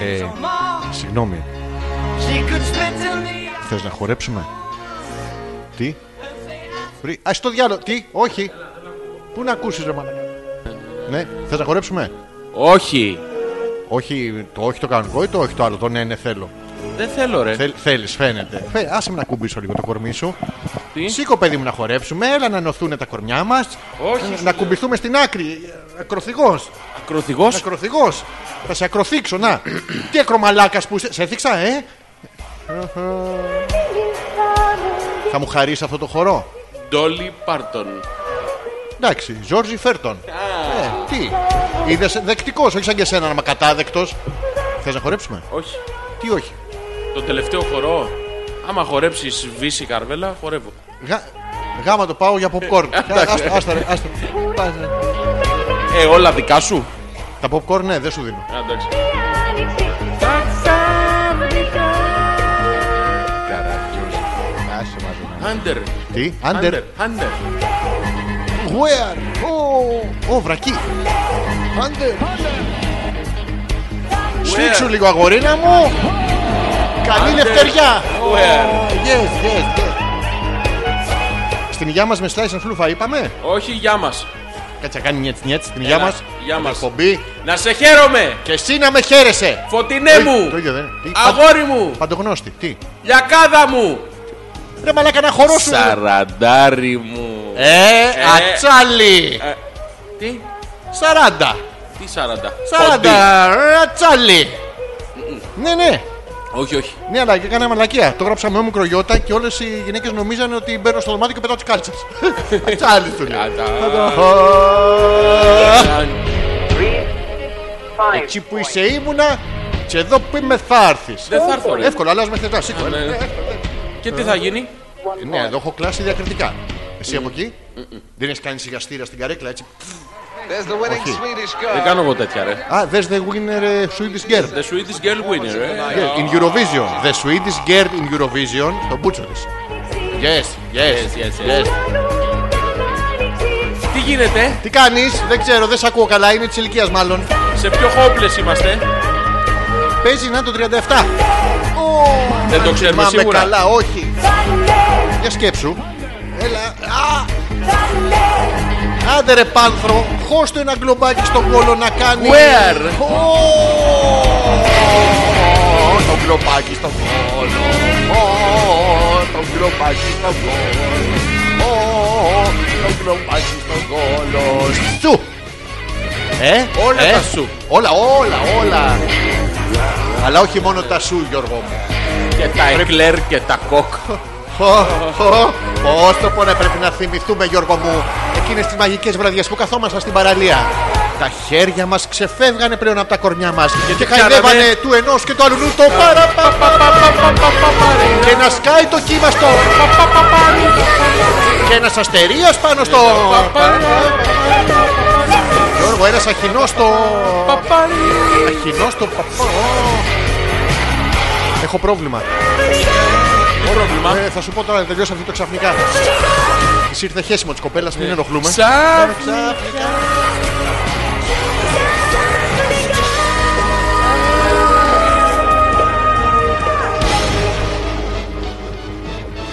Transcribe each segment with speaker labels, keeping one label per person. Speaker 1: Ε, συγγνώμη, θες να χορέψουμε. Τι, Βρει- Α το διάλογο, τι, όχι. Πού να ακούσεις ρε μαλάκα. Ναι, θες να χορέψουμε.
Speaker 2: Όχι.
Speaker 1: Όχι το, όχι το κανονικό ή το όχι το άλλο, το ναι, ναι, θέλω.
Speaker 2: Δεν θέλω, ρε.
Speaker 1: Θέλ, θέλεις, φαίνεται. Φε, άσε με να κουμπίσω λίγο το κορμί σου.
Speaker 2: Τι?
Speaker 1: Σήκω παιδί μου να χορέψουμε, έλα να ενωθούν τα κορμιά μας.
Speaker 2: Όχι.
Speaker 1: Να κουμπιστούμε στην άκρη, ακροθυγός.
Speaker 2: Ακροθυγός.
Speaker 1: Ακροθυγός. Θα σε ακροθίξω, να. Τι ακρομαλάκας που είσαι. Σε έθιξα, ε. Θα μου χαρίσεις αυτό το χορό.
Speaker 2: Ντόλι Πάρτον.
Speaker 1: Εντάξει, Ζόρζι Φέρτον. Ε, τι. Είδες δεκτικός, όχι σαν και εσένα να είμαι κατάδεκτο. Θες να χορέψουμε.
Speaker 2: Όχι.
Speaker 1: Τι όχι.
Speaker 2: Το τελευταίο χορό. Άμα χορέψεις βύση καρβέλα, χορεύω.
Speaker 1: Γα... Γάμα το πάω για popcorn. Άστα, άστα, ρε, άστα. Πας, ρε.
Speaker 2: Ε, όλα δικά σου.
Speaker 1: Τα popcorn, ναι, δεν σου δίνω.
Speaker 2: Α, Εντάξει.
Speaker 1: Άσε μαζί μου.
Speaker 2: Άντερ.
Speaker 1: Τι, under.
Speaker 2: Άντερ.
Speaker 1: Where? Ω, βρακί. Άντε. Σφίξου λίγο αγορίνα μου. Καλή
Speaker 2: Άντε.
Speaker 1: λευτεριά.
Speaker 2: Where?
Speaker 1: Yes, yes, yes. Στην υγειά μας με slice and φλούφα είπαμε.
Speaker 2: Όχι, γεια μας.
Speaker 1: Κάτσε να κάνει νιέτς νιέτς στην υγειά
Speaker 2: Έλα,
Speaker 1: μας.
Speaker 2: γεια μας.
Speaker 1: Εκπομπή.
Speaker 2: Να σε χαίρομαι.
Speaker 1: Και εσύ να με χαίρεσαι.
Speaker 2: Φωτεινέ μου.
Speaker 1: Το ίδιο δεν είναι. Τι,
Speaker 2: Αγόρι μου.
Speaker 1: παν- Παντογνώστη. Τι.
Speaker 2: Γιακάδα μου.
Speaker 1: Ρε μαλάκα να χορώσου.
Speaker 2: Σαραντάρι μου.
Speaker 1: Ε, ατσάλι.
Speaker 2: Τι.
Speaker 1: Σαράντα.
Speaker 2: Τι σαράντα.
Speaker 1: Σαράντα. ρε, Ατσάλι. Ναι, ναι.
Speaker 2: Όχι, όχι.
Speaker 1: Ναι, αλλά έκανα μαλακία. Το γράψα με μικρογιώτα και όλες οι γυναίκες νομίζανε ότι μπαίνω στο δωμάτιο και πετάω τις κάλτσες. Τσάλις του λέω. Ε, Εκεί που είσαι ήμουνα και εδώ που είμαι θα έρθεις.
Speaker 2: Δεν θα έρθω, ρε.
Speaker 1: Εύκολα, αλλάζουμε θετά. Σήκω.
Speaker 2: Ναι,
Speaker 1: ε.
Speaker 2: ναι. Και τι θα γίνει.
Speaker 1: Ε, Ναι, εδώ έχω κλάσει διακριτικά. Εσύ από εκεί
Speaker 2: Mm,
Speaker 1: δεν έχεις κάνει σιγαστήρα στην καρέκλα, έτσι.
Speaker 3: There's the winning
Speaker 1: Okay.
Speaker 3: Swedish
Speaker 2: Δεν
Speaker 3: girl.
Speaker 2: κάνω εγώ τέτοια, ρε.
Speaker 1: Α, there's the winner ε, Swedish girl.
Speaker 2: The Swedish girl winner, ε.
Speaker 1: Girl In Eurovision. The Swedish girl in Eurovision. Το μπούτσο της. Yes, yes,
Speaker 2: Yes, yes, yes.
Speaker 1: yes.
Speaker 2: Τι γίνεται,
Speaker 1: Τι κάνεις, δεν ξέρω, δεν σε ακούω καλά, είναι της ηλικίας μάλλον.
Speaker 2: σε ποιο χόμπλες είμαστε.
Speaker 1: Παίζει να είναι το 37.
Speaker 2: Δεν το ξέρουμε
Speaker 1: Θυμάμαι
Speaker 2: σίγουρα.
Speaker 1: καλά, όχι. Για σκέψου. Έλα. Α! Άντε ρε πάνθρο, χώστε ένα γκλομπάκι στον κόλο να κάνει.
Speaker 2: Where?
Speaker 1: Ω, Το γκλομπάκι στον κόλο. Ω, Το γκλομπάκι στον κόλο. Ω, Το γκλομπάκι στον κόλο. Σου! Ε,
Speaker 2: Όλα
Speaker 1: ε,
Speaker 2: τα σου.
Speaker 1: Όλα, όλα, όλα. Αλλά όχι μόνο τα σου, Γιώργο μου.
Speaker 2: Και τα εκλέρ και τα κοκ.
Speaker 1: Χω, χω, Πόσο πολλά πρέπει να θυμηθούμε, Γιώργο μου, εκείνες τις μαγικές βραδιές που καθόμασταν στην παραλία. Τα χέρια μας ξεφεύγανε πλέον από τα κορμιά μας και χαϊδεύανε
Speaker 2: κάναμε?
Speaker 1: του ενός και του αλλού το παραπαπαπαπαπαπαπαπαρι και να σκάει το κύμα στο παπαπαπαπαρι και ένας αστερίας πάνω στο Γιώργο, ένας αχινός στο αχινός στο παπα- Ω. Έχω πρόβλημα.
Speaker 2: Πρόβλημα.
Speaker 1: Ε, θα σου πω τώρα να τελειώσω αυτό το ξαφνικά. Τη ήρθε χέσιμο της κοπέλας, μην
Speaker 2: Ε,
Speaker 1: ενοχλούμε. Ε,
Speaker 2: Ξαφ.
Speaker 1: Ξαφνικά.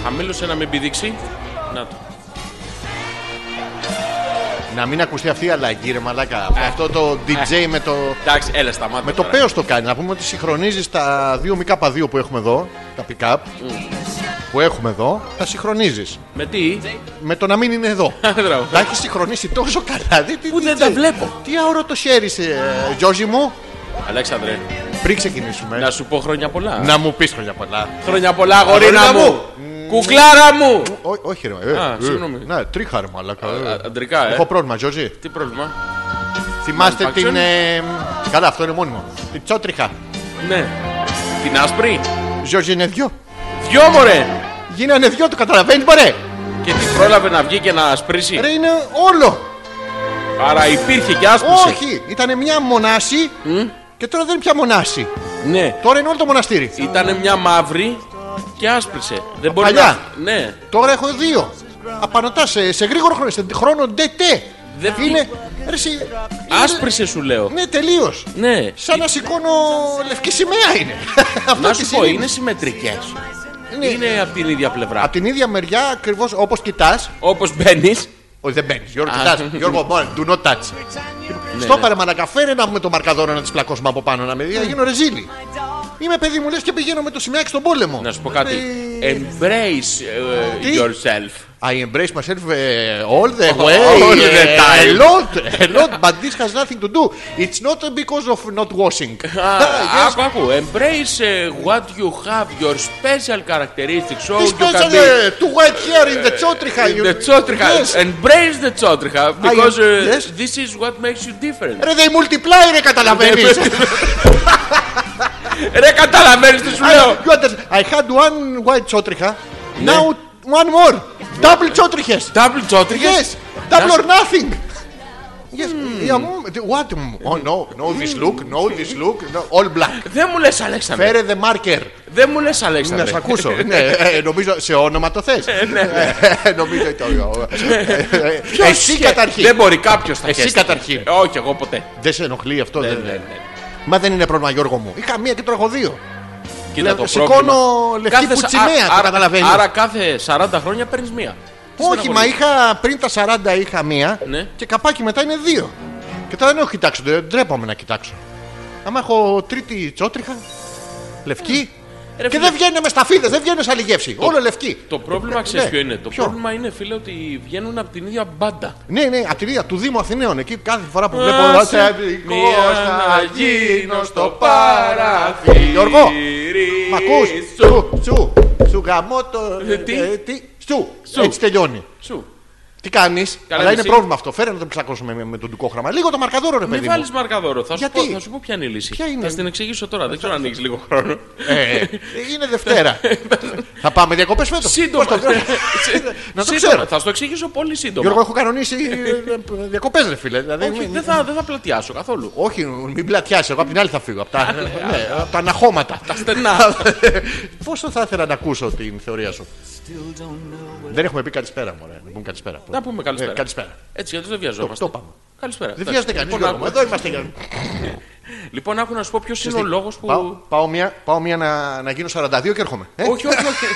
Speaker 2: Χαμήλωσε να με επιδείξει. Να το.
Speaker 1: Να μην ακουστεί αυτή η αλλαγή, ρε Μαλάκα.
Speaker 2: Ε.
Speaker 1: Αυτό το DJ με το.
Speaker 2: Εντάξει, έλα σταμάτα.
Speaker 1: Με το
Speaker 2: τώρα.
Speaker 1: πέος το κάνει. Να πούμε ότι συγχρονίζεις τα δύο MK2 που έχουμε εδώ, τα pick-up
Speaker 2: Ε.
Speaker 1: που έχουμε εδώ, τα συγχρονίζεις.
Speaker 2: Με τι.
Speaker 1: Με το να μην είναι εδώ.
Speaker 2: Μπράβο.
Speaker 1: Τα έχεις συγχρονίσει τόσο καλά. Δι- τι-
Speaker 2: Ε. Πού
Speaker 1: τι-
Speaker 2: δεν
Speaker 1: τι-
Speaker 2: τα βλέπω.
Speaker 1: Τι αόρατο το χέρις, ε, Γιώργη μου.
Speaker 2: Αλέξανδρε,
Speaker 1: Πριν ξεκινήσουμε,
Speaker 2: να σου πω χρόνια πολλά.
Speaker 1: Ε. να μου πεις χρόνια πολλά.
Speaker 2: Χρόνια πολλά, αγορίνα
Speaker 1: Αγορίνα
Speaker 2: μου. Κουκλάρα μου.
Speaker 1: Ό, όχι ρε. ε,
Speaker 2: Α,
Speaker 1: ε,
Speaker 2: συγγνώμη.
Speaker 1: Ναι, τρίχα ρε μαλάκα. ε.
Speaker 2: Α, Αντρικά, ε.
Speaker 1: Έχω πρόβλημα, Τζόρτζι.
Speaker 2: Τι πρόβλημα.
Speaker 1: Θυμάστε
Speaker 2: Manufacturing.
Speaker 1: την. ε, Καλά, αυτό είναι μόνιμο. Την τσότριχα.
Speaker 2: Ναι. Την άσπρη.
Speaker 1: Τζόρτζι είναι δυο.
Speaker 2: Δυο μωρέ.
Speaker 1: Γίνανε δυο, το καταλαβαίνεις, μωρέ.
Speaker 2: Και τι πρόλαβε να βγει και να ασπρίσει.
Speaker 1: Ρε είναι όλο.
Speaker 2: Άρα υπήρχε και άσπρησε.
Speaker 1: Όχι, ήταν μια μονάση και τώρα δεν είναι πια μονάση.
Speaker 2: Ναι.
Speaker 1: Τώρα είναι όλο το μοναστήρι.
Speaker 2: Ήταν μια μαύρη και άσπρισε. Δεν μπορεί
Speaker 1: παλιά.
Speaker 2: να. Ναι.
Speaker 1: Τώρα έχω δύο. Απανοτά σε, σε γρήγορο χρόνο, σε χρόνο ντετέ.
Speaker 2: Δεν βγει-
Speaker 1: Είναι Ρε, εσύ,
Speaker 2: Άσπρισε σου λέω.
Speaker 1: Ναι, τελείως.
Speaker 2: Ναι.
Speaker 1: Σαν να σηκώνω λευκή σημαία είναι. Αυτό
Speaker 2: Να
Speaker 1: της
Speaker 2: σου πω,
Speaker 1: είναι.
Speaker 2: είναι συμμετρικές.
Speaker 1: Ναι.
Speaker 2: Είναι από την ίδια πλευρά.
Speaker 1: Απ' την ίδια μεριά ακριβώς όπως κοιτάς.
Speaker 2: Όπως μπαίνεις.
Speaker 1: Όχι, δεν μπαίνεις. Γιώργο,
Speaker 2: Α. Ναι,
Speaker 1: κοιτάς. Γιώργο, μόνο, do not touch. Στο παρε μαλακά, φέρε να με το μαρκαδόρο να της πλακώσουμε από πάνω να με δει. να Γίνω ρεζίλη. Είμαι παιδί μου λες και πηγαίνω με το σημαίακι στον πόλεμο.
Speaker 2: Να σου πω κάτι.
Speaker 1: Ε,
Speaker 2: Embrace ε,
Speaker 1: Τι?
Speaker 2: yourself.
Speaker 1: I embrace myself eh, all the
Speaker 2: All
Speaker 1: way.
Speaker 2: the
Speaker 1: eh,
Speaker 2: time.
Speaker 1: A lot, a lot, but this has nothing to do. It's not because of not washing.
Speaker 2: Α,
Speaker 1: Yes.
Speaker 2: Άκου, άκου. Embrace ε, what you have, your special characteristics. So
Speaker 1: This
Speaker 2: you can
Speaker 1: person,
Speaker 2: be
Speaker 1: eh, too white hair in the Ε. chotricha. you-
Speaker 2: the Tsotricha.
Speaker 1: Yes.
Speaker 2: Embrace the Tsotricha because
Speaker 1: you-
Speaker 2: ε,
Speaker 1: yes.
Speaker 2: this is what makes you different.
Speaker 1: Ρε, they multiply, ρε, ε, καταλαβαίνεις.
Speaker 2: Ρε καταλαβαίνεις τι σου λέω.
Speaker 1: You understand? I had one white chotricha. Now one more. Double chotriches.
Speaker 2: Double Tsotrichas.
Speaker 1: Yes. Double or nothing. Yes. Yeah, mm, What? mm, Oh no, no this look, no this look, no, all black.
Speaker 2: Δεν μου λες Αλέξανδρε.
Speaker 1: Φέρε the marker.
Speaker 2: Δεν μου λες
Speaker 1: Να σε
Speaker 2: Αλέξανδρε.
Speaker 1: ακούσω. ναι, ε, νομίζω σε όνομα το θες. Ε, νομίζω το. ε, ε,
Speaker 2: Ποιος
Speaker 1: Εσύ
Speaker 2: και-
Speaker 1: καταρχήν.
Speaker 2: Δεν μπορεί κάποιος θα
Speaker 1: Εσύ
Speaker 2: χέσει.
Speaker 1: καταρχήν. Ναι,
Speaker 2: Ε, Όχι, εγώ ποτέ.
Speaker 1: Δεν σε ενοχλεί αυτό. δεν-
Speaker 2: ναι, ναι.
Speaker 1: Μα δεν είναι πρόβλημα Γιώργο μου. Είχα μία και τώρα έχω δύο.
Speaker 2: Κοίτα το
Speaker 1: σηκώνω
Speaker 2: πρόβλημα.
Speaker 1: λευκή
Speaker 2: σα-
Speaker 1: πουτσιμέα, το
Speaker 2: άρα-
Speaker 1: καταλαβαίνεις.
Speaker 2: Άρα κάθε 40 χρόνια παίρνεις μία.
Speaker 1: Όχι,
Speaker 2: Στεναχωρείς.
Speaker 1: μα είχα πριν τα 40 είχα μία
Speaker 2: Ναι.
Speaker 1: και καπάκι μετά είναι δύο. Και τώρα δεν έχω κοιτάξει, δεν ντρέπομαι να κοιτάξω. Άμα έχω τρίτη τσότριχα, λευκή.
Speaker 2: Ε, Ρε
Speaker 1: και
Speaker 2: φίλε.
Speaker 1: δεν βγαίνουν με σταφίδες, δεν βγαίνουν σαν άλλη γεύση. Όλο λευκή.
Speaker 2: Το πρόβλημα
Speaker 1: Ναι.
Speaker 2: ξέρεις ποιο είναι. Το
Speaker 1: Ποιο?
Speaker 2: πρόβλημα είναι, φίλε, ότι βγαίνουν από την ίδια μπάντα.
Speaker 1: Ναι, ναι, από την ίδια του Δήμου Αθηναίων. Εκεί κάθε φορά που βλέπω.
Speaker 2: Άσε
Speaker 1: «Βασιλικός
Speaker 2: μία
Speaker 1: θα
Speaker 2: να γίνω στο παραθύρι.
Speaker 1: Γιώργο, μ' ακούς. Σου, σου, σου γαμώ το.
Speaker 2: Ε, τι?
Speaker 1: ε, τι? Σου,
Speaker 2: Σου.
Speaker 1: έτσι τελειώνει.
Speaker 2: Σου.
Speaker 1: Τι κάνεις.
Speaker 2: Καλά,
Speaker 1: Αλλά είναι
Speaker 2: εσύ.
Speaker 1: πρόβλημα αυτό. Φέρε να το ψακώσουμε με, με τον τουκόχραμα. Λίγο το μαρκαδόρο, ρε
Speaker 2: Μην
Speaker 1: παιδί μου.
Speaker 2: βάλεις μαρκαδόρο. Θα σου,
Speaker 1: Γιατί?
Speaker 2: πω, θα σου πω ποια είναι η λύση.
Speaker 1: Ποια είναι?
Speaker 2: Θα στην εξηγήσω τώρα. Δεν ξέρω αν έχει λίγο χρόνο.
Speaker 1: Ε, είναι Δευτέρα. θα πάμε διακοπές φέτος.
Speaker 2: Ε, Σύντομα.
Speaker 1: Να το
Speaker 2: Σύντομα.
Speaker 1: ξέρω.
Speaker 2: Θα σου το εξηγήσω πολύ σύντομα.
Speaker 1: Γιώργο, έχω κανονίσει διακοπές, ρε φίλε. Δηλαδή,
Speaker 2: Όχι,
Speaker 1: μην-
Speaker 2: δεν θα, δεν θα πλατιάσω καθόλου.
Speaker 1: όχι, μην πλατιάσει. Εγώ από την άλλη θα φύγω. Από τα, ναι, απ' τα αναχώματα.
Speaker 2: Τα στενά.
Speaker 1: Πόσο θα ήθελα να ακούσω την θεωρία σου. Δεν έχουμε πει καλησπέρα, μωρέ. Δεν πούμε καλησπέρα.
Speaker 2: Να πούμε καλησπέρα.
Speaker 1: Ε, καλησπέρα.
Speaker 2: Έτσι, γιατί δεν βιαζόμαστε.
Speaker 1: Το- το πάμε.
Speaker 2: Καλησπέρα.
Speaker 1: Δεν
Speaker 2: Εντάξει.
Speaker 1: βιάζεται κανείς.
Speaker 2: Λοιπόν, άκου-
Speaker 1: Εδώ είμαστε για.
Speaker 2: Λοιπόν, άκου να σου πω ποιος είναι ο λόγος που.
Speaker 1: Πάω, πάω μία, πάω μία να, να γίνω 42 και έρχομαι. Ε,
Speaker 2: Όχι, όχι, όχι.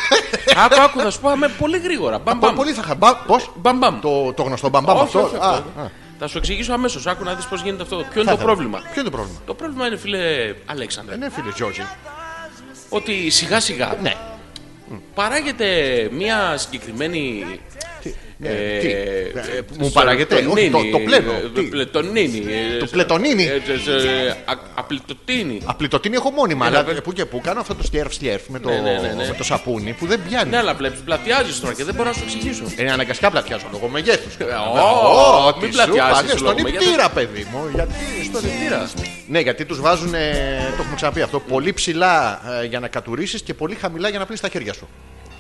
Speaker 2: άκου, άκου, θα σου πω με πολύ γρήγορα. Μπαμ,
Speaker 1: Πο-
Speaker 2: μπαμ.
Speaker 1: Πολύ θα χαμπά. Πώς.
Speaker 2: Μπαμ, μπαμ.
Speaker 1: Το, το γνωστό μπαμπάμ
Speaker 2: Όχι,
Speaker 1: αυτό.
Speaker 2: όχι,
Speaker 1: Α,
Speaker 2: αυτό.
Speaker 1: α,
Speaker 2: Θα σου εξηγήσω αμέσως. Άκου να δεις πώς γίνεται αυτό. Ποιο
Speaker 1: θα
Speaker 2: είναι το
Speaker 1: ήθελα.
Speaker 2: πρόβλημα.
Speaker 1: Ποιο είναι το πρόβλημα.
Speaker 2: Το πρόβλημα είναι, φίλε Αλέξανδρε,
Speaker 1: Ε, Ναι, φίλε Γιώργη.
Speaker 2: ότι σιγά σιγά
Speaker 1: Ναι.
Speaker 2: παράγεται μια συγκεκριμένη.
Speaker 1: Ναι,
Speaker 2: ε,
Speaker 1: τι.
Speaker 2: ε,
Speaker 1: Ε,
Speaker 2: ε,
Speaker 1: Μου παραγεται. Όχι, το,
Speaker 2: πλετονίνη,
Speaker 1: το πλένο.
Speaker 2: ε,
Speaker 1: Τι.
Speaker 2: Πλετονίνη. ε,
Speaker 1: Το
Speaker 2: σε-
Speaker 1: πλετονίνη.
Speaker 2: ε, ε, ε, ε, α- Απλετοτίνη.
Speaker 1: Απλητοτίνη έχω μόνιμα, αλλά
Speaker 2: βέβαια.
Speaker 1: που και που κάνω αυτό το στιέρφ στιέρφ με το,
Speaker 2: Ναι, ναι, ναι, ναι.
Speaker 1: με το σαπούνι που δεν πιάνει.
Speaker 2: Ναι, αλλά βλέπεις, πλατιάζεις τώρα και δεν μπορώ να σου εξηγήσω. Ε,
Speaker 1: Είναι αναγκαστικά πλατιάζω λόγω μεγέθους.
Speaker 2: ω, μην πλατιάζεις λόγω
Speaker 1: Στον
Speaker 2: μεγέθους.
Speaker 1: υπτήρα, παιδί μου. Γιατί στον υπτήρα. Ναι, γιατί τους βάζουν, το έχουμε ξαναπεί αυτό, πολύ ψηλά ε, για να κατουρίσεις και πολύ χαμηλά για να πλύνεις τα χέρια σου.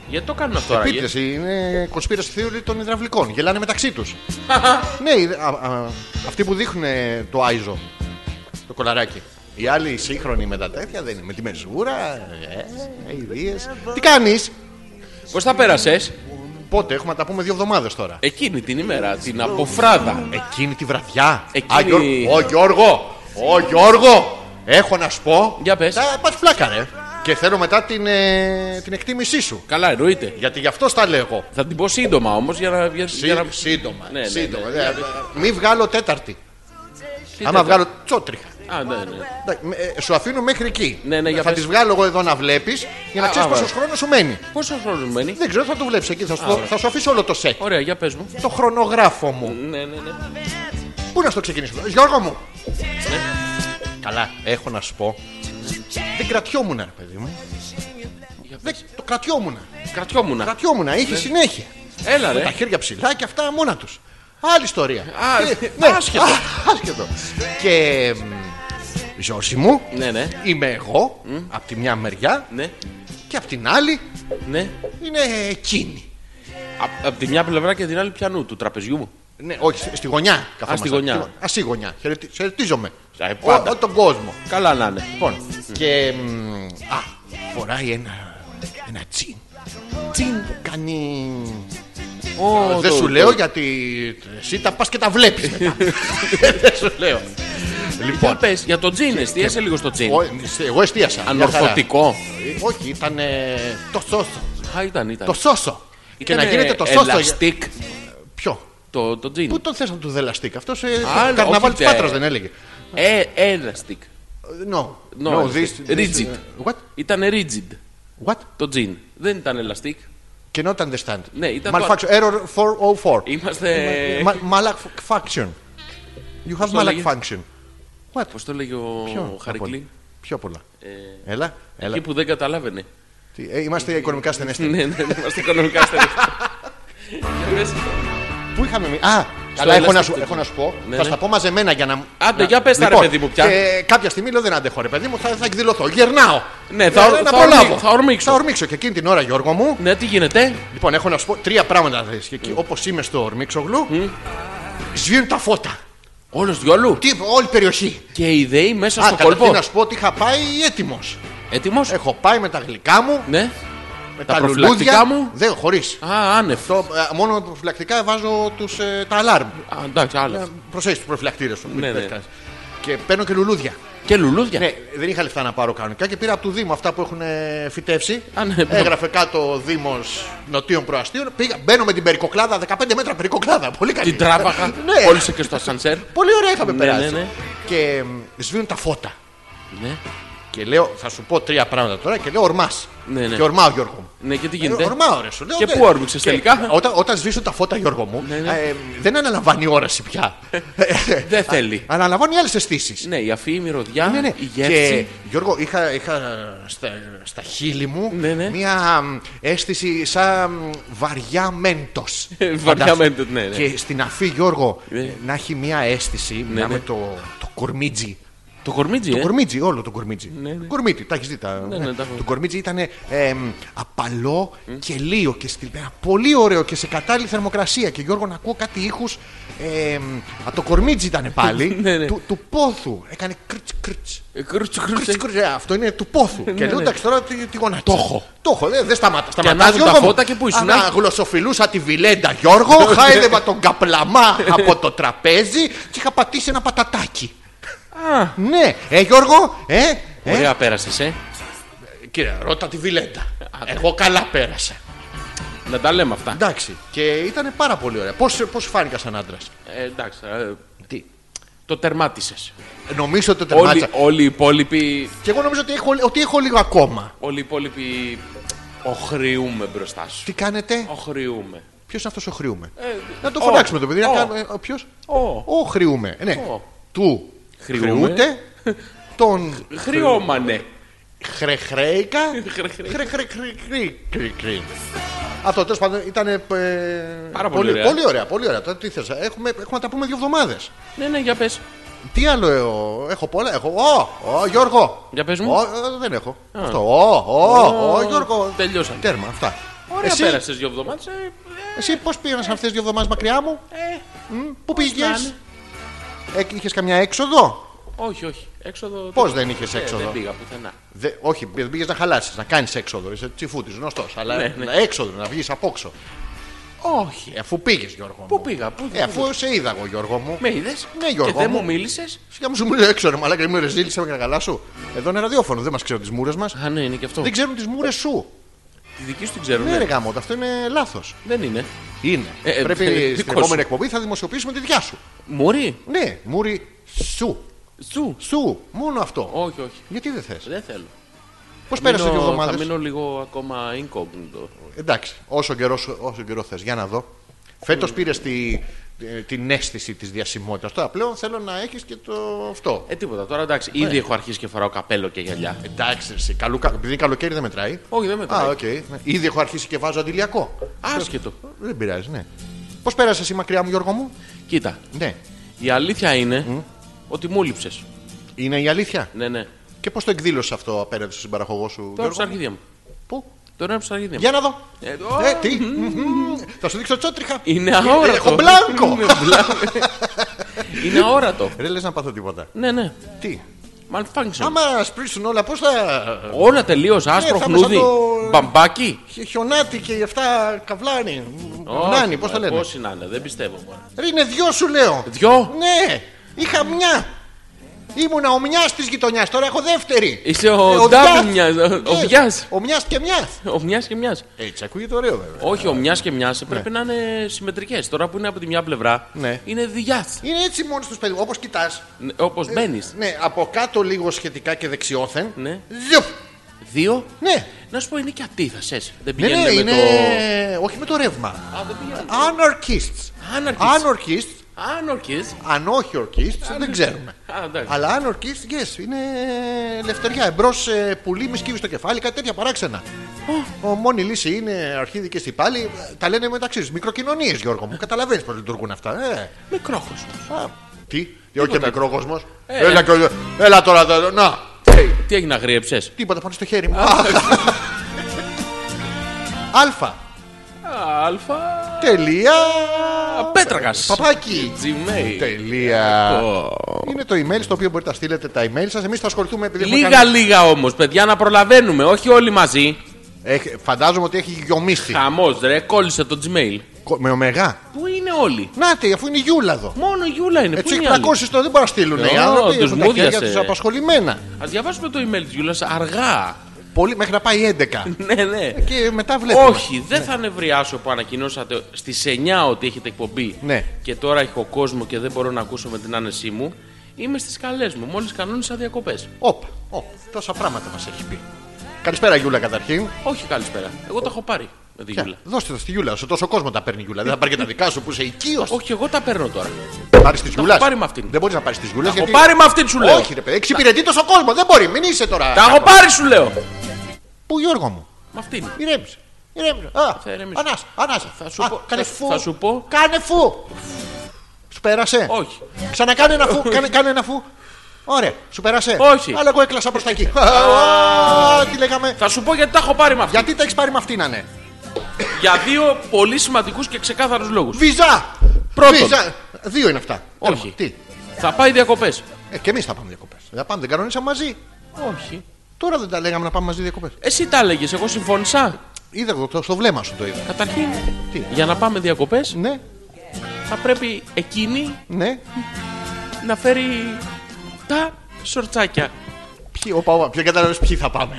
Speaker 2: Γιατί το κάνουν αυτό, Άγιε.
Speaker 1: Πείτε, είναι conspiracy theory των υδραυλικών. Γελάνε μεταξύ τους. ναι, ε, α, α, αυτοί που δείχνουν ε, το Άιζο, το κολαράκι. Οι άλλοι οι σύγχρονοι με τα τέτοια δεν είναι. Με τη μεζούρα, ε, ε, ιδίες. Τι κάνεις,
Speaker 2: Πώς θα πέρασες
Speaker 1: Πότε έχουμε να τα πούμε δύο εβδομάδες τώρα.
Speaker 2: εκείνη την ημέρα, την αποφράδα.
Speaker 1: Εκείνη τη βραδιά.
Speaker 2: Εκείνη-
Speaker 1: Α, Γιώργο, ο Γιώργο, ο Γιώργο, έχω να σου πω.
Speaker 2: Για πες.
Speaker 1: Τα πας φλάκα, ρε. Και θέλω μετά την, ε, την εκτίμησή σου.
Speaker 2: Καλά, εννοείται.
Speaker 1: Γιατί γι' αυτό τα λέω εγώ.
Speaker 2: Θα την πω σύντομα όμως για να. Για,
Speaker 1: Σύ-
Speaker 2: για να...
Speaker 1: Σύντομα.
Speaker 2: Ναι, ναι,
Speaker 1: σύντομα.
Speaker 2: ναι.
Speaker 1: Ε, Μην βγάλω τέταρτη.
Speaker 2: Τι
Speaker 1: Άμα
Speaker 2: τέτοιο.
Speaker 1: βγάλω τσότριχα.
Speaker 2: Α, ναι, ναι.
Speaker 1: Εντάξει, με- ε, Σου αφήνω μέχρι εκεί.
Speaker 2: Ναι, ναι, για
Speaker 1: θα
Speaker 2: πες.
Speaker 1: τις βγάλω εγώ εδώ να βλέπεις για να
Speaker 2: Α,
Speaker 1: ξέρεις
Speaker 2: α,
Speaker 1: πόσο
Speaker 2: βέβαια.
Speaker 1: χρόνος σου μένει.
Speaker 2: Πόσο χρόνος μένει.
Speaker 1: Δεν ξέρω, θα το βλέπεις εκεί. Θα σου, θα σου αφήσω όλο το σετ.
Speaker 2: Ωραία, για πες μου.
Speaker 1: Το χρονογράφο μου.
Speaker 2: Ναι, ναι, ναι.
Speaker 1: Πού να στο ξεκινήσουμε, Γιώργο μου. Καλά, έχω να σου πω. Δεν κρατιόμουν, ρε παιδί μου.
Speaker 2: Για
Speaker 1: Δεν, το κρατιόμουν.
Speaker 2: Κρατιόμουν.
Speaker 1: Κρατιόμουν, είχε συνέχεια.
Speaker 2: Έλα, ρε.
Speaker 1: Τα χέρια ψηλά και αυτά μόνα τους. Άλλη ιστορία.
Speaker 2: Ναι. Α,
Speaker 1: Και-
Speaker 2: ναι, άσχετο.
Speaker 1: α, άσχετο. Και. μ, Ζώση μου,
Speaker 2: Ναι, ναι.
Speaker 1: είμαι εγώ από τη μια μεριά
Speaker 2: Ναι,
Speaker 1: και από την άλλη
Speaker 2: ναι.
Speaker 1: είναι εκείνη.
Speaker 2: Απ' απ' τη μια πλευρά και την άλλη πιανού του τραπεζιού μου.
Speaker 1: Ναι, όχι, στη- στη γωνιά. καθόμαστε.
Speaker 2: γωνιά.
Speaker 1: Α, στη γωνιά. Χαιρετι- Χαιρετίζομαι.
Speaker 2: Α, ε,
Speaker 1: Ο-
Speaker 2: πάντα.
Speaker 1: ο- τον κόσμο.
Speaker 2: Καλά να είναι.
Speaker 1: Λοιπόν, και. μ, Α, φοράει ένα. ένα τσιν. Τσιν που κάνει.
Speaker 2: Ω,
Speaker 1: Δεν
Speaker 2: το- Ε,
Speaker 1: σου
Speaker 2: το-
Speaker 1: λέω γιατί εσύ τα πας και τα βλέπεις μετά. Δεν σου λέω.
Speaker 2: Για
Speaker 1: Λοιπόν,
Speaker 2: πες, για το τζιν, εστίασε λίγο στο τζιν.
Speaker 1: ο- εγώ εστίασα. μια χαρά.
Speaker 2: Ανορθωτικό.
Speaker 1: Όχι, ήταν ε, το σώσο.
Speaker 2: Α, ήταν, ήταν.
Speaker 1: Το σώσο. Και να
Speaker 2: Ήτανε
Speaker 1: γίνεται το σώσο. για-
Speaker 2: Ελαστικ,
Speaker 1: Ποιο.
Speaker 2: το, το τζιν.
Speaker 1: Πού τον θες να του δελαστήκ. Αυτό σε
Speaker 2: Α,
Speaker 1: καρναβάλ
Speaker 2: όχι,
Speaker 1: της
Speaker 2: τε.
Speaker 1: Πάτρα δεν έλεγε.
Speaker 2: Ε, ελαστικ.
Speaker 1: No.
Speaker 2: No,
Speaker 1: this- this-
Speaker 2: rigid.
Speaker 1: What?
Speaker 2: Ήταν rigid
Speaker 1: What?
Speaker 2: το τζιν. Δεν ήταν ελαστικ.
Speaker 1: Cannot understand.
Speaker 2: Ναι, ήταν το-
Speaker 1: Malfunction. Error 404.
Speaker 2: Είμαστε.
Speaker 1: Ma- Malfunction. You have
Speaker 2: το λέγε?
Speaker 1: malfunction. What?
Speaker 2: Πώς το λέγει ο Χαρικλή.
Speaker 1: Πιο πολλά. Έλα, έλα.
Speaker 2: Εκεί που δεν καταλάβαινε.
Speaker 1: Τι, ε, είμαστε οικονομικά στενέστεροι.
Speaker 2: Ναι, ναι, ναι, είμαστε οικονομικά στενοί. Για πες.
Speaker 1: Πού είχαμε. μι- Α, καλά, έχω να,
Speaker 2: ελαστικό.
Speaker 1: σου, έχω να σου πω.
Speaker 2: Ναι,
Speaker 1: θα
Speaker 2: ναι.
Speaker 1: στα πω μαζεμένα για να.
Speaker 2: Άντε,
Speaker 1: να-
Speaker 2: για πες τα, ρε,
Speaker 1: Λοιπόν,
Speaker 2: παιδί μου, πια.
Speaker 1: Και κάποια στιγμή λέω δεν αντέχω, ρε παιδί μου, θα, θα εκδηλωθώ. Γερνάω.
Speaker 2: Ναι, θα ορ-
Speaker 1: να
Speaker 2: θα
Speaker 1: προλάβω.
Speaker 2: ορμήξω, θα ορμήξω.
Speaker 1: Θα ορμήξω και εκείνη την ώρα, Γιώργο μου.
Speaker 2: Ναι, τι γίνεται.
Speaker 1: Λοιπόν, έχω να σου πω τρία πράγματα. Όπως είμαι στο ορμήξογλου, σβήνουν τα φώτα.
Speaker 2: Όλος διόλου.
Speaker 1: Τι, όλη η περιοχή.
Speaker 2: Και οι ιδέοι μέσα
Speaker 1: Α,
Speaker 2: στο
Speaker 1: καταρχήν
Speaker 2: κόλπο.
Speaker 1: να σου πω ότι είχα πάει έτοιμος.
Speaker 2: Έτοιμος.
Speaker 1: Έχω πάει με τα γλυκά μου,
Speaker 2: Ναι.
Speaker 1: με
Speaker 2: τα
Speaker 1: τα,
Speaker 2: προφυλακτικά
Speaker 1: λουλούδια
Speaker 2: μου.
Speaker 1: Δεν, χωρίς.
Speaker 2: Α, άνευ.
Speaker 1: ε, Μόνο προφυλακτικά βάζω τους, ε, τα αλάρμ.
Speaker 2: Α, εντάξει,
Speaker 1: Ε,
Speaker 2: άλλο.
Speaker 1: Προσέχεις τους προφυλακτήρες σου. μην
Speaker 2: Ναι, ναι.
Speaker 1: πετάς. Και παίρνω και λουλούδια.
Speaker 2: Και λουλούδια.
Speaker 1: Ναι, δεν είχα λεφτά να πάρω κανονικά και πήρα από του Δήμου αυτά που έχουν ε, φυτέψει.
Speaker 2: Α, ναι.
Speaker 1: Έγραφε κάτω ο Δήμος Νοτίων Προαστίων. Πήγα, μπαίνω με την περικοκλάδα, 15 μέτρα περικοκλάδα. Πολύ καλή.
Speaker 2: Την τράβαχα.
Speaker 1: ναι,
Speaker 2: Όλησε και στο ασανσέρ.
Speaker 1: πολύ ωραία είχαμε
Speaker 2: Ναι,
Speaker 1: περάσει.
Speaker 2: ναι, ναι.
Speaker 1: Και μ, σβήνουν τα φώτα.
Speaker 2: Ναι.
Speaker 1: Και λέω, θα σου πω τρία πράγματα τώρα και λέω ορμάς.
Speaker 2: Ναι, ναι.
Speaker 1: Και ορμάω, Γιώργο μου.
Speaker 2: Ναι, και τι
Speaker 1: Ε,
Speaker 2: γίνεται.
Speaker 1: Ορμάω, ρε, σου λέω.
Speaker 2: Και
Speaker 1: δεν-
Speaker 2: πού όρμηξες
Speaker 1: Και
Speaker 2: τελικά?
Speaker 1: Όταν, όταν σβήσουν τα φώτα, Γιώργο μου,
Speaker 2: Ναι, ναι.
Speaker 1: ε, δεν αναλαμβάνει η όραση πια. Ε,
Speaker 2: Δεν θέλει.
Speaker 1: Αναλαμβάνει άλλες αισθήσεις.
Speaker 2: Ναι, η αφή, η μυρωδιά,
Speaker 1: Ναι, ναι.
Speaker 2: η γεύση.
Speaker 1: Και Γιώργο, είχα, είχα στα, στα χείλη μου
Speaker 2: Ναι, ναι.
Speaker 1: μία μ, αίσθηση σαν μ, βαριά μέντος.
Speaker 2: Βαριά μέντος, ναι, ναι.
Speaker 1: Και στην αφή, Γιώργο,
Speaker 2: Ναι.
Speaker 1: ε, να έχει μία αίσθηση να
Speaker 2: ναι.
Speaker 1: με το, το κορμίτζι.
Speaker 2: Το κορμίτζι,
Speaker 1: Το
Speaker 2: ε.
Speaker 1: κορμίτζι, όλο το κορμίτζι.
Speaker 2: Ναι, ναι.
Speaker 1: Κορμίτι, τα έχεις δει. Τα...
Speaker 2: Ναι, ναι, τα έχω.
Speaker 1: το κορμίτζι ήταν απαλό και λίγο και στη... ένα πολύ ωραίο και σε κατάλληλη θερμοκρασία. Και Γιώργο, να ακούω κάτι ήχους. από το κορμίτζι ήταν πάλι.
Speaker 2: Ναι, ναι.
Speaker 1: του, του πόθου. Έκανε κριτ κριτ.
Speaker 2: Ε, κρούτσου, κρούτσου.
Speaker 1: Κριτς, κριτς, ε, Αυτό είναι του πόθου. και λέω
Speaker 2: ναι.
Speaker 1: εντάξει τώρα τι, τι γονατίζει.
Speaker 2: Το έχω.
Speaker 1: Το έχω, δεν δε σταμάτα. Σταματά
Speaker 2: ανάβουν τα φώτα και πού ήσουν, ε? Ναι. α?
Speaker 1: γλωσσοφιλούσα τη βιλέντα Γιώργο, χάιδευα τον καπλαμά από το τραπέζι και είχα πατήσει ένα πατατάκι.
Speaker 2: Α,
Speaker 1: Ναι, ε Γιώργο, ε, ε.
Speaker 2: Ωραία πέρασες, ε.
Speaker 1: Κύριε, ρώτα τη Βιλέντα. Εγώ καλά πέρασα.
Speaker 2: Να τα λέμε αυτά.
Speaker 1: Εντάξει, και ήταν πάρα πολύ ωραία. Πώς πώς φάνηκα σαν άντρας.
Speaker 2: Ε, εντάξει. ε,
Speaker 1: Τι.
Speaker 2: Το τερμάτισες.
Speaker 1: Νομίζω ότι το τερμάτισα.
Speaker 2: Όλοι, όλοι οι υπόλοιποι.
Speaker 1: Και εγώ νομίζω ότι έχω, ότι έχω λίγο ακόμα.
Speaker 2: Όλοι οι υπόλοιποι. Οχριούμε μπροστά σου.
Speaker 1: Τι κάνετε,
Speaker 2: Οχριούμε.
Speaker 1: ποιος είναι αυτός ο Χριούμε.
Speaker 2: Ε,
Speaker 1: Να το
Speaker 2: ο,
Speaker 1: φωνάξουμε το παιδί.
Speaker 2: ο.
Speaker 1: Ποιος.
Speaker 2: Ο.
Speaker 1: Ο Χριούμε. Ε, Ναι.
Speaker 2: Ο.
Speaker 1: Του.
Speaker 2: Χριούμε.
Speaker 1: Χριούται. Τον.
Speaker 2: Χριόμανε.
Speaker 1: Χρεχρέικα.
Speaker 2: Χρεχρέικα.
Speaker 1: Χρεχρέικα. Αυτό τέλος πάντων ήταν. ε,
Speaker 2: Πάρα πολύ ωραία.
Speaker 1: Πολύ ωραία, πολύ ωραία. Τώρα τι θες, έχουμε, έχουμε να τα πούμε δύο εβδομάδες.
Speaker 2: Ναι, ναι, για πες.
Speaker 1: Τι άλλο έχω, έχω πολλά. Έχω. Ω, ω, Γιώργο.
Speaker 2: Για πες μου.
Speaker 1: Ω, ε, δεν έχω. Αυτό. Ω, ω, ω, Γιώργο.
Speaker 2: Τελειώσαμε.
Speaker 1: Τέρμα, αυτά.
Speaker 2: Ωραία
Speaker 1: εσύ,
Speaker 2: πέρασες δύο εβδομάδες.
Speaker 1: εσύ πώς πήγαινε αυτέ τι δύο εβδομάδες μακριά μου,
Speaker 2: Ε,
Speaker 1: μ, πού πήγες.
Speaker 2: να είναι.
Speaker 1: Είχες καμιά έξοδο.
Speaker 2: όχι, όχι. Έξοδο.
Speaker 1: Πώ δεν είχες
Speaker 2: Ε, Δεν
Speaker 1: έξοδο.
Speaker 2: πήγα πουθενά.
Speaker 1: Δε, όχι, πήγες να χαλάσεις, να κάνεις έξοδο. Είσαι τσιφούτης, γνωστός. Αλλά
Speaker 2: Ναι, ναι.
Speaker 1: έξοδο, να βγεις από όξο.
Speaker 2: Όχι.
Speaker 1: Ε, Αφού πήγες, Γιώργο.
Speaker 2: Πού
Speaker 1: μου.
Speaker 2: πήγα, πού
Speaker 1: Ε, αφού σε είδα εγώ, Γιώργο μου.
Speaker 2: Με είδες.
Speaker 1: Ναι, Γιώργο
Speaker 2: Και δεν
Speaker 1: μου.
Speaker 2: μου μίλησες.
Speaker 1: Σιγά μου σου μιλάει έξω, ρε μαλάκα, μου ρεζίλησε με καλά σου. Εδώ είναι ραδιόφωνο, δεν μας ξέρουν τις μούρες μας.
Speaker 2: Α, ναι, είναι και αυτό.
Speaker 1: Δεν ξέρουν τις μούρες σου.
Speaker 2: Τη δική σου την ξέρουν.
Speaker 1: Ναι,
Speaker 2: ναι.
Speaker 1: ρε γάμο, αυτό είναι λάθος.
Speaker 2: Δεν είναι.
Speaker 1: Είναι.
Speaker 2: Ε, ε,
Speaker 1: Πρέπει
Speaker 2: ε,
Speaker 1: στην
Speaker 2: δικός
Speaker 1: επόμενη
Speaker 2: σου.
Speaker 1: εκπομπή θα δημοσιοποιήσουμε τη δικιά σου.
Speaker 2: Μωρή.
Speaker 1: Ναι, μούρι σου.
Speaker 2: Σου.
Speaker 1: Σου, μόνο αυτό.
Speaker 2: Όχι, όχι.
Speaker 1: Γιατί δεν θες.
Speaker 2: Δεν θέλω.
Speaker 1: Πώς πέρασε δύο
Speaker 2: Μείνω- Θα
Speaker 1: εβδομάδε.
Speaker 2: μείνω λίγο ακόμα incognito.
Speaker 1: Εντάξει, όσο καιρός, σου- όσο καιρό θες. Για να δω. Φέτος πήρες τη, ε, την αίσθηση της διασημότητας. Τώρα πλέον θέλω να έχεις και το αυτό.
Speaker 2: Ε, τίποτα τώρα εντάξει.
Speaker 1: Ναι.
Speaker 2: Ήδη έχω αρχίσει και φοράω καπέλο και γυαλιά.
Speaker 1: Εντάξει, ρε, εσύ, καλού, κα- επειδή καλοκαίρι δεν μετράει.
Speaker 2: Όχι, δεν με
Speaker 1: Ναι. Α,
Speaker 2: τρέχει.
Speaker 1: οκ. ναι. Ήδη έχω αρχίσει και βάζω αντιλιακό.
Speaker 2: Άσχετο.
Speaker 1: Δεν πειράζει, ναι. Πώς πέρασε εσύ μακριά μου, Γιώργο μου.
Speaker 2: Κοίτα,
Speaker 1: Ναι.
Speaker 2: η αλήθεια είναι ότι μου λείψε.
Speaker 1: Είναι η αλήθεια.
Speaker 2: Ναι, ναι.
Speaker 1: Και πώς το εκδήλωσε αυτό απέναντι στον συμπαραγωγό σου,
Speaker 2: Τώρα
Speaker 1: Γιώργο
Speaker 2: ψάχνει
Speaker 1: μου?
Speaker 2: αρχίδια μου.
Speaker 1: Πού?
Speaker 2: Τώρα είναι ψαργίδια μου.
Speaker 1: Για να δω.
Speaker 2: Ε, το-
Speaker 1: Ε, τι. Μμμ. Θα σου δείξω τσότριχα.
Speaker 2: Είναι αόρατο.
Speaker 1: Έχω μπλάνκο.
Speaker 2: Είναι μπλάνκο. Είναι αόρατο.
Speaker 1: Δεν λες να πάθω τίποτα.
Speaker 2: Ναι, ναι.
Speaker 1: Τι.
Speaker 2: Malfunction.
Speaker 1: Άμα σπρίσουν όλα, πώς θα.
Speaker 2: Όλα τελείως άσπρο
Speaker 1: θα είμαι σαν
Speaker 2: χνούδι.
Speaker 1: το-
Speaker 2: Μπαμπάκι.
Speaker 1: Χι- Χιονάτι και αυτά καβλάνι. Νάνι,
Speaker 2: Όχι,
Speaker 1: πώ το
Speaker 2: μωρέ,
Speaker 1: λένε.
Speaker 2: Πόσοι να είναι, δεν πιστεύω. μωρέ.
Speaker 1: Ρε, είναι δυο σου λέω.
Speaker 2: Δυο.
Speaker 1: Ναι, είχα μια. Ήμουνα ο μιας της γειτονιάς, τώρα έχω δεύτερη.
Speaker 2: Είσαι
Speaker 1: Ε,
Speaker 2: ο
Speaker 1: Μιας.
Speaker 2: Ντάμινιας, Ο
Speaker 1: Ναι,
Speaker 2: Μιας.
Speaker 1: Ο μιας και μιας.
Speaker 2: Ο Μιά και Μιά.
Speaker 1: Έτσι, ακούγεται ωραίο βέβαια.
Speaker 2: Όχι, ο Μιά και Μιά πρέπει να είναι συμμετρικές. Τώρα που είναι από τη μια πλευρά
Speaker 1: Ναι.
Speaker 2: είναι διά.
Speaker 1: Είναι έτσι μόνος τους παιδί. Όπως κοιτάς,
Speaker 2: Όπω μπαίνεις.
Speaker 1: ναι, από κάτω λίγο σχετικά και δεξιόθεν.
Speaker 2: Ναι.
Speaker 1: Ζουπ.
Speaker 2: Δύο.
Speaker 1: Ναι,
Speaker 2: Να σου πω είναι και αντίθασε. Δεν
Speaker 1: ναι, ναι,
Speaker 2: πηγαίνουν με
Speaker 1: είναι.
Speaker 2: το.
Speaker 1: Όχι με το ρεύμα.
Speaker 2: Α, δεν πηγαίνουν.
Speaker 1: Anarchists.
Speaker 2: Anarchists.
Speaker 1: Anarchists,
Speaker 2: Αν ορκίζει.
Speaker 1: αν όχι orchists, δεν ξέρουμε.
Speaker 2: Α, εντάξει.
Speaker 1: Αλλά anarchists, yes, είναι ελευθεριά. Εμπρό πουλί, μη σκύβεις το κεφάλι, κάτι τέτοια παράξενα. Ο, μόνη λύση είναι αρχίδικε και πάλι. Τα λένε μεταξύ του. Μικροκοινωνίες, Γιώργο μου. Καταλαβαίνεις πώς λειτουργούν αυτά. Ε.
Speaker 2: Μικρό κόσμο.
Speaker 1: Α, τι, όχι και μικρό κόσμο.
Speaker 2: Ε.
Speaker 1: Έλα, και ο- έλα τώρα, εδώ, να.
Speaker 2: Τι έγινε, αγρίεψε.
Speaker 1: Τίποτα πάνω στο χέρι μου. Αλφα.
Speaker 2: Αλφα.
Speaker 1: Τελεία.
Speaker 2: Πέτρακα.
Speaker 1: Παπάκι.
Speaker 2: Gmail.
Speaker 1: Τελεία.
Speaker 2: Ω.
Speaker 1: Είναι το email στο οποίο μπορείτε να στείλετε τα email σας. Εμείς θα ασχοληθούμε επειδή έχουμε
Speaker 2: Λίγα λίγα όμως, παιδιά, να προλαβαίνουμε. Όχι όλοι μαζί.
Speaker 1: Έχει- φαντάζομαι ότι έχει γιομίσει.
Speaker 2: Χαμός, ρε, κόλλησε το Gmail.
Speaker 1: Κο- Με ομεγά.
Speaker 2: Πού είναι όλοι.
Speaker 1: Νάτε, αφού είναι η Γιούλα εδώ.
Speaker 2: Μόνο η Γιούλα είναι. Ε, Πού
Speaker 1: Έτσι,
Speaker 2: είναι οι άλλοι?
Speaker 1: 600 το δεν μπορούν να στείλουν.
Speaker 2: Ω,
Speaker 1: Οι άνθρωποι
Speaker 2: τους
Speaker 1: έχουν τα χέρια
Speaker 2: μούδιασε.
Speaker 1: τους απασχολημένα.
Speaker 2: Ας διαβάσουμε το email της Γιούλας αργά.
Speaker 1: Πολύ μέχρι να πάει 11.
Speaker 2: ναι, ναι.
Speaker 1: Και μετά βλέπουμε.
Speaker 2: Όχι, δεν θα νευριάσω που ανακοινώσατε στις 9 ότι έχετε εκπομπή.
Speaker 1: Ναι.
Speaker 2: Και τώρα έχω κόσμο και δεν μπορώ να ακούσω με την άνεσή μου. Είμαι στις καλές μου. Μόλις κανόνισα διακοπές.
Speaker 1: Όπα, όπα, τόσα πράγματα μας έχει πει. Καλησπέρα Γιούλα καταρχήν.
Speaker 2: Όχι, καλησπέρα. Εγώ τα έχω πάρει με τη
Speaker 1: Ποια?
Speaker 2: Γιούλα.
Speaker 1: Δώστε τα στη Γιούλα, σε τόσο κόσμο τα παίρνει η Γιούλα. Δεν θα πάρει και τα δικά σου που είσαι οικείος.
Speaker 2: Όχι, εγώ τα παίρνω τώρα.
Speaker 1: Πάρει τη Γιούλας.
Speaker 2: πάρει με αυτήν.
Speaker 1: Δεν μπορείς να πάρεις τη Γιούλα.
Speaker 2: Τα έχω πάρει με αυτήν σου λέω.
Speaker 1: Όχι, ρε παιδί, εξυπηρετεί τόσο κόσμο. Δεν μπορεί, μην είσαι τώρα.
Speaker 2: Τα έχω πάρει σου λέω.
Speaker 1: Πού Γιώργο μου,
Speaker 2: Με αυτήν.
Speaker 1: ηρέμησε. Ηρέμησε. Α,
Speaker 2: Θα ηρεμήσω.
Speaker 1: ανάσα, ανάσα.
Speaker 2: Θα σου
Speaker 1: Α,
Speaker 2: πω-
Speaker 1: Κάνε
Speaker 2: θα-
Speaker 1: φου.
Speaker 2: θα σου πω.
Speaker 1: Κάνε φου. Σου πέρασε.
Speaker 2: Όχι.
Speaker 1: Ξανακάνε ένα φου. Κάνε, κάνε ένα φου. Ωραία, σου πέρασε.
Speaker 2: Όχι.
Speaker 1: Αλλά εγώ έκλασα προ τα εκεί. Α, Τι λέγαμε.
Speaker 2: Θα σου πω γιατί τα έχω πάρει με αυτήν.
Speaker 1: Γιατί τα έχεις πάρει με αυτήν, να ναι.
Speaker 2: Για δύο πολύ σημαντικούς και ξεκάθαρους λόγους.
Speaker 1: Βυζά!
Speaker 2: Πρώτον.
Speaker 1: Βυζά. Δύο είναι αυτά.
Speaker 2: Όχι.
Speaker 1: Τι.
Speaker 2: Θα πάει διακοπές.
Speaker 1: Ε, και εμείς θα πάμε διακοπές. Δεν θα πάμε, δεν κανονίσαμε μαζί.
Speaker 2: Όχι.
Speaker 1: Τώρα δεν τα λέγαμε να πάμε μαζί διακοπές.
Speaker 2: Εσύ τα έλεγες, εγώ συμφώνησα.
Speaker 1: Είδα εγώ το, στο βλέμμα σου το είδα.
Speaker 2: Καταρχήν,
Speaker 1: Τι?
Speaker 2: για να πάμε διακοπές,
Speaker 1: Ναι,
Speaker 2: θα πρέπει εκείνη
Speaker 1: ναι.
Speaker 2: να φέρει τα σορτσάκια.
Speaker 1: Ποιοι, όπα, όπα, ποιοι κατάλαβες ποιοι θα πάμε.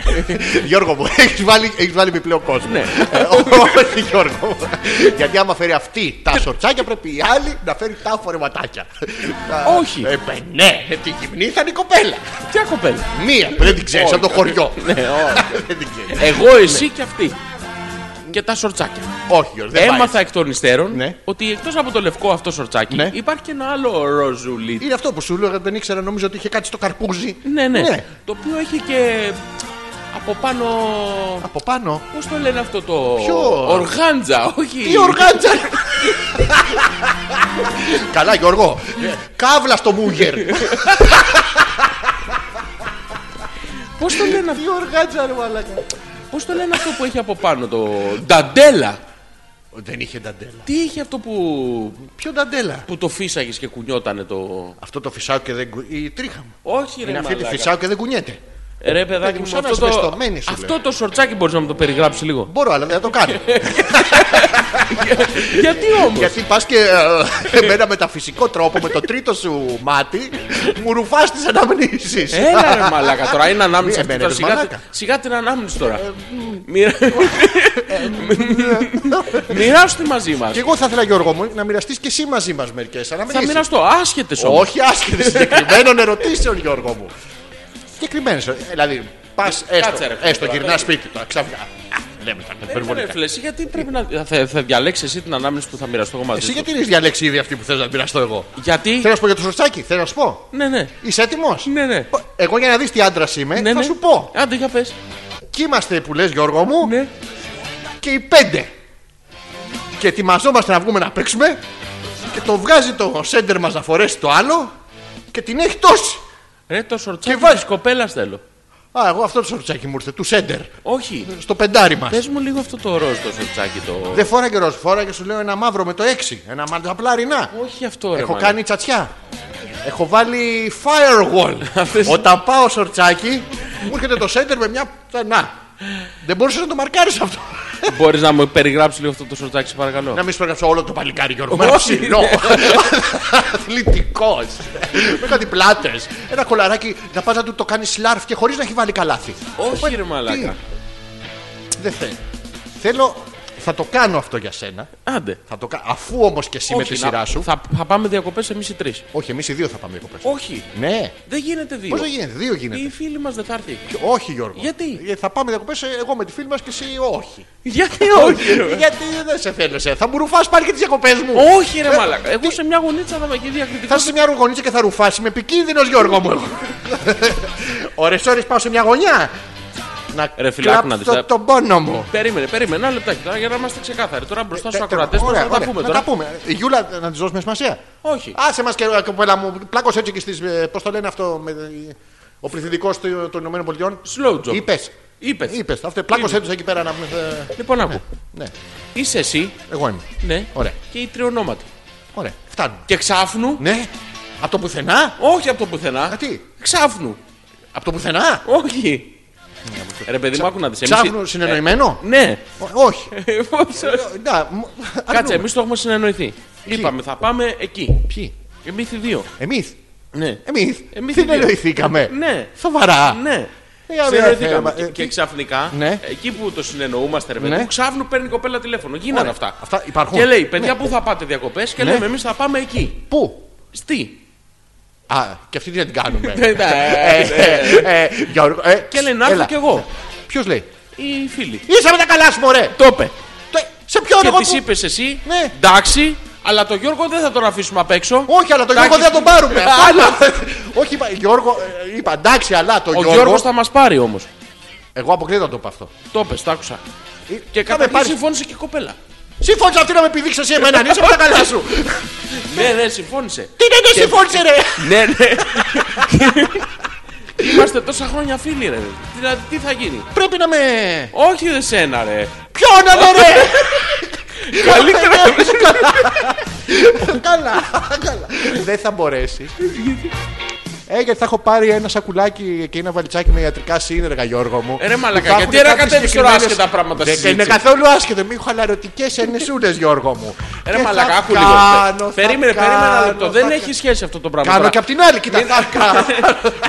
Speaker 1: Γιώργο μου, έχεις βάλει, έχεις βάλει επιπλέον κόσμο.
Speaker 2: Ναι.
Speaker 1: Ε, ό- Όχι, Γιώργο μου. Γιατί άμα φέρει αυτή τα σορτσάκια, πρέπει η άλλη να φέρει τα φορεματάκια. Τα-
Speaker 2: Όχι.
Speaker 1: Ε, παι, ναι, ε, τη γυμνή θα είναι η κοπέλα.
Speaker 2: Τι κοπέλα.
Speaker 1: Μία, που δεν την ξέρεις από το χωριό.
Speaker 2: Ναι, όχι.
Speaker 1: Δεν την ξέρεις.
Speaker 2: Εγώ, εσύ και αυτή. Και τα σορτσάκια.
Speaker 1: Όχι, Γιώργο, δεν πάει.
Speaker 2: Έμαθα εκ των υστέρων
Speaker 1: Ναι.
Speaker 2: ότι εκτός από το λευκό αυτό σορτσάκι
Speaker 1: Ναι.
Speaker 2: υπάρχει και ένα άλλο ροζουλί.
Speaker 1: Είναι αυτό που σου λέω, δεν ήξερα, νομίζω ότι είχε κάτι στο καρπούζι.
Speaker 2: Ναι, ναι, Το οποίο έχει και από πάνω.
Speaker 1: Από πάνω.
Speaker 2: Πώς το λένε αυτό το.
Speaker 1: Ποιο?
Speaker 2: Οργάντζα, όχι.
Speaker 1: Η οργάντζα. Καλά, Γιώργο.
Speaker 2: Ναι.
Speaker 1: Καύλα στο μούγερ.
Speaker 2: Πώς το λένε αυτό.
Speaker 1: Η οργάντζα, ρε μαλάκα.
Speaker 2: Πώς το λένε αυτό που έχει από πάνω το. Νταντέλα!
Speaker 1: Δεν είχε νταντέλα.
Speaker 2: Τι είχε αυτό που,
Speaker 1: Ποιο νταντέλα.
Speaker 2: που το φύσαγε και κουνιότανε το.
Speaker 1: Αυτό το φυσάω και δεν. κου- Η τρίχα μου.
Speaker 2: Όχι, ρε,
Speaker 1: Είναι αυτή τη
Speaker 2: μαλάκα.
Speaker 1: φυσάω και δεν κουνιέται.
Speaker 2: Ρε, παιδάκι
Speaker 1: μου,
Speaker 2: μου,
Speaker 1: σαν να
Speaker 2: αυτό το,
Speaker 1: ασβεστομένη σου
Speaker 2: αυτό
Speaker 1: λέω.
Speaker 2: το σορτσάκι μπορείς να μου το περιγράψεις λίγο.
Speaker 1: Μπορώ, αλλά δεν θα το κάνω.
Speaker 2: Γιατί όμως.
Speaker 1: Ε, Γιατί πας και ε, εμένα με τα φυσικό τρόπο, με το τρίτο σου μάτι, μου ρουφάς τις αναμνήσεις
Speaker 2: Έλα ρε μαλάκα τώρα, είναι ανάμνηση
Speaker 1: Ε,
Speaker 2: αυτή
Speaker 1: εμένα
Speaker 2: τώρα,
Speaker 1: είναι
Speaker 2: σιγά,
Speaker 1: μαλάκα. Ε,
Speaker 2: σιγά την ανάμνηση τώρα. Μοιρα... Μοιράσου μαζί μας.
Speaker 1: Και εγώ θα ήθελα, Γιώργο μου, να μοιραστείς και εσύ μαζί μας μερικές
Speaker 2: Θα
Speaker 1: αναμνήσεις
Speaker 2: μοιραστώ, άσχετες όμως.
Speaker 1: Όχι άσχετες συγκεκριμένων ερωτήσεων, Γιώργο μου. Συγκεκριμένες. Δηλαδή, πας έστω,
Speaker 2: Ε, Κάτσε, ρε, φίλε,
Speaker 1: έστω
Speaker 2: τώρα.
Speaker 1: γυρνάς σπίτι τώρα, ξαφνικά. Α, Λέμε τα
Speaker 2: Ε, ρε,
Speaker 1: υπερβολικά.
Speaker 2: φίλε, εσύ γιατί πρέπει να. Θα, θα διαλέξεις εσύ την ανάμνηση που θα μοιραστώ εγώ μαζί
Speaker 1: Εσύ
Speaker 2: σου.
Speaker 1: γιατί είναι διαλέξει ήδη αυτή που θέλω να μοιραστώ εγώ.
Speaker 2: Γιατί.
Speaker 1: Θέλω να σου πω για το σωστάκι, θέλω να σου πω.
Speaker 2: Ναι, ναι.
Speaker 1: Είσαι έτοιμος.
Speaker 2: Ναι, ναι.
Speaker 1: Εγώ για να δεις τι άντρας είμαι,
Speaker 2: ναι,
Speaker 1: Ε, θα
Speaker 2: ναι.
Speaker 1: σου πω. Ε,
Speaker 2: Άντε, για πες.
Speaker 1: Κι είμαστε που λες, Γιώργο μου,
Speaker 2: Ναι.
Speaker 1: και οι πέντε. Και ετοιμαζόμαστε να βγούμε να παίξουμε. Και το βγάζει το σέντερ μας να φορέσει το άλλο. Και την έχει τόση.
Speaker 2: Ρε, το σορτσάκι
Speaker 1: Και βάζ-
Speaker 2: της κοπέλας θέλω.
Speaker 1: Α, εγώ αυτό το σορτσάκι μου ήρθε, του σέντερ.
Speaker 2: Όχι.
Speaker 1: Στο πεντάρι μας.
Speaker 2: Πες μου λίγο αυτό το ροζ το σορτσάκι το.
Speaker 1: Δεν φόραγε ροζ, φόραγε σου λέω ένα μαύρο με το 6. Ένα μανταπλάρινά.
Speaker 2: Όχι αυτό, ρε.
Speaker 1: Έχω
Speaker 2: μάνα.
Speaker 1: κάνει τσατσιά. Έχω βάλει firewall.
Speaker 2: Αυτές-
Speaker 1: Όταν πάω σορτσάκι, μου έρχεται το center με μια. Να. Δεν μπορούσες να το μαρκάρεις αυτό.
Speaker 2: Μπορείς να μου περιγράψεις λίγο αυτό το σορτάκι, σε παρακαλώ.
Speaker 1: να μην σου έγραψα όλο το παλικάρι, Γιώργο.
Speaker 2: Όχι,
Speaker 1: Ένα ψηλό.
Speaker 2: ναι.
Speaker 1: Αθλητικός. με κάτι πλάτες. Ένα κολαράκι να πας να του το κάνεις σλάρφ και χωρίς να έχει βάλει καλάθι.
Speaker 2: Όχι, ρε
Speaker 1: Τι.
Speaker 2: μαλάκα.
Speaker 1: Δεν θέλω. Θέλω. Θα το κάνω αυτό για σένα.
Speaker 2: Άντε.
Speaker 1: Θα το κα- Αφού όμως και εσύ με
Speaker 2: Όχι,
Speaker 1: τη
Speaker 2: να-
Speaker 1: σειρά σου.
Speaker 2: Θα, θα πάμε διακοπές εμείς οι τρεις.
Speaker 1: Όχι, εμείς οι δύο θα πάμε διακοπές.
Speaker 2: Όχι.
Speaker 1: Ναι.
Speaker 2: Δεν γίνεται δύο.
Speaker 1: Πώς δεν γίνεται, δύο γίνεται.
Speaker 2: Οι φίλοι μας δεν θα έρθει.
Speaker 1: Όχι, Γιώργο.
Speaker 2: Γιατί?
Speaker 1: Ε, Θα πάμε διακοπές εγώ με τη φίλη μας και εσύ όχι.
Speaker 2: Γιατί όχι, ρε.
Speaker 1: Γιατί δεν σε θέλω, σε. Θα μου ρουφάς πάλι και τις διακοπές μου.
Speaker 2: Όχι, ρε
Speaker 1: Ε,
Speaker 2: μαλάκα. Εγώ
Speaker 1: τι-
Speaker 2: σε μια γωνίτσα θα είμαι εκεί διακριτικός.
Speaker 1: Θα είσαι σε μια γωνίτσα και θα ρουφάς. Είμαι επικίνδυνος, Γιώργο μου. Ωρες ώρες πάω σε μια γωνιά. Να
Speaker 2: Ρε, φιλάκου να δεις,
Speaker 1: κλάψω
Speaker 2: ε.
Speaker 1: τον πόνο μου.
Speaker 2: Περίμενε, περίμενε ένα λεπτάκι τώρα για να είμαστε ξεκάθαροι. Τώρα μπροστά στους
Speaker 1: Ε,
Speaker 2: ακροατές
Speaker 1: ωραία,
Speaker 2: θα τα
Speaker 1: ωραία,
Speaker 2: πούμε
Speaker 1: να τα
Speaker 2: τώρα.
Speaker 1: πούμε. Η Γιούλα ε, να της δώσουμε σημασία.
Speaker 2: Όχι.
Speaker 1: Άσε μας και κοπέλα μου, πλάκο έτσι και στις. Πώς το λένε αυτό, με, ε, ο πληθυντικός των Ηνωμένων Πολιτειών.
Speaker 2: Slow job.
Speaker 1: Είπες.
Speaker 2: Είπες.
Speaker 1: Είπες. Αυτό πλάκο έτσι εκεί πέρα να. ε,
Speaker 2: Λοιπόν, άκου.
Speaker 1: Ναι,
Speaker 2: Είσαι εσύ,
Speaker 1: εγώ είμαι.
Speaker 2: ναι,
Speaker 1: Ωραία.
Speaker 2: και οι τριονόματοι.
Speaker 1: Ωραία, φτάνουμε.
Speaker 2: Και ξάφνου.
Speaker 1: Ναι, από το πουθενά.
Speaker 2: Όχι από το πουθενά.
Speaker 1: Α, Ε, τι?
Speaker 2: Ξάφνου.
Speaker 1: Από το πουθενά.
Speaker 2: Όχι. Ρε παιδί μου, άκου να δεις.
Speaker 1: Ξάφνου συνεννοημένο.
Speaker 2: Ναι.
Speaker 1: Ω, Όχι.
Speaker 2: Ε, πώς-
Speaker 1: Ε, να, μ-
Speaker 2: Κάτσε,
Speaker 1: αρνούμε.
Speaker 2: εμείς το έχουμε συνεννοηθεί. Είπαμε, θα πάμε εκεί.
Speaker 1: Ποιοι.
Speaker 2: Εμείς οι δύο.
Speaker 1: Εμείς.
Speaker 2: Ναι.
Speaker 1: Εμείς.
Speaker 2: Εμείς οι δύο.
Speaker 1: Ε, Συνεννοηθήκαμε.
Speaker 2: Ναι.
Speaker 1: Σοβαρά.
Speaker 2: Ναι.
Speaker 1: Ε, α,
Speaker 2: Συνεννοηθήκαμε.
Speaker 1: ε, ε,
Speaker 2: Και- Και
Speaker 1: τι-
Speaker 2: ξαφνικά, ε,
Speaker 1: Ναι.
Speaker 2: εκεί που το συνεννοούμαστε, ρε παιδί
Speaker 1: Ναι.
Speaker 2: μου, ξάφνου παίρνει η κοπέλα τηλέφωνο. Γίνανε
Speaker 1: Ωραία.
Speaker 2: αυτά.
Speaker 1: ναι. Αυτά υπάρχουν.
Speaker 2: Και λέει, παιδιά, πού θα πάτε διακοπές και
Speaker 1: Ναι.
Speaker 2: λέμε, εμείς θα πάμε εκεί.
Speaker 1: Πού.
Speaker 2: Στη.
Speaker 1: Α, και αυτή τι να την κάνουμε.
Speaker 2: Ε,
Speaker 1: Ε, ε, ε, Γιώργο, ε,
Speaker 2: Και λέει, να έρθω κι εγώ.
Speaker 1: Ποιος λέει.
Speaker 2: Οι φίλοι.
Speaker 1: Είσαι με τα καλά σου, μωρέ.
Speaker 2: Το είπε.
Speaker 1: Το- Σε ποιον
Speaker 2: Και
Speaker 1: εγώ.
Speaker 2: τη
Speaker 1: που-
Speaker 2: είπες εσύ,
Speaker 1: Ναι.
Speaker 2: εντάξει, αλλά τον Γιώργο δεν θα τον αφήσουμε απ' έξω.
Speaker 1: Όχι, αλλά το
Speaker 2: Τα
Speaker 1: Γιώργο δεν
Speaker 2: έχεις-
Speaker 1: θα τον πάρουμε.
Speaker 2: Ε,
Speaker 1: Αυτό
Speaker 2: άλλο.
Speaker 1: λέω. Όχι, είπα, Γιώργο, ε, είπα εντάξει, αλλά το
Speaker 2: Ο
Speaker 1: Γιώργο.
Speaker 2: Γιώργος θα μας πάρει όμως.
Speaker 1: Εγώ αποκλείται να το πω αυτό.
Speaker 2: Το είπες, το άκουσα.
Speaker 1: Ε,
Speaker 2: Και
Speaker 1: θα με
Speaker 2: κατά
Speaker 1: πάρεις-
Speaker 2: συμφώνησε και η κοπέλα.
Speaker 1: Συμφώνησε αυτή να με επιδείξει εσύ εμένα, αν είσαι με τα καλά σου.
Speaker 2: Ναι, ναι, συμφώνησε.
Speaker 1: Τι δεν το συμφώνησε, ρε.
Speaker 2: Ναι, ναι. Είμαστε τόσα χρόνια φίλοι, ρε. Δηλαδή, τι θα γίνει.
Speaker 1: Πρέπει να με.
Speaker 2: Όχι, δε σένα, ρε.
Speaker 1: Ποιον να
Speaker 2: ναι,
Speaker 1: με, ρε.
Speaker 2: Καλύτερα.
Speaker 1: Καλά, καλά. Δεν θα μπορέσεις. Ε, γιατί θα έχω πάρει ένα σακουλάκι και ένα βαλιτσάκι με ιατρικά σύνεργα, Γιώργο μου.
Speaker 2: Ε, ρε μαλάκα,
Speaker 1: Που θα έχουν
Speaker 2: γιατί ρε
Speaker 1: κάποιες
Speaker 2: κατέβεις τώρα
Speaker 1: συγκεκριμένες-
Speaker 2: άσχετα πράγματα στη
Speaker 1: Δεν είναι
Speaker 2: συζήτηση.
Speaker 1: καθόλου άσχετο. Μη χαλαρωτικέ ενεσούλε, Γιώργο μου. Και
Speaker 2: Ε, Ρε
Speaker 1: Ε, θα
Speaker 2: μαλακά, άκου λίγο.
Speaker 1: κάνω, θα
Speaker 2: Περίμενε, περίμενε ένα
Speaker 1: κάνω,
Speaker 2: λεπτό.
Speaker 1: θα
Speaker 2: Δεν
Speaker 1: κα-
Speaker 2: έχει σχέση αυτό το πράγμα.
Speaker 1: Κάνω
Speaker 2: τώρα.
Speaker 1: και απ' την άλλη, κοίτα. θα κάνω.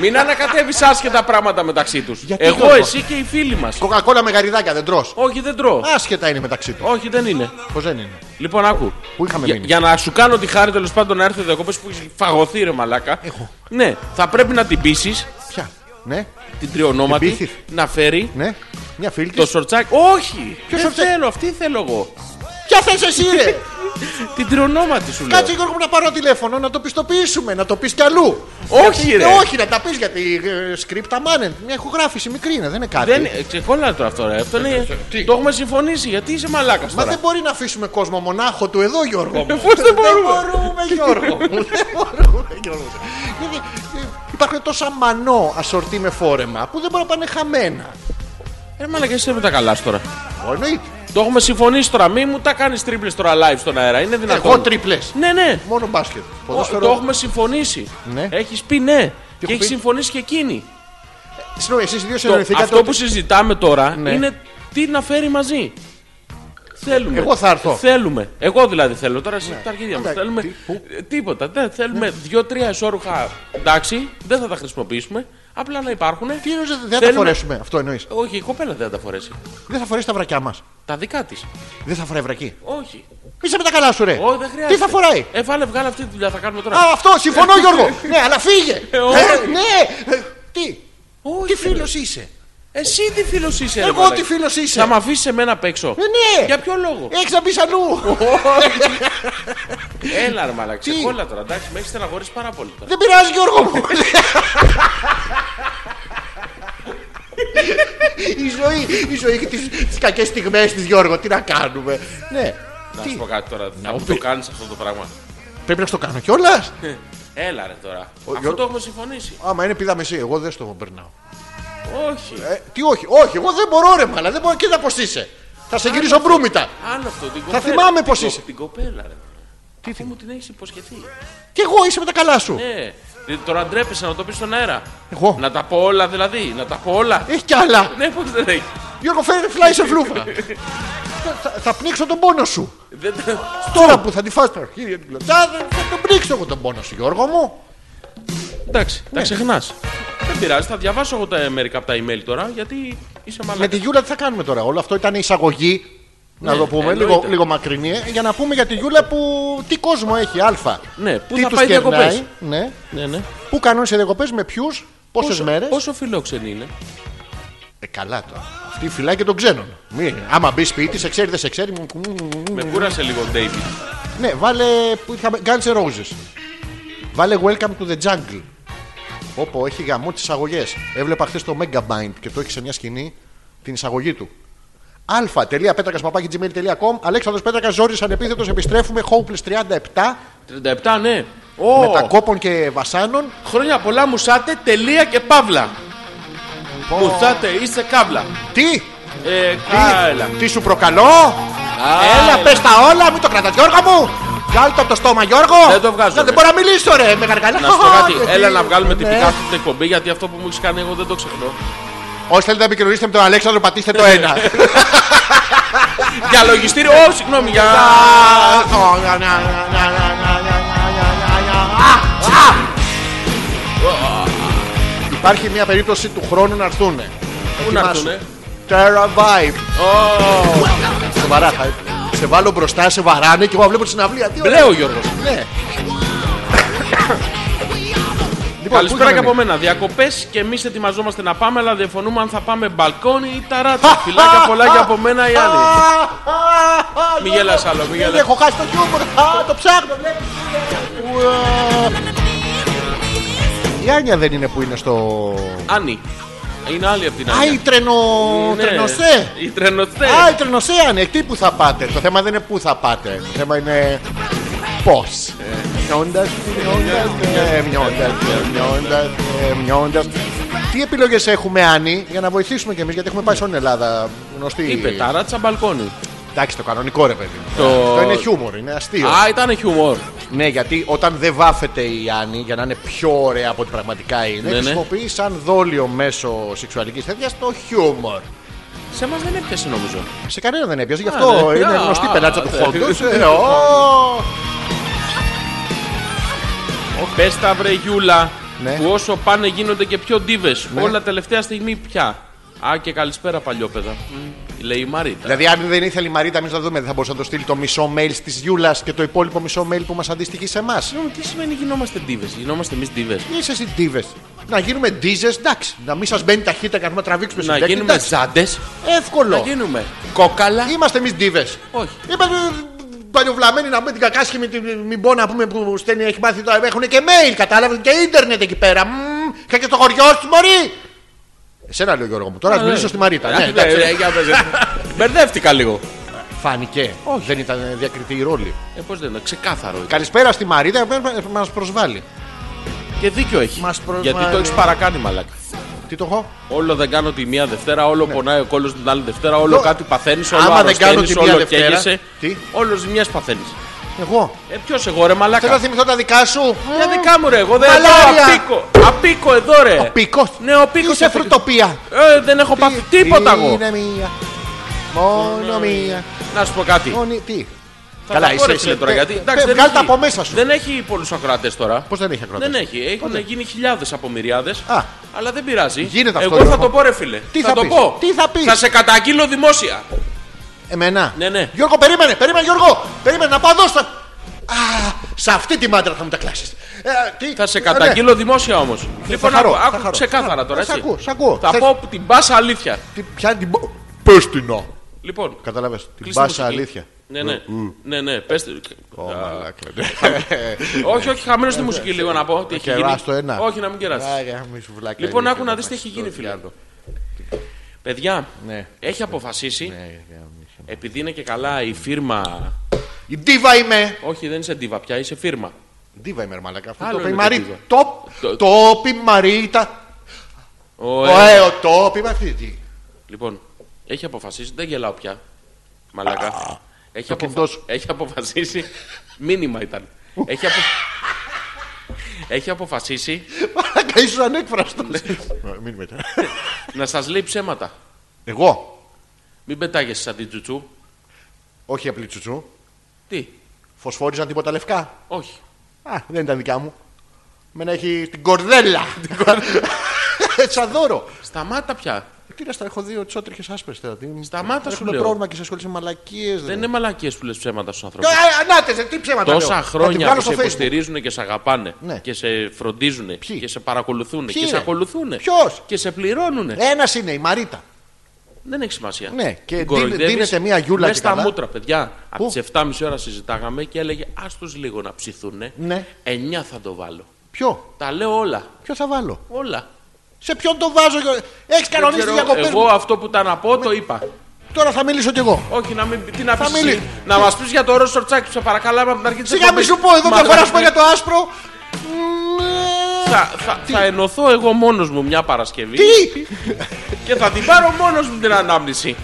Speaker 2: Μην ανακατεύεις άσχετα πράγματα μεταξύ τους.
Speaker 1: Γιατί,
Speaker 2: Εγώ,
Speaker 1: Γιώργο?
Speaker 2: εσύ και οι φίλοι μας.
Speaker 1: Κοκακόλα με γαριδάκια δεν τρώ.
Speaker 2: Όχι, δεν τρώω.
Speaker 1: Άσχετα είναι μεταξύ τους.
Speaker 2: Όχι, δεν είναι.
Speaker 1: Πώς δεν είναι.
Speaker 2: Λοιπόν, άκου.
Speaker 1: Πού είχαμε
Speaker 2: για,
Speaker 1: μείνει?
Speaker 2: για να σου κάνω τη χάρη τέλος πάντων να έρθει διακοπέ που έχει φαγωθεί ρε μαλάκα.
Speaker 1: Εγώ.
Speaker 2: Ναι, θα πρέπει να την πείσεις
Speaker 1: Ποια. Ναι,
Speaker 2: την
Speaker 1: Την
Speaker 2: τριονόματη
Speaker 1: πείθεις?
Speaker 2: να φέρει
Speaker 1: ναι. Μια φίλη
Speaker 2: το
Speaker 1: της.
Speaker 2: σορτσάκι. Όχι!
Speaker 1: Ποιο
Speaker 2: δεν
Speaker 1: σορτσάκι?
Speaker 2: θέλω, αυτή θέλω εγώ.
Speaker 1: Ποια θες εσύ,
Speaker 2: Ναι.
Speaker 1: ρε.
Speaker 2: Την τριονόματη σου λέω.
Speaker 1: Κάτσε Γιώργο μου να πάρω τηλέφωνο να το πιστοποιήσουμε, να το πεις κι αλλού.
Speaker 2: Ναι, Όχι,
Speaker 1: Γιατί-
Speaker 2: ρε.
Speaker 1: όχι, να τα πεις γιατί ε, σκρίπτα μάνεν. Μια ηχογράφηση μικρή είναι, δεν είναι κάτι.
Speaker 2: Δεν ε, ξεκόλλα το αυτό, ρε. Αυτό είναι. Το έχουμε συμφωνήσει. Γιατί είσαι μαλάκας
Speaker 1: Ε, Μα
Speaker 2: τώρα. Ε,
Speaker 1: δεν μπορεί να αφήσουμε κόσμο μονάχο του εδώ, Γιώργο. Μου.
Speaker 2: Πώς δεν μπορούμε.
Speaker 1: Δεν μπορούμε, Γιώργο. μου. δεν μπορούμε, Γιώργο. μου. Δηλαδή, ε, Υπάρχουν τόσα μανό ασορτή με φόρεμα που δεν μπορούν να πάνε χαμένα.
Speaker 2: Ρε μαλάκα, εσύ Ε, με τα καλά σου τώρα.
Speaker 1: Ω, εννοείται.
Speaker 2: Το έχουμε συμφωνήσει τώρα. Μη μου τα κάνεις τρίπλες τώρα live στον αέρα. Είναι δυνατόν.
Speaker 1: Εγώ τρίπλες.
Speaker 2: Ναι, ναι.
Speaker 1: Μόνο μπάσκετ.
Speaker 2: Ο-
Speaker 1: Ποδόσφαιρο.
Speaker 2: Το έχουμε συμφωνήσει.
Speaker 1: Ναι.
Speaker 2: Έχεις πει ναι.
Speaker 1: έχω
Speaker 2: Και έχεις
Speaker 1: πει?
Speaker 2: συμφωνήσει και εκείνη.
Speaker 1: Συγγνώμη, εσείς δύο
Speaker 2: Το-
Speaker 1: συνεννοηθήκατε.
Speaker 2: αυτό
Speaker 1: ότι-
Speaker 2: που συζητάμε τώρα
Speaker 1: Ναι.
Speaker 2: είναι τι να φέρει μαζί. Θέλουμε.
Speaker 1: Εγώ θα έρθω. Ναι.
Speaker 2: Θέλουμε. Εγώ δηλαδή θέλω. Τώρα σε τα αρχίδια μας.
Speaker 1: Εντάξει,
Speaker 2: Θέλουμε.
Speaker 1: τι- πού? Ναι.
Speaker 2: ε, Τίποτα. Δεν θέλουμε δύο-τρία ισόρουχα. Εντάξει, δεν θα τα χρησιμοποιήσουμε. Απλά να υπάρχουν.
Speaker 1: Τι εννοείς, δεν θα
Speaker 2: Θέλουμε-
Speaker 1: φορέσουμε, αυτό εννοείς.
Speaker 2: Όχι, η κοπέλα δεν θα τα φορέσει.
Speaker 1: Δεν θα φορέσει τα βρακιά μας.
Speaker 2: Τα δικά της.
Speaker 1: Δεν θα φοράει βρακί.
Speaker 2: Όχι.
Speaker 1: Μη σε με τα καλά σου, ρε.
Speaker 2: Όχι, δεν χρειάζεται.
Speaker 1: Τι θα φοράει.
Speaker 2: Ε, βάλε, βγάλε αυτή τη δουλειά, θα κάνουμε τώρα.
Speaker 1: Α, αυτό, συμφωνώ Γιώργο. ναι, αλλά φύγε.
Speaker 2: Ε, όχι.
Speaker 1: Ε, ναι. Ε, Τι.
Speaker 2: Όχι,
Speaker 1: Τι
Speaker 2: ρε. Ε,
Speaker 1: φίλος είσαι.
Speaker 2: Εσύ τι φίλος είσαι, ρε,
Speaker 1: Εγώ
Speaker 2: μαλάκα.
Speaker 1: τι φίλος
Speaker 2: Θα
Speaker 1: είσαι.
Speaker 2: με αφήσεις εμένα απ' έξω.
Speaker 1: Ε, ναι.
Speaker 2: Για ποιο λόγο.
Speaker 1: Έχεις να μπεις αλλού.
Speaker 2: Έλα, ρε μαλάκα. Ξεκόλα τώρα, εντάξει, με έχεις στεναχωρήσει πάρα πολύ τώρα.
Speaker 1: Δεν πειράζει Γιώργο μου. η ζωή, η ζωή έχει τις, κακές στιγμές της Γιώργο. Τι να κάνουμε. Ναι.
Speaker 2: Να
Speaker 1: Τι.
Speaker 2: σου πω κάτι τώρα.
Speaker 1: Να
Speaker 2: Να
Speaker 1: μου
Speaker 2: μου
Speaker 1: πει.
Speaker 2: το κάνεις αυτό το πράγμα.
Speaker 1: Πρέπει να στο κάνω κιόλας.
Speaker 2: Ναι. Έλα ρε τώρα. Αυτό
Speaker 1: Γιώργο-
Speaker 2: το έχουμε συμφωνήσει.
Speaker 1: Άμα είναι πίδα μεσή, εγώ δεν στο περνάω.
Speaker 2: Όχι.
Speaker 1: Ε, τι όχι, όχι, εγώ δεν μπορώ ρε μάλα, δεν μπορώ. Κοίτα πώς είσαι. Θα σε γυρίσω μπρούμητα.
Speaker 2: Άλλο αυτό. Την κοπέλα.
Speaker 1: θυμάμαι
Speaker 2: Την
Speaker 1: πως
Speaker 2: κο-
Speaker 1: είσαι.
Speaker 2: Την κοπέλα ρε. Τι μου την έχεις υποσχεθεί.
Speaker 1: Κι εγώ είσαι με τα καλά σου.
Speaker 2: Ναι. Δηλαδή, τώρα ντρέπεσαι να το πεις στον αέρα.
Speaker 1: Εγώ. Ε.
Speaker 2: Να τα πω όλα δηλαδή. Να τα πω όλα.
Speaker 1: Έχει κι άλλα.
Speaker 2: ναι, πώς δεν έχει.
Speaker 1: Γιώργο, φέρε φλάι σε φλούφα.
Speaker 2: Ε.
Speaker 1: θα, θα- θα πνίξω τον πόνο σου.
Speaker 2: Δεν... τα-
Speaker 1: Τώρα που θα τη φας τα χέρια την κλωτσάδα, θα τον πνίξω εγώ τον πόνο σου, Γιώργο μου.
Speaker 2: Εντάξει,
Speaker 1: Ναι.
Speaker 2: τα ξεχνάς. Δεν πειράζει, θα διαβάσω εγώ τα μερικά από τα email τώρα γιατί είσαι
Speaker 1: Με
Speaker 2: μαλάκα.
Speaker 1: τη Γιούλα τι θα κάνουμε τώρα. Όλο αυτό ήταν εισαγωγή. Να
Speaker 2: Ε. Ναι,
Speaker 1: το πούμε
Speaker 2: εννοείται.
Speaker 1: λίγο, λίγο μακρινή. ε, Για να πούμε για τη Γιούλα που τι κόσμο έχει, Α.
Speaker 2: Ναι, πού
Speaker 1: τι
Speaker 2: θα
Speaker 1: τους
Speaker 2: πάει
Speaker 1: κερνάει,
Speaker 2: διακοπές.
Speaker 1: Ναι.
Speaker 2: Ναι, ναι.
Speaker 1: Πού κανόνισε διακοπές, με ποιους, πόσες
Speaker 2: Πόσο-
Speaker 1: μέρες.
Speaker 2: Πόσο φιλόξενη είναι.
Speaker 1: Ε, καλά τώρα. Αυτή φυλάει και τον ξένον. Μη, άμα μπει σπίτι, σε ξέρει, δεν σε ξέρει. Μ, μ, μ, μ.
Speaker 2: Με κούρασε λίγο ο David.
Speaker 1: Ναι, βάλε. Που είχαμε, Guns N' Roses. Βάλε Welcome to the Jungle. Όπω έχει γαμό τις εισαγωγές. Έβλεπα χθες το Megabind και το έχει σε μια σκηνή την εισαγωγή του. α.πέτρακα.gmail.com Αλέξανδρος Πέτρακας, Ζόρις ανεπίθετος, επιστρέφουμε. Hopeless 37
Speaker 2: 37, ναι. Ω,
Speaker 1: με τα κόπων και βασάνων.
Speaker 2: Χρόνια πολλά μουσάτε, τελεία και παύλα.
Speaker 1: Πω.
Speaker 2: Μουσάτε, είστε κάβλα.
Speaker 1: Τι,
Speaker 2: Ε,
Speaker 1: τι,
Speaker 2: καλά.
Speaker 1: τι σου προκαλώ, Έλα, πες τα όλα, μην το κρατά, Γιώργο μου! Βγάλ το από το στόμα, Γιώργο!
Speaker 2: Δεν το βγάζω,
Speaker 1: Να,
Speaker 2: ρε.
Speaker 1: Δεν μπορώ να μιλήσω, ρε, με γαργαλά.
Speaker 2: Να σου πω κάτι. Έλα να βγάλουμε
Speaker 1: την
Speaker 2: την πικά σου την εκπομπή γιατί αυτό που μου έχεις κάνει εγώ δεν το ξεχνώ.
Speaker 1: Όσοι θέλετε να επικοινωνήσετε με τον Αλέξανδρο, πατήστε το ένα.
Speaker 2: Για λογιστήριο, Ω, συγγνώμη, για.
Speaker 1: Υπάρχει μια περίπτωση του χρόνου να έρθουν.
Speaker 2: Πού να έρθουνε?
Speaker 1: Terra Vibe.
Speaker 2: Ω,
Speaker 1: Σοβαρά, θα- σε βάλω μπροστά, σε βαράνε και εγώ βλέπω τη συναυλία. Τι ωραία.
Speaker 2: Μπλε ο Γιώργος.
Speaker 1: Ναι. Λοιπόν,
Speaker 2: Καλησπέρα
Speaker 1: πού
Speaker 2: και
Speaker 1: είχαμε
Speaker 2: από
Speaker 1: μείνει?
Speaker 2: μένα. Διακοπές και εμείς ετοιμαζόμαστε να πάμε, αλλά διαφωνούμε αν θα πάμε μπαλκόνι ή ταράτσα. Φιλάκια πολλά και από μένα οι άλλοι. Μη γελάς άλλο, μη
Speaker 1: Δεν
Speaker 2: γελάς.
Speaker 1: έχω χάσει το χιούμορ. Α, το ψάχνω, βλέπεις. Ουα. Η Άνια δεν είναι που είναι στο.
Speaker 2: Άννη. Είναι άλλη από την
Speaker 1: Α, η
Speaker 2: άλλη.
Speaker 1: τρενο- τρενοσέ.
Speaker 2: Η Ναι. τρενοστέ.
Speaker 1: Α, η τρενοσέ, Άνια. Εκεί που θα πάτε. Το θέμα δεν είναι πού θα πάτε. Το θέμα είναι. Πώς. Μοιώντας, μοιώντας, μοιώντας, μοιώντας. Τι επιλογές έχουμε, Άννη, για να βοηθήσουμε κι εμείς, γιατί έχουμε πάει σε όλη την Ελλάδα γνωστή.
Speaker 2: Ναι. Είπε ταράτσα μπαλκόνι.
Speaker 1: Εντάξει, το κανονικό ρε παιδί. μου.
Speaker 2: Το-
Speaker 1: Το είναι χιούμορ, είναι αστείο.
Speaker 2: Α, ήταν χιουμόρ.
Speaker 1: Ναι, γιατί όταν δεν βάφεται η Άννη για να είναι πιο ωραία από ό,τι πραγματικά είναι,
Speaker 2: Ναι, ναι.
Speaker 1: χρησιμοποιεί σαν δόλιο μέσο σεξουαλικής τέτοια το χιούμορ.
Speaker 2: Σε εμάς δεν έπιασε νομίζω.
Speaker 1: Σε κανένα δεν έπιασε, γι' αυτό
Speaker 2: ναι.
Speaker 1: είναι
Speaker 2: Α,
Speaker 1: γνωστή πελάτσα του
Speaker 2: ναι.
Speaker 1: χόντου.
Speaker 2: Πες τα βρε Γιούλα
Speaker 1: Ναι.
Speaker 2: που όσο πάνε γίνονται και πιο ντίβες.
Speaker 1: Ναι.
Speaker 2: Όλα τελευταία στιγμή πια. Α, και καλησπέρα παλιόπαιδα.
Speaker 1: Mm.
Speaker 2: Λέει η Μαρίτα.
Speaker 1: Δηλαδή, αν δεν ήθελε η Μαρίτα, εμείς να δούμε, δεν θα μπορούσε να το στείλει το μισό mail της Γιούλας και το υπόλοιπο μισό mail που μας αντιστοιχεί σε εμάς.
Speaker 2: Συγγνώμη, τι σημαίνει γινόμαστε ντίβε. Γινόμαστε εμείς ντίβε.
Speaker 1: Είσαι εσύ ντίβε. Να γίνουμε ντίζε, εντάξει. Να μην σας μπαίνει ταχύτητα και να πούμε τραβήξουμε
Speaker 2: Να
Speaker 1: συντέκτη,
Speaker 2: γίνουμε
Speaker 1: εντάξει.
Speaker 2: ζάντες. Να
Speaker 1: Εύκολο.
Speaker 2: γίνουμε κόκαλα.
Speaker 1: Είμαστε εμείς ντίβε.
Speaker 2: Όχι.
Speaker 1: Είπαμε ε, παλιοβλαμμένοι να μπουν την κακάσχη με την μημπό να πούμε που στέλνει έχει μάθει τώρα. Έχουν και mail, κατάλαβες και ίντερνετ εκεί πέρα. Μμμ, είχα και στο χωριό σου, Μωρή. Εσένα λέω Γιώργο μου. Τώρα ας
Speaker 2: Α,
Speaker 1: μιλήσω
Speaker 2: ναι.
Speaker 1: στη Μαρίτα.
Speaker 2: Α,
Speaker 1: Ναι,
Speaker 2: ναι,
Speaker 1: εντάξει.
Speaker 2: ναι, για πες. Μπερδεύτηκα λίγο.
Speaker 1: Φάνηκε. Δεν ήταν διακριτή η ρόλη.
Speaker 2: Ε, πώς δεν είναι, ξεκάθαρο. ήταν.
Speaker 1: Καλησπέρα στη Μαρίτα, ε, μας προσβάλλει.
Speaker 2: Και δίκιο έχει.
Speaker 1: Μας προσβάλλει.
Speaker 2: Γιατί το έχεις παρακάνει, μαλάκα.
Speaker 1: Τι το έχω.
Speaker 2: Όλο δεν κάνω τη μία Δευτέρα, όλο πονάει ο κόλλος την άλλη Δευτέρα, όλο
Speaker 1: Λο-
Speaker 2: κάτι παθαίνεις, όλο
Speaker 1: Ναι. Άμα δεν κάνω
Speaker 2: αρρωσταίνεις,
Speaker 1: τη μία
Speaker 2: όλο
Speaker 1: Δευτέρα,
Speaker 2: καίγεσαι.
Speaker 1: τι?
Speaker 2: Όλος μιας παθαίνεις.
Speaker 1: Εγώ.
Speaker 2: Ε, ποιος εγώ ρε,
Speaker 1: Θέλω να
Speaker 2: μαλάκα.
Speaker 1: θυμηθώ τα δικά σου.
Speaker 2: Για δικά μου ρε, εγώ δεν
Speaker 1: Μαλάρια.
Speaker 2: έχω απίκο. Απίκο εδώ ρε.
Speaker 1: Ο πίκο.
Speaker 2: Ναι, ο πίκος
Speaker 1: Είσαι
Speaker 2: έφυγε.
Speaker 1: φρουτοπία.
Speaker 2: Ε, δεν έχω πάθει τίποτα εγώ.
Speaker 1: Είναι μία. Μόνο μία.
Speaker 2: Να σου πω κάτι.
Speaker 1: Μόνη- Τι.
Speaker 2: Θα τα πω, ρε, φίλε, τώρα, γιατί- εντάξει, δεν
Speaker 1: Ε, Βγάλ τα
Speaker 2: έχει-
Speaker 1: από μέσα σου.
Speaker 2: Δεν έχει πολλούς ακροατές τώρα.
Speaker 1: Πώς δεν έχει ακρότητα.
Speaker 2: Δεν έχει. Έχουν
Speaker 1: Πότε?
Speaker 2: γίνει χιλιάδες από μυριάδες.
Speaker 1: Α.
Speaker 2: Αλλά δεν πειράζει.
Speaker 1: Γίνεται αυτό,
Speaker 2: Εγώ θα
Speaker 1: Γιώργο.
Speaker 2: το πω, ρε φίλε.
Speaker 1: Τι θα
Speaker 2: το
Speaker 1: πεις?
Speaker 2: πω.
Speaker 1: Τι θα πεις?
Speaker 2: Θα σε καταγγείλω δημόσια.
Speaker 1: Εμένα.
Speaker 2: Ναι, ναι.
Speaker 1: Γιώργο, περίμενε, περίμενε, Γιώργο. Περίμενε να πάω εδώ στο. Α, σε αυτή τη μάντρα θα μου τα κλάσεις. τι...
Speaker 2: Θα σε
Speaker 1: ε,
Speaker 2: καταγγείλω δημόσια όμως. Λοιπόν,
Speaker 1: χαρώ,
Speaker 2: άκου,
Speaker 1: θα
Speaker 2: άκου
Speaker 1: χαρώ.
Speaker 2: ξεκάθαρα
Speaker 1: Θα-
Speaker 2: τώρα.
Speaker 1: σ'
Speaker 2: Έτσι.
Speaker 1: ακούω, σ' ακούω.
Speaker 2: Θα
Speaker 1: Θες-
Speaker 2: πω την μπάσα αλήθεια.
Speaker 1: Ναι. Τι, ποια την. μπο- Πες την να.
Speaker 2: Λοιπόν,
Speaker 1: Κατάλαβες. Την
Speaker 2: κλείστε
Speaker 1: πάσα
Speaker 2: μουσική.
Speaker 1: αλήθεια.
Speaker 2: Ναι, ναι. Ναι, ναι. Πες... τη-
Speaker 1: Ω, μαλάκα, ναι.
Speaker 2: όχι, όχι, χαμένο
Speaker 1: Ε,
Speaker 2: τη μουσική λίγο να πω. Τι έχει γίνει.
Speaker 1: Κεράς το ένα.
Speaker 2: Όχι, να μην
Speaker 1: Α,
Speaker 2: κεράσει.
Speaker 1: για μη σου βλάκα,
Speaker 2: Λοιπόν,
Speaker 1: λέει,
Speaker 2: άκου να
Speaker 1: καλά,
Speaker 2: δεις τι έχει γίνει,
Speaker 1: στο
Speaker 2: φίλε.
Speaker 1: διάλογο.
Speaker 2: Παιδιά,
Speaker 1: Ναι.
Speaker 2: έχει αποφασίσει,
Speaker 1: Ε, για μη-
Speaker 2: επειδή είναι και καλά η φίρμα.
Speaker 1: Η ντίβα είμαι.
Speaker 2: Όχι, δεν είσαι ντίβα πια, είσαι φίρμα.
Speaker 1: Ντίβα είμαι, ρε μαλακά. Αυτό
Speaker 2: Άλλο
Speaker 1: το πει η
Speaker 2: είναι το
Speaker 1: Μαρίτα.
Speaker 2: ντίβα.
Speaker 1: Το
Speaker 2: Το-
Speaker 1: το πει η Μαρίτα.
Speaker 2: Ο, ε,
Speaker 1: Ωε, ο το πει αυτή. τι.
Speaker 2: Λοιπόν, έχει αποφασίσει, δεν γελάω πια. Μαλακά. Έχει, αποφα-
Speaker 1: κινητό σου.
Speaker 2: έχει αποφασίσει. Μήνυμα ήταν. έχει, απο... Έχει αποφασίσει
Speaker 1: Μαλάκα, ήσουν ανέκφραστος. Μην με τα-
Speaker 2: να σας λέει ψέματα.
Speaker 1: Εγώ.
Speaker 2: Μην πετάγεσαι σαν την τσουτσού.
Speaker 1: Όχι απλή τσουτσού.
Speaker 2: Τι,
Speaker 1: Φωσφόριζαν τίποτα λευκά.
Speaker 2: όχι.
Speaker 1: Α, δεν ήταν δικιά μου. Μένα έχει την κορδέλα. Σαν δώρο.
Speaker 2: Σταμάτα πια.
Speaker 1: Τι να στα έχω δύο τσότριχες άσπρες τώρα. τι-
Speaker 2: Σταμάτα, σου
Speaker 1: Έχουμε
Speaker 2: λέω.
Speaker 1: πρόβλημα και σε σχολή με μαλακίες.
Speaker 2: Δεν είναι μαλακίες που λες ψέματα στους ανθρώπους.
Speaker 1: Ανάτε, τι ψέματα.
Speaker 2: Τόσα
Speaker 1: λέω. Θα την
Speaker 2: χρόνια
Speaker 1: βγάλω
Speaker 2: που σε
Speaker 1: στο Facebook.
Speaker 2: υποστηρίζουν και σε αγαπάνε
Speaker 1: Ναι.
Speaker 2: και σε φροντίζουν
Speaker 1: Ποιοι?
Speaker 2: και σε παρακολουθούν και
Speaker 1: είναι?
Speaker 2: σε ακολουθούν
Speaker 1: Ποιος?
Speaker 2: και σε πληρώνουν.
Speaker 1: Ένας είναι η Μαρίτα.
Speaker 2: Δεν έχει σημασία.
Speaker 1: Ναι, και
Speaker 2: Την
Speaker 1: δίνε-
Speaker 2: κοροϊδεύεις
Speaker 1: δίνεται μία γιούλα
Speaker 2: μες
Speaker 1: και
Speaker 2: στα
Speaker 1: καλά.
Speaker 2: μούτρα, παιδιά. Από
Speaker 1: Πού?
Speaker 2: τις 7.30 ώρα συζητάγαμε και έλεγε Ας τους λίγο να ψηθούν.
Speaker 1: Ναι.
Speaker 2: 9 θα το βάλω.
Speaker 1: Ποιο,
Speaker 2: Τα λέω όλα.
Speaker 1: ποιο θα βάλω.
Speaker 2: Όλα.
Speaker 1: Σε ποιον το βάζω. Έχεις
Speaker 2: Δεν
Speaker 1: κανονίσει
Speaker 2: ξέρω,
Speaker 1: διακοπές.
Speaker 2: εγώ αυτό που τα να πω το είπα.
Speaker 1: Τώρα θα μιλήσω κι εγώ.
Speaker 2: Όχι, να μην τι να
Speaker 1: Ναι. Θα
Speaker 2: πεις
Speaker 1: μιλήσει.
Speaker 2: εσύ. Να μας πεις για το ρόλο τσάκι που σε παρακαλάμε από την αρχή της
Speaker 1: Σιγά μη σου πω εδώ μια φορά σου πω για το άσπρο. Μμμ,
Speaker 2: Θα, θα, θα ενωθώ εγώ μόνος μου μια Παρασκευή
Speaker 1: Τι!
Speaker 2: και θα την πάρω μόνος μου την ανάμνηση.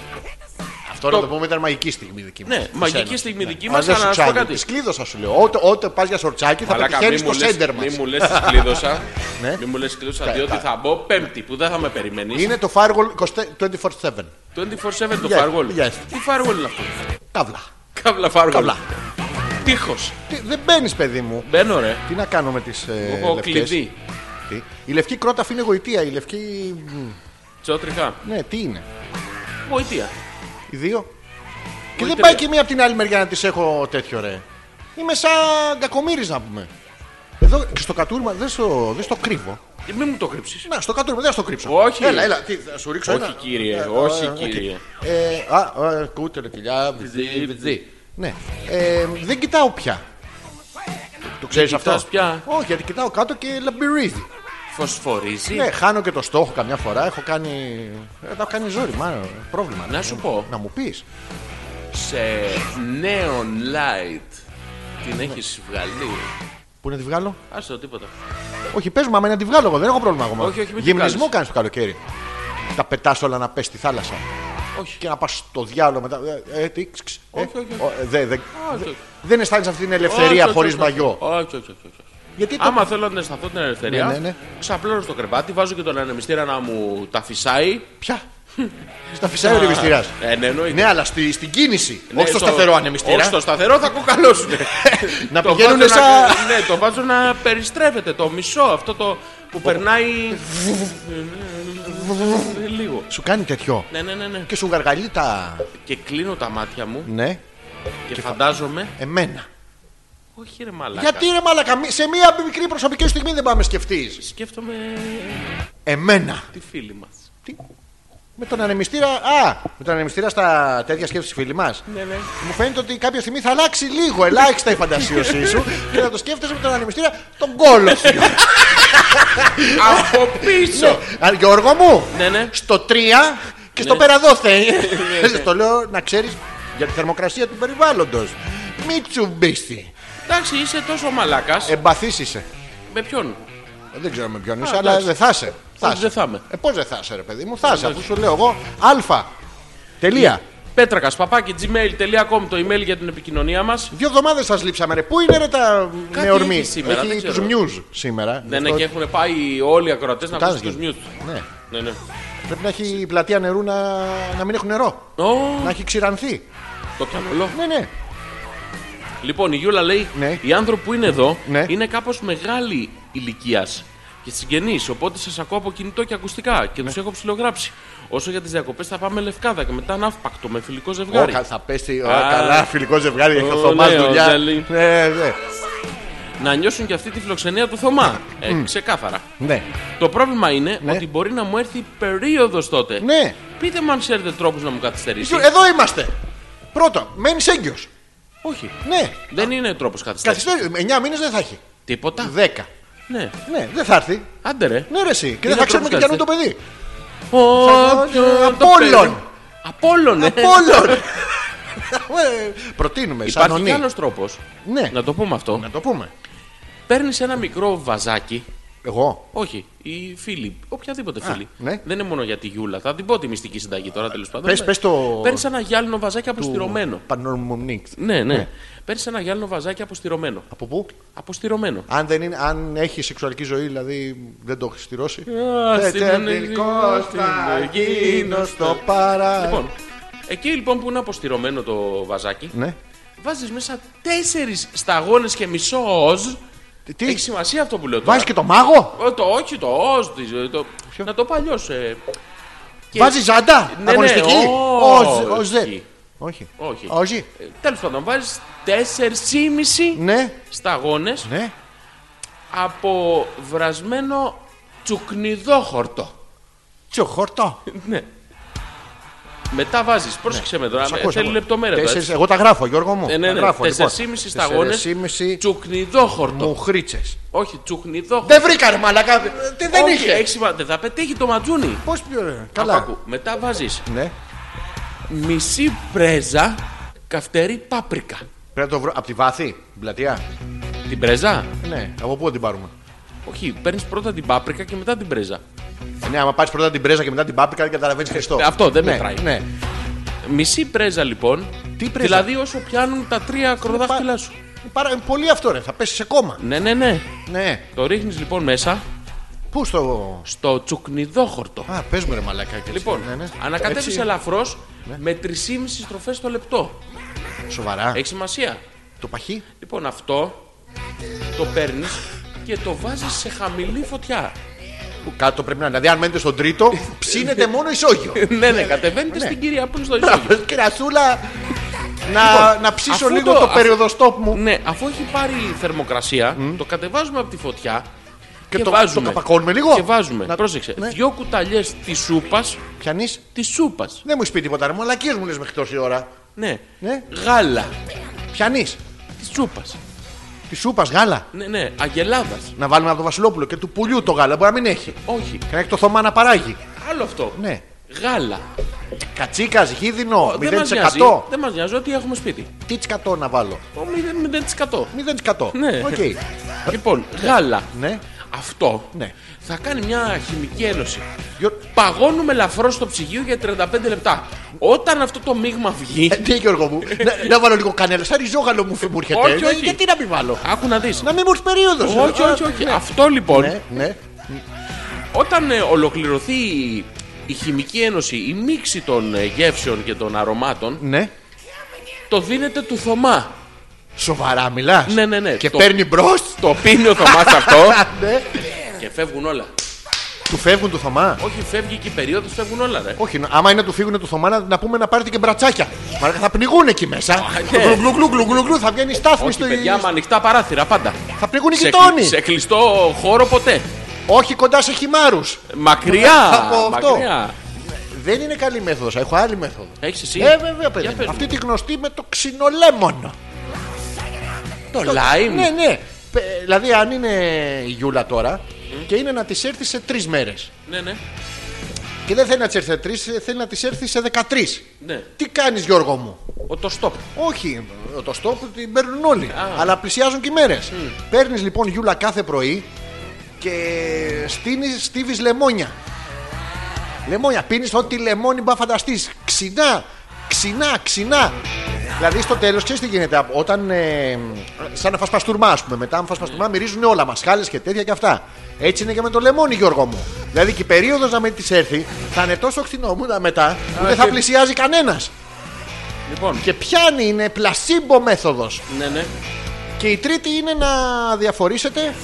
Speaker 1: Αυτό να το πούμε ήταν μαγική στιγμή δική μα.
Speaker 2: Ναι, μαγική στιγμή δική μας, αλλά να σου πω κάτι.
Speaker 1: Σκλήδωσα σου λέω. Ό,τι- Ό,τι πας για σορτσάκι θα
Speaker 2: Μαλάκα,
Speaker 1: πετυχαίνει
Speaker 2: μη μου
Speaker 1: το
Speaker 2: λες-
Speaker 1: σέντερ μας.
Speaker 2: Μη μου λες κλείδωσα.
Speaker 1: Ναι.
Speaker 2: Μη μου λες κλείδωσα,
Speaker 1: Κα-
Speaker 2: διότι
Speaker 1: κα-
Speaker 2: θα μπω Πέμπτη που δεν θα με περιμένεις.
Speaker 1: Είναι το Firewall 24-7.
Speaker 2: 24-7 το
Speaker 1: Yes,
Speaker 2: firewall.
Speaker 1: yes.
Speaker 2: Τι firewall είναι αυτό.
Speaker 1: Καύλα.
Speaker 2: Καύλα firewall.
Speaker 1: Καύλα.
Speaker 2: Τείχος.
Speaker 1: Τι- Δεν μπαίνεις, παιδί μου.
Speaker 2: Μπαίνω ρε.
Speaker 1: Τι να κάνω με τις, ε,
Speaker 2: Έχω
Speaker 1: λευκές.
Speaker 2: κλειδί.
Speaker 1: Τι. Η λευκή κρόταφη είναι γοητεία. Η λευκή. μ,
Speaker 2: Τσότριχα.
Speaker 1: Ναι, τι είναι.
Speaker 2: Γοητεία.
Speaker 1: Οι δύο. Και δεν
Speaker 2: Γοητεία.
Speaker 1: πάει και μία από την άλλη μεριά να τη έχω τέτοιο ρε. Είμαι σαν κακομύρης να πούμε. Εδώ και στο κατούρμα δεν στο, δεν στο κρύβω.
Speaker 2: Ε, Μην μου το κρύψεις.
Speaker 1: Να, στο κατούρμα δεν θα στο κρύψω.
Speaker 2: Όχι.
Speaker 1: Έλα, έλα, τι, θα σου ρίξω
Speaker 2: Όχι
Speaker 1: ένα.
Speaker 2: κύριε,
Speaker 1: Ε,
Speaker 2: όχι
Speaker 1: ε, οκ.
Speaker 2: κύριε.
Speaker 1: Ε, α, α, κούτελε κοιλιά, βυζί, βυζί. Ναι. Ε, δεν κοιτάω πια. Το ξέρεις αυτό.
Speaker 2: κοιτάς πια.
Speaker 1: Όχι, γιατί κοιτάω κάτω και λαμπυρίζει.
Speaker 2: Φωσφορίζει.
Speaker 1: Ναι, χάνω και το στόχο καμιά φορά. Έχω κάνει. Ε, τα έχω κάνει ζόρι, μάλλον. Πρόβλημα.
Speaker 2: Να σου πω.
Speaker 1: Να μου πεις.
Speaker 2: σε neon light. Την
Speaker 1: Ναι.
Speaker 2: έχεις βγάλει.
Speaker 1: Πού να τη βγάλω.
Speaker 2: Άστο τίποτα.
Speaker 1: Όχι, πες μου, άμα είναι να τη βγάλω εγώ. Δεν έχω πρόβλημα ακόμα.
Speaker 2: Όχι, όχι, μην τη
Speaker 1: Γυμνισμό
Speaker 2: βγάλεις.
Speaker 1: κάνεις το καλοκαίρι. Τα πετάς όλα να πες στη θάλασσα.
Speaker 2: Όχι.
Speaker 1: Και να πας στο διάλογο μετά. Ε, ε, τι, ξ, ξ, ε,
Speaker 2: Όχι, όχι, όχι.
Speaker 1: ο, ε, δε- δε-
Speaker 2: όχι,
Speaker 1: δε-
Speaker 2: όχι.
Speaker 1: Δεν αισθάνεσαι αυτή την
Speaker 2: Όχι,
Speaker 1: ελευθερία
Speaker 2: όχι,
Speaker 1: χωρίς
Speaker 2: όχι,
Speaker 1: μαγιό.
Speaker 2: Όχι, όχι, όχι. όχι, όχι.
Speaker 1: Γιατί το-
Speaker 2: Άμα θέλω να αισθανθώ την ελευθερία,
Speaker 1: Ναι, ναι, ναι.
Speaker 2: ξαπλώνω στο κρεβάτι, βάζω και τον ανεμιστήρα να μου τα φυσάει.
Speaker 1: Ποια. Στα φυσάει ο ανεμιστήρας.
Speaker 2: Ε, ναι, εννοείται.
Speaker 1: Ναι, αλλά στη- στην κίνηση.
Speaker 2: Ναι,
Speaker 1: όχι στο σταθερό ανεμιστήρα.
Speaker 2: Όχι στο σταθερό θα κοκαλώσουν.
Speaker 1: Να
Speaker 2: Το
Speaker 1: πηγαίνουνε
Speaker 2: βάζω να-
Speaker 1: σαν-
Speaker 2: Ναι, το βάζω να περιστρέφεται το μισό αυτό το που περνάει. Ε, Λίγο.
Speaker 1: Σου κάνει τέτοιο.
Speaker 2: Ναι, ναι, ναι, ναι.
Speaker 1: Και σου γαργαλεί τα.
Speaker 2: Και κλείνω τα μάτια μου
Speaker 1: Ναι,
Speaker 2: και φαντάζομαι.
Speaker 1: εμένα.
Speaker 2: Όχι, ρε μαλάκα.
Speaker 1: Γιατί ρε μαλακα, μη- σε μία μικρή προσωπική στιγμή δεν πάμε σκεφτείς.
Speaker 2: Σκέφτομαι
Speaker 1: Εμένα.
Speaker 2: τη φίλη μας.
Speaker 1: Τι? Με τον ανεμιστήρα. Α, με τον ανεμιστήρα στα τέτοια σκέψη φίλοι μας.
Speaker 2: Ναι, ναι.
Speaker 1: Μου φαίνεται ότι κάποια στιγμή θα αλλάξει λίγο, ελάχιστα η φαντασίωσή σου και θα το σκέφτεσαι με τον ανεμιστήρα τον κόλο σου.
Speaker 2: Από πίσω!
Speaker 1: Α, Γιώργο μου,
Speaker 2: Ναι, ναι.
Speaker 1: στο 3 και στο περαδόθε. Στο λέω να ξέρεις για τη θερμοκρασία του περιβάλλοντος. Μη τσουμπίσει.
Speaker 2: Εντάξει, είσαι τόσο μαλάκας.
Speaker 1: Εμπαθής είσαι.
Speaker 2: Με ποιον.
Speaker 1: Δεν ξέρω με ποιον είσαι,
Speaker 2: Α,
Speaker 1: αλλά
Speaker 2: εντάξει.
Speaker 1: δεν θα είσαι.
Speaker 2: Όχι, δεν θα είμαι.
Speaker 1: Ε, Πώς δεν θα είσαι, ρε παιδί μου, θα είσαι. Αφού σου λέω εγώ Α. Τελεία.
Speaker 2: Πέτρακας, παπάκι, gmail.com το email για την επικοινωνία μας.
Speaker 1: Δύο εβδομάδες σας λείψαμε, ρε. Πού είναι, ρε, τα
Speaker 2: Κάτι
Speaker 1: με ορμή.
Speaker 2: έχει σήμερα, δεν
Speaker 1: έχει
Speaker 2: ξέρω.
Speaker 1: του news σήμερα.
Speaker 2: Ναι, ναι,
Speaker 1: Αυτό-
Speaker 2: και έχουν πάει όλοι οι ακροατές να
Speaker 1: Κοιτάζει.
Speaker 2: ακούσουν του μιου του.
Speaker 1: Ναι.
Speaker 2: Ναι, ναι.
Speaker 1: Πρέπει να έχει η πλατεία νερού να, να μην έχουν νερό.
Speaker 2: Ω,
Speaker 1: Να έχει ξηρανθεί.
Speaker 2: το κανολό.
Speaker 1: Ναι, ναι.
Speaker 2: Λοιπόν, η Γιούλα λέει:
Speaker 1: Ναι.
Speaker 2: Οι άνθρωποι που είναι εδώ
Speaker 1: Ναι.
Speaker 2: είναι κάπως μεγάλη ηλικίας και συγγενείς. Οπότε σας ακούω από κινητό και ακουστικά και
Speaker 1: Ναι.
Speaker 2: του έχω ψηλογράψει. Όσο για τις διακοπές θα πάμε λευκάδα και μετά ναύπακτο με φιλικό
Speaker 1: Ω,
Speaker 2: ζευγάρι.
Speaker 1: κα- θα πέσει. Ω,
Speaker 2: Α.
Speaker 1: καλά, φιλικό ζευγάρι. Έχει ο
Speaker 2: Ω,
Speaker 1: Θωμάς
Speaker 2: ναι, ο
Speaker 1: δουλειά.
Speaker 2: Ζαλή.
Speaker 1: Ναι, ναι.
Speaker 2: Να νιώσουν και αυτή τη φιλοξενία του Θωμά. Ε, ξεκάθαρα.
Speaker 1: ναι.
Speaker 2: Το πρόβλημα είναι
Speaker 1: Ναι.
Speaker 2: ότι μπορεί να μου έρθει περίοδος τότε.
Speaker 1: Ναι. Ε,
Speaker 2: Πείτε μου αν ξέρετε τρόπους να μου καθυστερήσει.
Speaker 1: Εδώ είμαστε. Πρώτα, μένεις έγκυος.
Speaker 2: Όχι.
Speaker 1: Ναι.
Speaker 2: Δεν είναι τρόπος καθυστέρησης.
Speaker 1: Καθυστέρησης. 9 μήνες δεν θα έχει.
Speaker 2: Τίποτα.
Speaker 1: 10.
Speaker 2: Ναι.
Speaker 1: Ναι, δεν θα έρθει.
Speaker 2: Άντε ρε.
Speaker 1: Ναι, ρε, εσύ. Και
Speaker 2: είναι
Speaker 1: δεν θα ξέρουμε και πιανού
Speaker 2: τρόπος
Speaker 1: το παιδί.
Speaker 2: Όποιον
Speaker 1: Απόλλων.
Speaker 2: το παιδί. Απόλλων. ε.
Speaker 1: Πόλων. Ε, Προτείνουμε. Σαν
Speaker 2: Υπάρχει κι
Speaker 1: ονεί.
Speaker 2: άλλος τρόπος.
Speaker 1: Ναι.
Speaker 2: Να το πούμε αυτό.
Speaker 1: Να το πούμε.
Speaker 2: Παίρνεις ένα μικρό βαζάκι
Speaker 1: Εγώ.
Speaker 2: Όχι, οι φίλοι. Οποιαδήποτε
Speaker 1: Α,
Speaker 2: φίλη.
Speaker 1: ναι.
Speaker 2: Δεν είναι μόνο για τη Γιούλα. Θα την πω τη μυστική συνταγή τώρα τέλος πάντων.
Speaker 1: πες- πες το-
Speaker 2: Παίρνεις ένα γυάλινο βαζάκι αποστηρωμένο.
Speaker 1: Πανορμονίκ.
Speaker 2: Ναι, ναι. Παίρνεις ένα γυάλινο βαζάκι αποστηρωμένο.
Speaker 1: Από πού?
Speaker 2: Αποστηρωμένο.
Speaker 1: Αν, δεν είναι, αν έχει σεξουαλική ζωή, δηλαδή δεν το έχεις στηρώσει.
Speaker 2: Α, στην
Speaker 1: Τετερνικός
Speaker 2: στην
Speaker 1: θα γίνω στο παρά.
Speaker 2: Λοιπόν, εκεί λοιπόν που είναι αποστηρωμένο το βαζάκι,
Speaker 1: Ναι.
Speaker 2: βάζεις μέσα τέσσερις σταγόνες και μισό οζ.
Speaker 1: Τι- Τι,
Speaker 2: Έχει σημασία αυτό που λέω τώρα.
Speaker 1: βάζεις και το μάγο,
Speaker 2: Ε, Το, όχι, το οζ. της, το-
Speaker 1: Ποιο?
Speaker 2: Να το πω αλλιώς. Ε, και-
Speaker 1: βάζεις ζάντα,
Speaker 2: Ναι, ναι,
Speaker 1: αγωνιστική.
Speaker 2: όχι.
Speaker 1: Ως- ως δε. Όχι.
Speaker 2: Όχι.
Speaker 1: Όχι.
Speaker 2: Τέλο Ε, πάντων, βάζεις 4,5
Speaker 1: Ναι,
Speaker 2: σταγόνες
Speaker 1: ναι.
Speaker 2: από βρασμένο τσουκνιδόχορτο.
Speaker 1: Τσοχόρτο.
Speaker 2: Ναι. Μετά βάζεις, πρόσεξε με τώρα,
Speaker 1: Ναι. Σ' ακούω, σ'
Speaker 2: θέλει
Speaker 1: ακούω.
Speaker 2: λεπτομέρεια τώρα.
Speaker 1: Τέσσερις-
Speaker 2: έτσι.
Speaker 1: Εγώ τα γράφω, Γιώργο μου.
Speaker 2: Ε, ναι,
Speaker 1: Τα
Speaker 2: ναι,
Speaker 1: γράφω, λοιπόν.
Speaker 2: 4,5 σταγόνες.
Speaker 1: 4,5
Speaker 2: Τσουκνιδόχορτο.
Speaker 1: μου χρήτσες.
Speaker 2: Όχι, τσουκνιδόχορτο.
Speaker 1: Δεν βρήκα ρε μαλακά. Τι δεν
Speaker 2: Όχι,
Speaker 1: είχε.
Speaker 2: έχει σημα- Δεν θα πετύχει το ματζούνι.
Speaker 1: Πώς πιο ρε.
Speaker 2: Απ'
Speaker 1: Καλά.
Speaker 2: άκου. Μετά βάζεις
Speaker 1: Ναι.
Speaker 2: μισή πρέζα καυτερή πάπρικα.
Speaker 1: Πρέπει να το βρω. Από τη βάθη, την πλατεία.
Speaker 2: Την πρέζα.
Speaker 1: Ναι. Από πού την πάρουμε.
Speaker 2: Όχι, παίρνεις πρώτα την πάπρικα και μετά την πρέζα.
Speaker 1: Ναι, άμα πάρεις πρώτα την πρέζα και μετά την πάπρικα, δεν καταλαβαίνεις Χριστό.
Speaker 2: Ε, Αυτό δεν
Speaker 1: ναι,
Speaker 2: μετράει.
Speaker 1: Ναι.
Speaker 2: Μισή πρέζα λοιπόν.
Speaker 1: Τι πρέζα?
Speaker 2: Δηλαδή όσο πιάνουν τα τρία ακροδάχτυλά
Speaker 1: Πα-
Speaker 2: σου.
Speaker 1: Πάρα, πολύ αυτό ρε, θα πέσει σε κόμμα.
Speaker 2: Ναι, ναι, ναι.
Speaker 1: Ναι.
Speaker 2: Το ρίχνεις λοιπόν μέσα
Speaker 1: Πού στο.
Speaker 2: στο τσουκνιδόχορτο.
Speaker 1: Α, πες μου ρε μαλακά. και έτσι.
Speaker 2: Λοιπόν,
Speaker 1: Ναι, ναι.
Speaker 2: ανακατεύεις
Speaker 1: Έτσι, Ναι.
Speaker 2: ελαφρώ με 3,5 στροφές το λεπτό.
Speaker 1: Σοβαρά.
Speaker 2: Έχει σημασία.
Speaker 1: Το παχύ.
Speaker 2: Λοιπόν, αυτό το παίρνεις και το βάζεις σε χαμηλή φωτιά.
Speaker 1: Που κάτω πρέπει να είναι. Δηλαδή, αν μένετε στον τρίτο, ψήνεται μόνο ισόγειο.
Speaker 2: ναι, ναι, κατεβαίνετε
Speaker 1: Ναι.
Speaker 2: στην κυρία που είναι στο ισόγειο. Λοιπόν,
Speaker 1: Κυρασούλα, να, να ψήσω
Speaker 2: αφού
Speaker 1: λίγο
Speaker 2: το-
Speaker 1: το,
Speaker 2: αφού-
Speaker 1: περιοδοστόπ μου
Speaker 2: ναι, αφού έχει πάρει θερμοκρασία, το κατεβάζουμε από τη φωτιά και,
Speaker 1: το, το
Speaker 2: βάζουμε.
Speaker 1: καπακώνουμε λίγο.
Speaker 2: και βάζουμε,
Speaker 1: Να-
Speaker 2: πρόσεξε,
Speaker 1: Ναι.
Speaker 2: δύο κουταλιές της σούπας.
Speaker 1: Πιανείς.
Speaker 2: Της σούπας.
Speaker 1: Δεν μου έχει πει τίποτα. Ρε, μαλακίες μου λες μέχρι τόση ώρα.
Speaker 2: Ναι.
Speaker 1: Ναι.
Speaker 2: Γάλα.
Speaker 1: Πιανείς.
Speaker 2: Της σούπας.
Speaker 1: Τη σούπας γάλα.
Speaker 2: Ναι, ναι. Αγελάδας.
Speaker 1: Να βάλουμε από το Βασιλόπουλο και του πουλιού το γάλα. Μπορεί να μην έχει.
Speaker 2: Όχι.
Speaker 1: Και να έχει το θωμά να παράγει.
Speaker 2: Άλλο αυτό.
Speaker 1: Ναι.
Speaker 2: Γάλα.
Speaker 1: Κατσίκα, γίδινο,
Speaker 2: Δεν μας νοιάζει.
Speaker 1: 0%.
Speaker 2: Δεν μας νοιάζει ότι έχουμε σπίτι.
Speaker 1: Τι 100 να βάλω.
Speaker 2: Ο 0%.
Speaker 1: 0%.
Speaker 2: Ναι.
Speaker 1: Οκ.
Speaker 2: Λοιπόν, γάλα.
Speaker 1: Ναι.
Speaker 2: Αυτό
Speaker 1: Ναι.
Speaker 2: θα κάνει μια χημική ένωση.
Speaker 1: Γιω-
Speaker 2: Παγώνουμε ελαφρώς στο ψυγείο για 35 λεπτά. Όταν αυτό το μείγμα βγει.
Speaker 1: Ε, Τι Γιώργο μου, να, να βάλω λίγο κανέλα. Σαν ριζόγαλο μου φε- μου έρχεται.
Speaker 2: Όχι,
Speaker 1: Ε,
Speaker 2: όχι.
Speaker 1: Γιατί να μην βάλω.
Speaker 2: Άκου να δεις.
Speaker 1: Να μην μου έρθει περίοδος.
Speaker 2: Όχι, όχι, όχι. Αυτό λοιπόν,
Speaker 1: Ναι, ναι.
Speaker 2: όταν ε, ολοκληρωθεί η- η χημική ένωση, η μίξη των ε, γεύσεων και των αρωμάτων,
Speaker 1: ναι.
Speaker 2: το δίνεται του Θωμά.
Speaker 1: Σοβαρά μιλάς.
Speaker 2: Ναι, ναι, ναι.
Speaker 1: Και
Speaker 2: Το-
Speaker 1: παίρνει μπρος.
Speaker 2: Το πίνει ο Θωμάς αυτό
Speaker 1: Ναι.
Speaker 2: και φεύγουν όλα.
Speaker 1: Του φεύγουν του Θωμά.
Speaker 2: Όχι, φεύγει και η περίοδος, φεύγουν όλα, ρε.
Speaker 1: Όχι, άμα είναι να του φύγουν του Θωμά, να, να πούμε να πάρετε και μπρατσάκια. Μα θα πνιγούν εκεί μέσα.
Speaker 2: ναι.
Speaker 1: Γλου, γλου, γλου, γλου, γλου, γλου, θα βγαίνει η στάθμη
Speaker 2: Όχι,
Speaker 1: στο
Speaker 2: παιδιά, με ανοιχτά παράθυρα πάντα.
Speaker 1: Θα πνιγούν οι
Speaker 2: Σε,
Speaker 1: γειτόνι.
Speaker 2: κλει- σε κλειστό χώρο ποτέ.
Speaker 1: Όχι κοντά σε χυμάρους.
Speaker 2: Μακριά.
Speaker 1: Από αυτό.
Speaker 2: μακριά.
Speaker 1: Δεν είναι καλή μέθοδος. Έχω άλλη μέθοδο.
Speaker 2: Έχεις εσύ.
Speaker 1: Ε, βέβαια,
Speaker 2: Για
Speaker 1: παιδί. μου.
Speaker 2: πες
Speaker 1: Αυτή
Speaker 2: μου. Mm.
Speaker 1: τη γνωστή με το ξινολέμονο.
Speaker 2: Το lime.
Speaker 1: Ναι, ναι. Πε- Δηλαδή, αν είναι η Γιούλα τώρα
Speaker 2: Mm.
Speaker 1: και είναι να της έρθει σε τρεις μέρες.
Speaker 2: ναι, ναι.
Speaker 1: Και δεν θέλει να της έρθει σε τρεις, θέλει να της έρθει σε δεκατρεις.
Speaker 2: ναι.
Speaker 1: Τι κάνεις, Γιώργο μου.
Speaker 2: Ο το stop.
Speaker 1: Όχι, το στόπ την παίρνουν όλοι. Αλλά πλησιάζουν και οι μέρες. Παίρνεις λοιπόν Γιούλα κάθε πρωί και στείνεις, στίβεις λεμόνια. Λεμόνια. Πίνεις ό,τι λεμόνι μπα φανταστείς. Ξινά, ξινά, ξινά. Δηλαδή στο τέλος, ξέρεις τι γίνεται. Όταν. ε, σαν να φας παστούρμα, ας πούμε. Μετά, αν φας παστούρμα, μυρίζουν όλα. Μασχάλε και τέτοια και αυτά. Έτσι είναι και με το λεμόνι, Γιώργο μου. Δηλαδή και η περίοδος να με της έρθει θα είναι τόσο χτινόμουνα μετά που δεν θα
Speaker 2: και-
Speaker 1: πλησιάζει κανένας.
Speaker 2: Λοιπόν,
Speaker 1: Και πιάνει, είναι πλασίμπο μέθοδος.
Speaker 2: ναι, ναι.
Speaker 1: Και η τρίτη είναι να διαφορήσετε.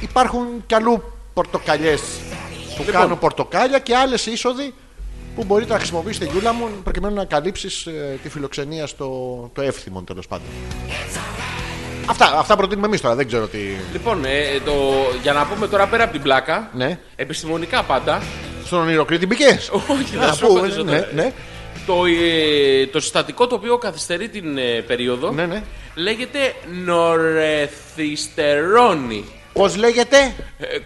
Speaker 1: Υπάρχουν κι αλλού πορτοκαλιές που
Speaker 2: Λοιπόν.
Speaker 1: κάνουν πορτοκάλια και άλλες είσοδοι που μπορείτε να χρησιμοποιήσετε, Γιούλα μου, προκειμένου να καλύψεις τη φιλοξενία στο το εύθυμο τέλος πάντων. Αυτά, αυτά προτείνουμε εμείς τώρα, δεν ξέρω τι.
Speaker 2: Λοιπόν, ε, ε, το, για να πούμε τώρα πέρα από την πλάκα.
Speaker 1: Ναι.
Speaker 2: Επιστημονικά πάντα.
Speaker 1: Στον ονειροκρίτη μπήκες.
Speaker 2: Όχι,
Speaker 1: Να
Speaker 2: δεν σου
Speaker 1: πούμε,
Speaker 2: απαντήσω
Speaker 1: ναι,
Speaker 2: τώρα.
Speaker 1: ναι.
Speaker 2: Το, ε, το συστατικό το οποίο καθυστερεί την ε, περίοδο
Speaker 1: Ναι, ναι.
Speaker 2: λέγεται νορεθιστερόνι. Ε,
Speaker 1: Πώ λέγεται.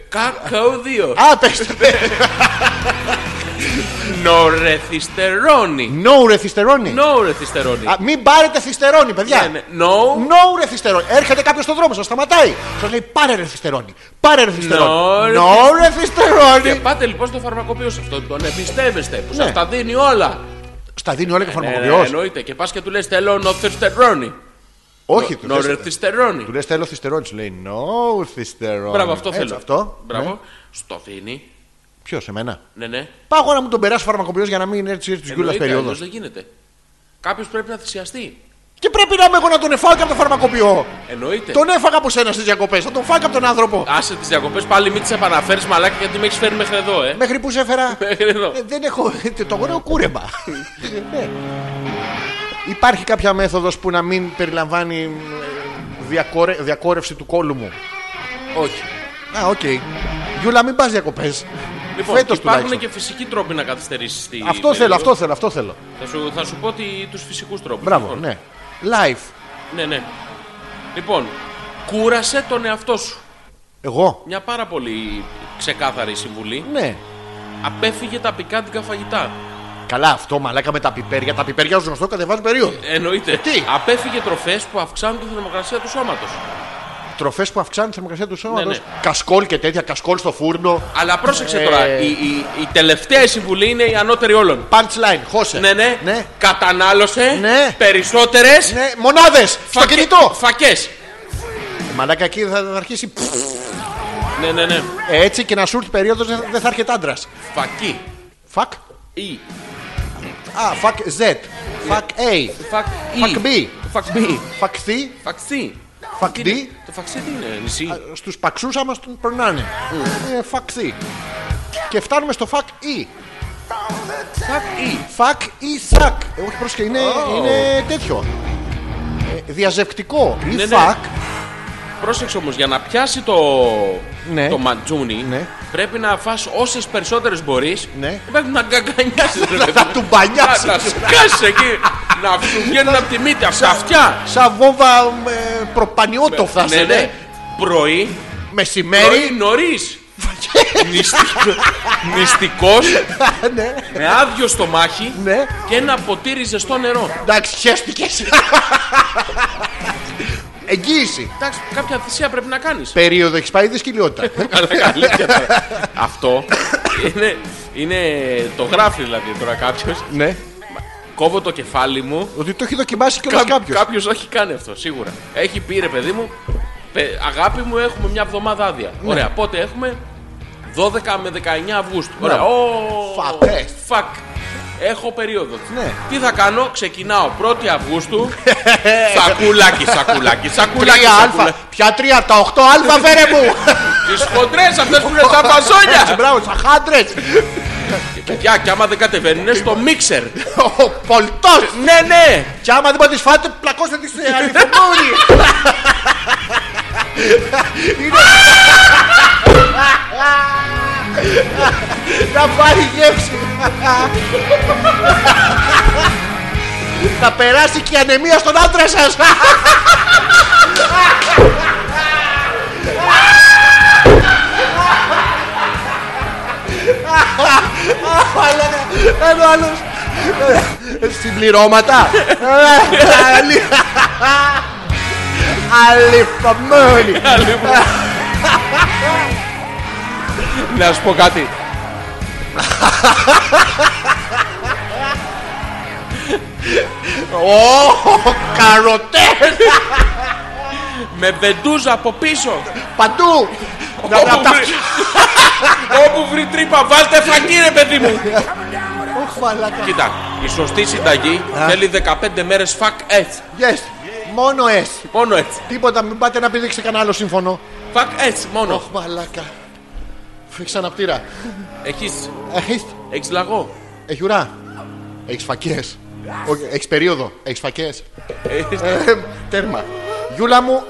Speaker 2: Κακό 2.
Speaker 1: Α, πες το.
Speaker 2: Νορεθιστερώνει.
Speaker 1: No ρε θυστερώνει.
Speaker 2: Νορεθιστερώνει.
Speaker 1: Α, Ναι. Μην πάρετε θυστερώνει,
Speaker 2: Ναι,
Speaker 1: παιδιά.
Speaker 2: No.
Speaker 1: No ρε θυστερώνει. Έρχεται κάποιος στον δρόμο, σας σταματάει. Σας λέει πάρε ρε θυστερώνει. Πάρε ρε
Speaker 2: No,
Speaker 1: θυστερώνει.
Speaker 2: ρε,
Speaker 1: No ρε
Speaker 2: Και
Speaker 1: θυστερώνει.
Speaker 2: πάτε λοιπόν στο φαρμακοποιός σε αυτόν. Τον εμπιστεύεστε που
Speaker 1: Ναι.
Speaker 2: σας τα δίνει όλα.
Speaker 1: Στα δίνει όλα και ο
Speaker 2: Ε,
Speaker 1: φαρμακοποιός.
Speaker 2: εννοείται. Και πας και του λες: Θέλω νοθιστερώνει.
Speaker 1: Όχι, του λες-
Speaker 2: Νορεθιστερώνει.
Speaker 1: του λες θέλω θυστερώνει. Σου λέει No θυστερώνει.
Speaker 2: Μπράβο, αυτό
Speaker 1: Ε, Έτσι,
Speaker 2: θέλω.
Speaker 1: Αυτό. ναι.
Speaker 2: Μπράβο. Στο δίνει.
Speaker 1: Ποιος, εμένα.
Speaker 2: Ναι, ναι.
Speaker 1: Πάω εγώ να μου τον περάσει ο φαρμακοποιός για να μην είναι έτσι της γιούλας
Speaker 2: Ε, Εννοείται,
Speaker 1: περίοδος.
Speaker 2: αλλιώς δεν γίνεται. Κάποιος πρέπει να θυσιαστεί.
Speaker 1: Και πρέπει να είμαι εγώ να τον εφάω και από τον φαρμακοποιό.
Speaker 2: Εννοείται.
Speaker 1: Τον έφαγα από σένα στις διακοπές. Θα τον φάω και από τον άνθρωπο.
Speaker 2: Άσε τις διακοπές πάλι μην τις επαναφέρεις μαλάκα γιατί με έχεις φέρει μέχρι εδώ, ε.
Speaker 1: Μέχρι που σε έφερα.
Speaker 2: Μέχρι εδώ.
Speaker 1: Ε, Δεν έχω. Το γονέο κούρεμα. Ναι. Υπάρχει κάποια μέθοδος που να μην περιλαμβάνει ε, διακόρε- διακόρευση του κόλου μου.
Speaker 2: Όχι.
Speaker 1: Α, οκ. Γιούλα, μην πας διακοπές.
Speaker 2: Λοιπόν,
Speaker 1: Φέτος
Speaker 2: υπάρχουν
Speaker 1: τουλάχιστον.
Speaker 2: και φυσικοί τρόποι να καθυστερήσεις τη.
Speaker 1: Αυτό θέλω, αυτό θέλω, αυτό θέλω.
Speaker 2: Θα σου, θα σου πω τι, τους φυσικούς τρόπους.
Speaker 1: Μπράβο,
Speaker 2: Λοιπόν,
Speaker 1: ναι. Life.
Speaker 2: ναι, ναι. Λοιπόν, κούρασε τον εαυτό σου.
Speaker 1: Εγώ.
Speaker 2: Μια πάρα πολύ ξεκάθαρη συμβουλή.
Speaker 1: Ναι.
Speaker 2: Απέφυγε τα πικάντικα φαγητά.
Speaker 1: Καλά, αυτό μαλάκα με τα πιπέρια. Τα πιπέρια ως γνωστό κατεβάζουν περίοδο.
Speaker 2: Ε, Εννοείται.
Speaker 1: Ε, Τι?
Speaker 2: Απέφυγε τροφές που αυξάνουν τη θερμοκρασία του σώματος.
Speaker 1: Τροφές που αυξάνουν τη θερμοκρασία του σώματος.
Speaker 2: ε. ναι.
Speaker 1: Κασκόλ και τέτοια, κασκόλ στο φούρνο.
Speaker 2: Αλλά πρόσεξε
Speaker 1: Ε.
Speaker 2: τώρα, η, η, η τελευταία συμβουλή είναι η ανώτερη όλων.
Speaker 1: Punchline, χώσε.
Speaker 2: Ναι, ναι.
Speaker 1: ναι.
Speaker 2: Κατανάλωσε
Speaker 1: Ναι.
Speaker 2: περισσότερες
Speaker 1: Ναι, μονάδες! Στο κινητό!
Speaker 2: φακές.
Speaker 1: Μαλάκα εκεί θα θα αρχίσει.
Speaker 2: Ναι, ναι, ναι.
Speaker 1: Έτσι και να σου έρθει περίοδος δεν θα έρχεται άντρας.
Speaker 2: Φακί.
Speaker 1: Fuck.
Speaker 2: Ή.
Speaker 1: Α, fuck Z. Fuck A.
Speaker 2: Φακ. E.
Speaker 1: Fuck B.
Speaker 2: Φακ B.
Speaker 1: Fuck C.
Speaker 2: Φαξί.
Speaker 1: Fuck
Speaker 2: Τι
Speaker 1: D.
Speaker 2: είναι? Το φαξί τι είναι, νησί.
Speaker 1: Στους παξούς άμα τον περνάνε. Ε, Fuck C. Και φτάνουμε στο fuck E.
Speaker 2: Φακ Ή.
Speaker 1: Fuck E suck. Ε, Όχι πρόσεχε, είναι,
Speaker 2: Oh.
Speaker 1: είναι τέτοιο. Ε, διαζευκτικό. Ή
Speaker 2: Ναι, ναι.
Speaker 1: fuck.
Speaker 2: Πρόσεξε όμως, για να πιάσει το,
Speaker 1: Ναι.
Speaker 2: το ματζούνι,
Speaker 1: Ναι.
Speaker 2: πρέπει να φας όσες περισσότερες μπορείς.
Speaker 1: Ναι.
Speaker 2: Πρέπει να γκαγκανιάσει.
Speaker 1: Θα του μπανιάσει.
Speaker 2: Να σκάσεις εκεί. Να σου βγαίνουν από τη μύτη, από τα αυτιά.
Speaker 1: Σαν βόμβα ε, προπανιότο
Speaker 2: Ναι,
Speaker 1: φτάσε.
Speaker 2: ναι.
Speaker 1: ναι.
Speaker 2: Πρωί, πρωί
Speaker 1: Μεσημέρι.
Speaker 2: νωρί. Μυστικό,
Speaker 1: Ναι.
Speaker 2: με άδειο στομάχι
Speaker 1: Ναι.
Speaker 2: και ένα ποτήρι ζεστό νερό.
Speaker 1: Εντάξει, χέστηκε. Εγγύηση.
Speaker 2: Εντάξει, κάποια θυσία πρέπει να κάνεις.
Speaker 1: Περίοδο έχεις πάει δυσκολιότητα.
Speaker 2: Αυτό είναι, είναι. Το γράφει δηλαδή τώρα κάποιος.
Speaker 1: ναι.
Speaker 2: Κόβω το κεφάλι μου.
Speaker 1: Ότι το έχει δοκιμάσει κιόλα κάποιος.
Speaker 2: Κάποιος το έχει κάνει αυτό, σίγουρα. Έχει πει ρε παιδί μου, «Παι- αγάπη μου, έχουμε μια εβδομάδα άδεια.
Speaker 1: Ναι.
Speaker 2: Ωραία, πότε έχουμε 12 με 19 Αυγούστου. Ωραία.
Speaker 1: Μπράβο.
Speaker 2: Ω,
Speaker 1: Fuck, Ναι. ε.
Speaker 2: Fuck. Έχω περίοδο.
Speaker 1: Ναι.
Speaker 2: Τι θα κάνω, ξεκινάω 1η Αυγούστου. σακουλάκι, σακουλάκι, σακουλάκι.
Speaker 1: Τρία
Speaker 2: σακουλάκι.
Speaker 1: αλφα. Ποια τρία, τα οχτώ αλφα φέρε μου.
Speaker 2: Τις χοντρές αυτές που είναι στα
Speaker 1: Έτσι,
Speaker 2: παζόλια.
Speaker 1: Μπράβο, σαν χάντρες.
Speaker 2: Παιδιά, και άμα δεν κατεβαίνει, είναι στο μίξερ.
Speaker 1: Ο πολτό.
Speaker 2: ναι, ναι.
Speaker 1: Και άμα δεν πάτε φάτε, πλακώστε ε, τη σε αληθιμόρη. Είναι... Να πάρει γεύση. Θα περάσει και η ανεμία στον άντρα σας. Ένα άλλος. Συμπληρώματα. Αληθαμόνη.
Speaker 2: Να σου πω κάτι.
Speaker 1: Ω, καροτέ.
Speaker 2: Με βεντούζα από πίσω.
Speaker 1: Παντού. Να- να
Speaker 2: Όπου
Speaker 1: τα-
Speaker 2: βρει- Όπου βρει τρύπα, βάζτε φακί ρε παιδί μου.
Speaker 1: Ωχ, μαλάκα.
Speaker 2: Κοίτα, η σωστή συνταγή θέλει 15 μέρες fuck έτσι.
Speaker 1: Yes. Μόνο S.
Speaker 2: Μόνο έτσι.
Speaker 1: Τίποτα, μην πάτε να πηδήξετε κανένα άλλο σύμφωνο.
Speaker 2: Fuck έτσι μόνο.
Speaker 1: Ωχ, μαλάκα. Φύξα να πτήρα.
Speaker 2: Έχεις,
Speaker 1: Έχεις,
Speaker 2: έχεις λαγό.
Speaker 1: έχει ουρά. Έχεις φακές. Όχι, έχεις περίοδο. Έχεις φακές.
Speaker 2: Έχεις-
Speaker 1: Ε, Τέρμα. Γιούλα μου,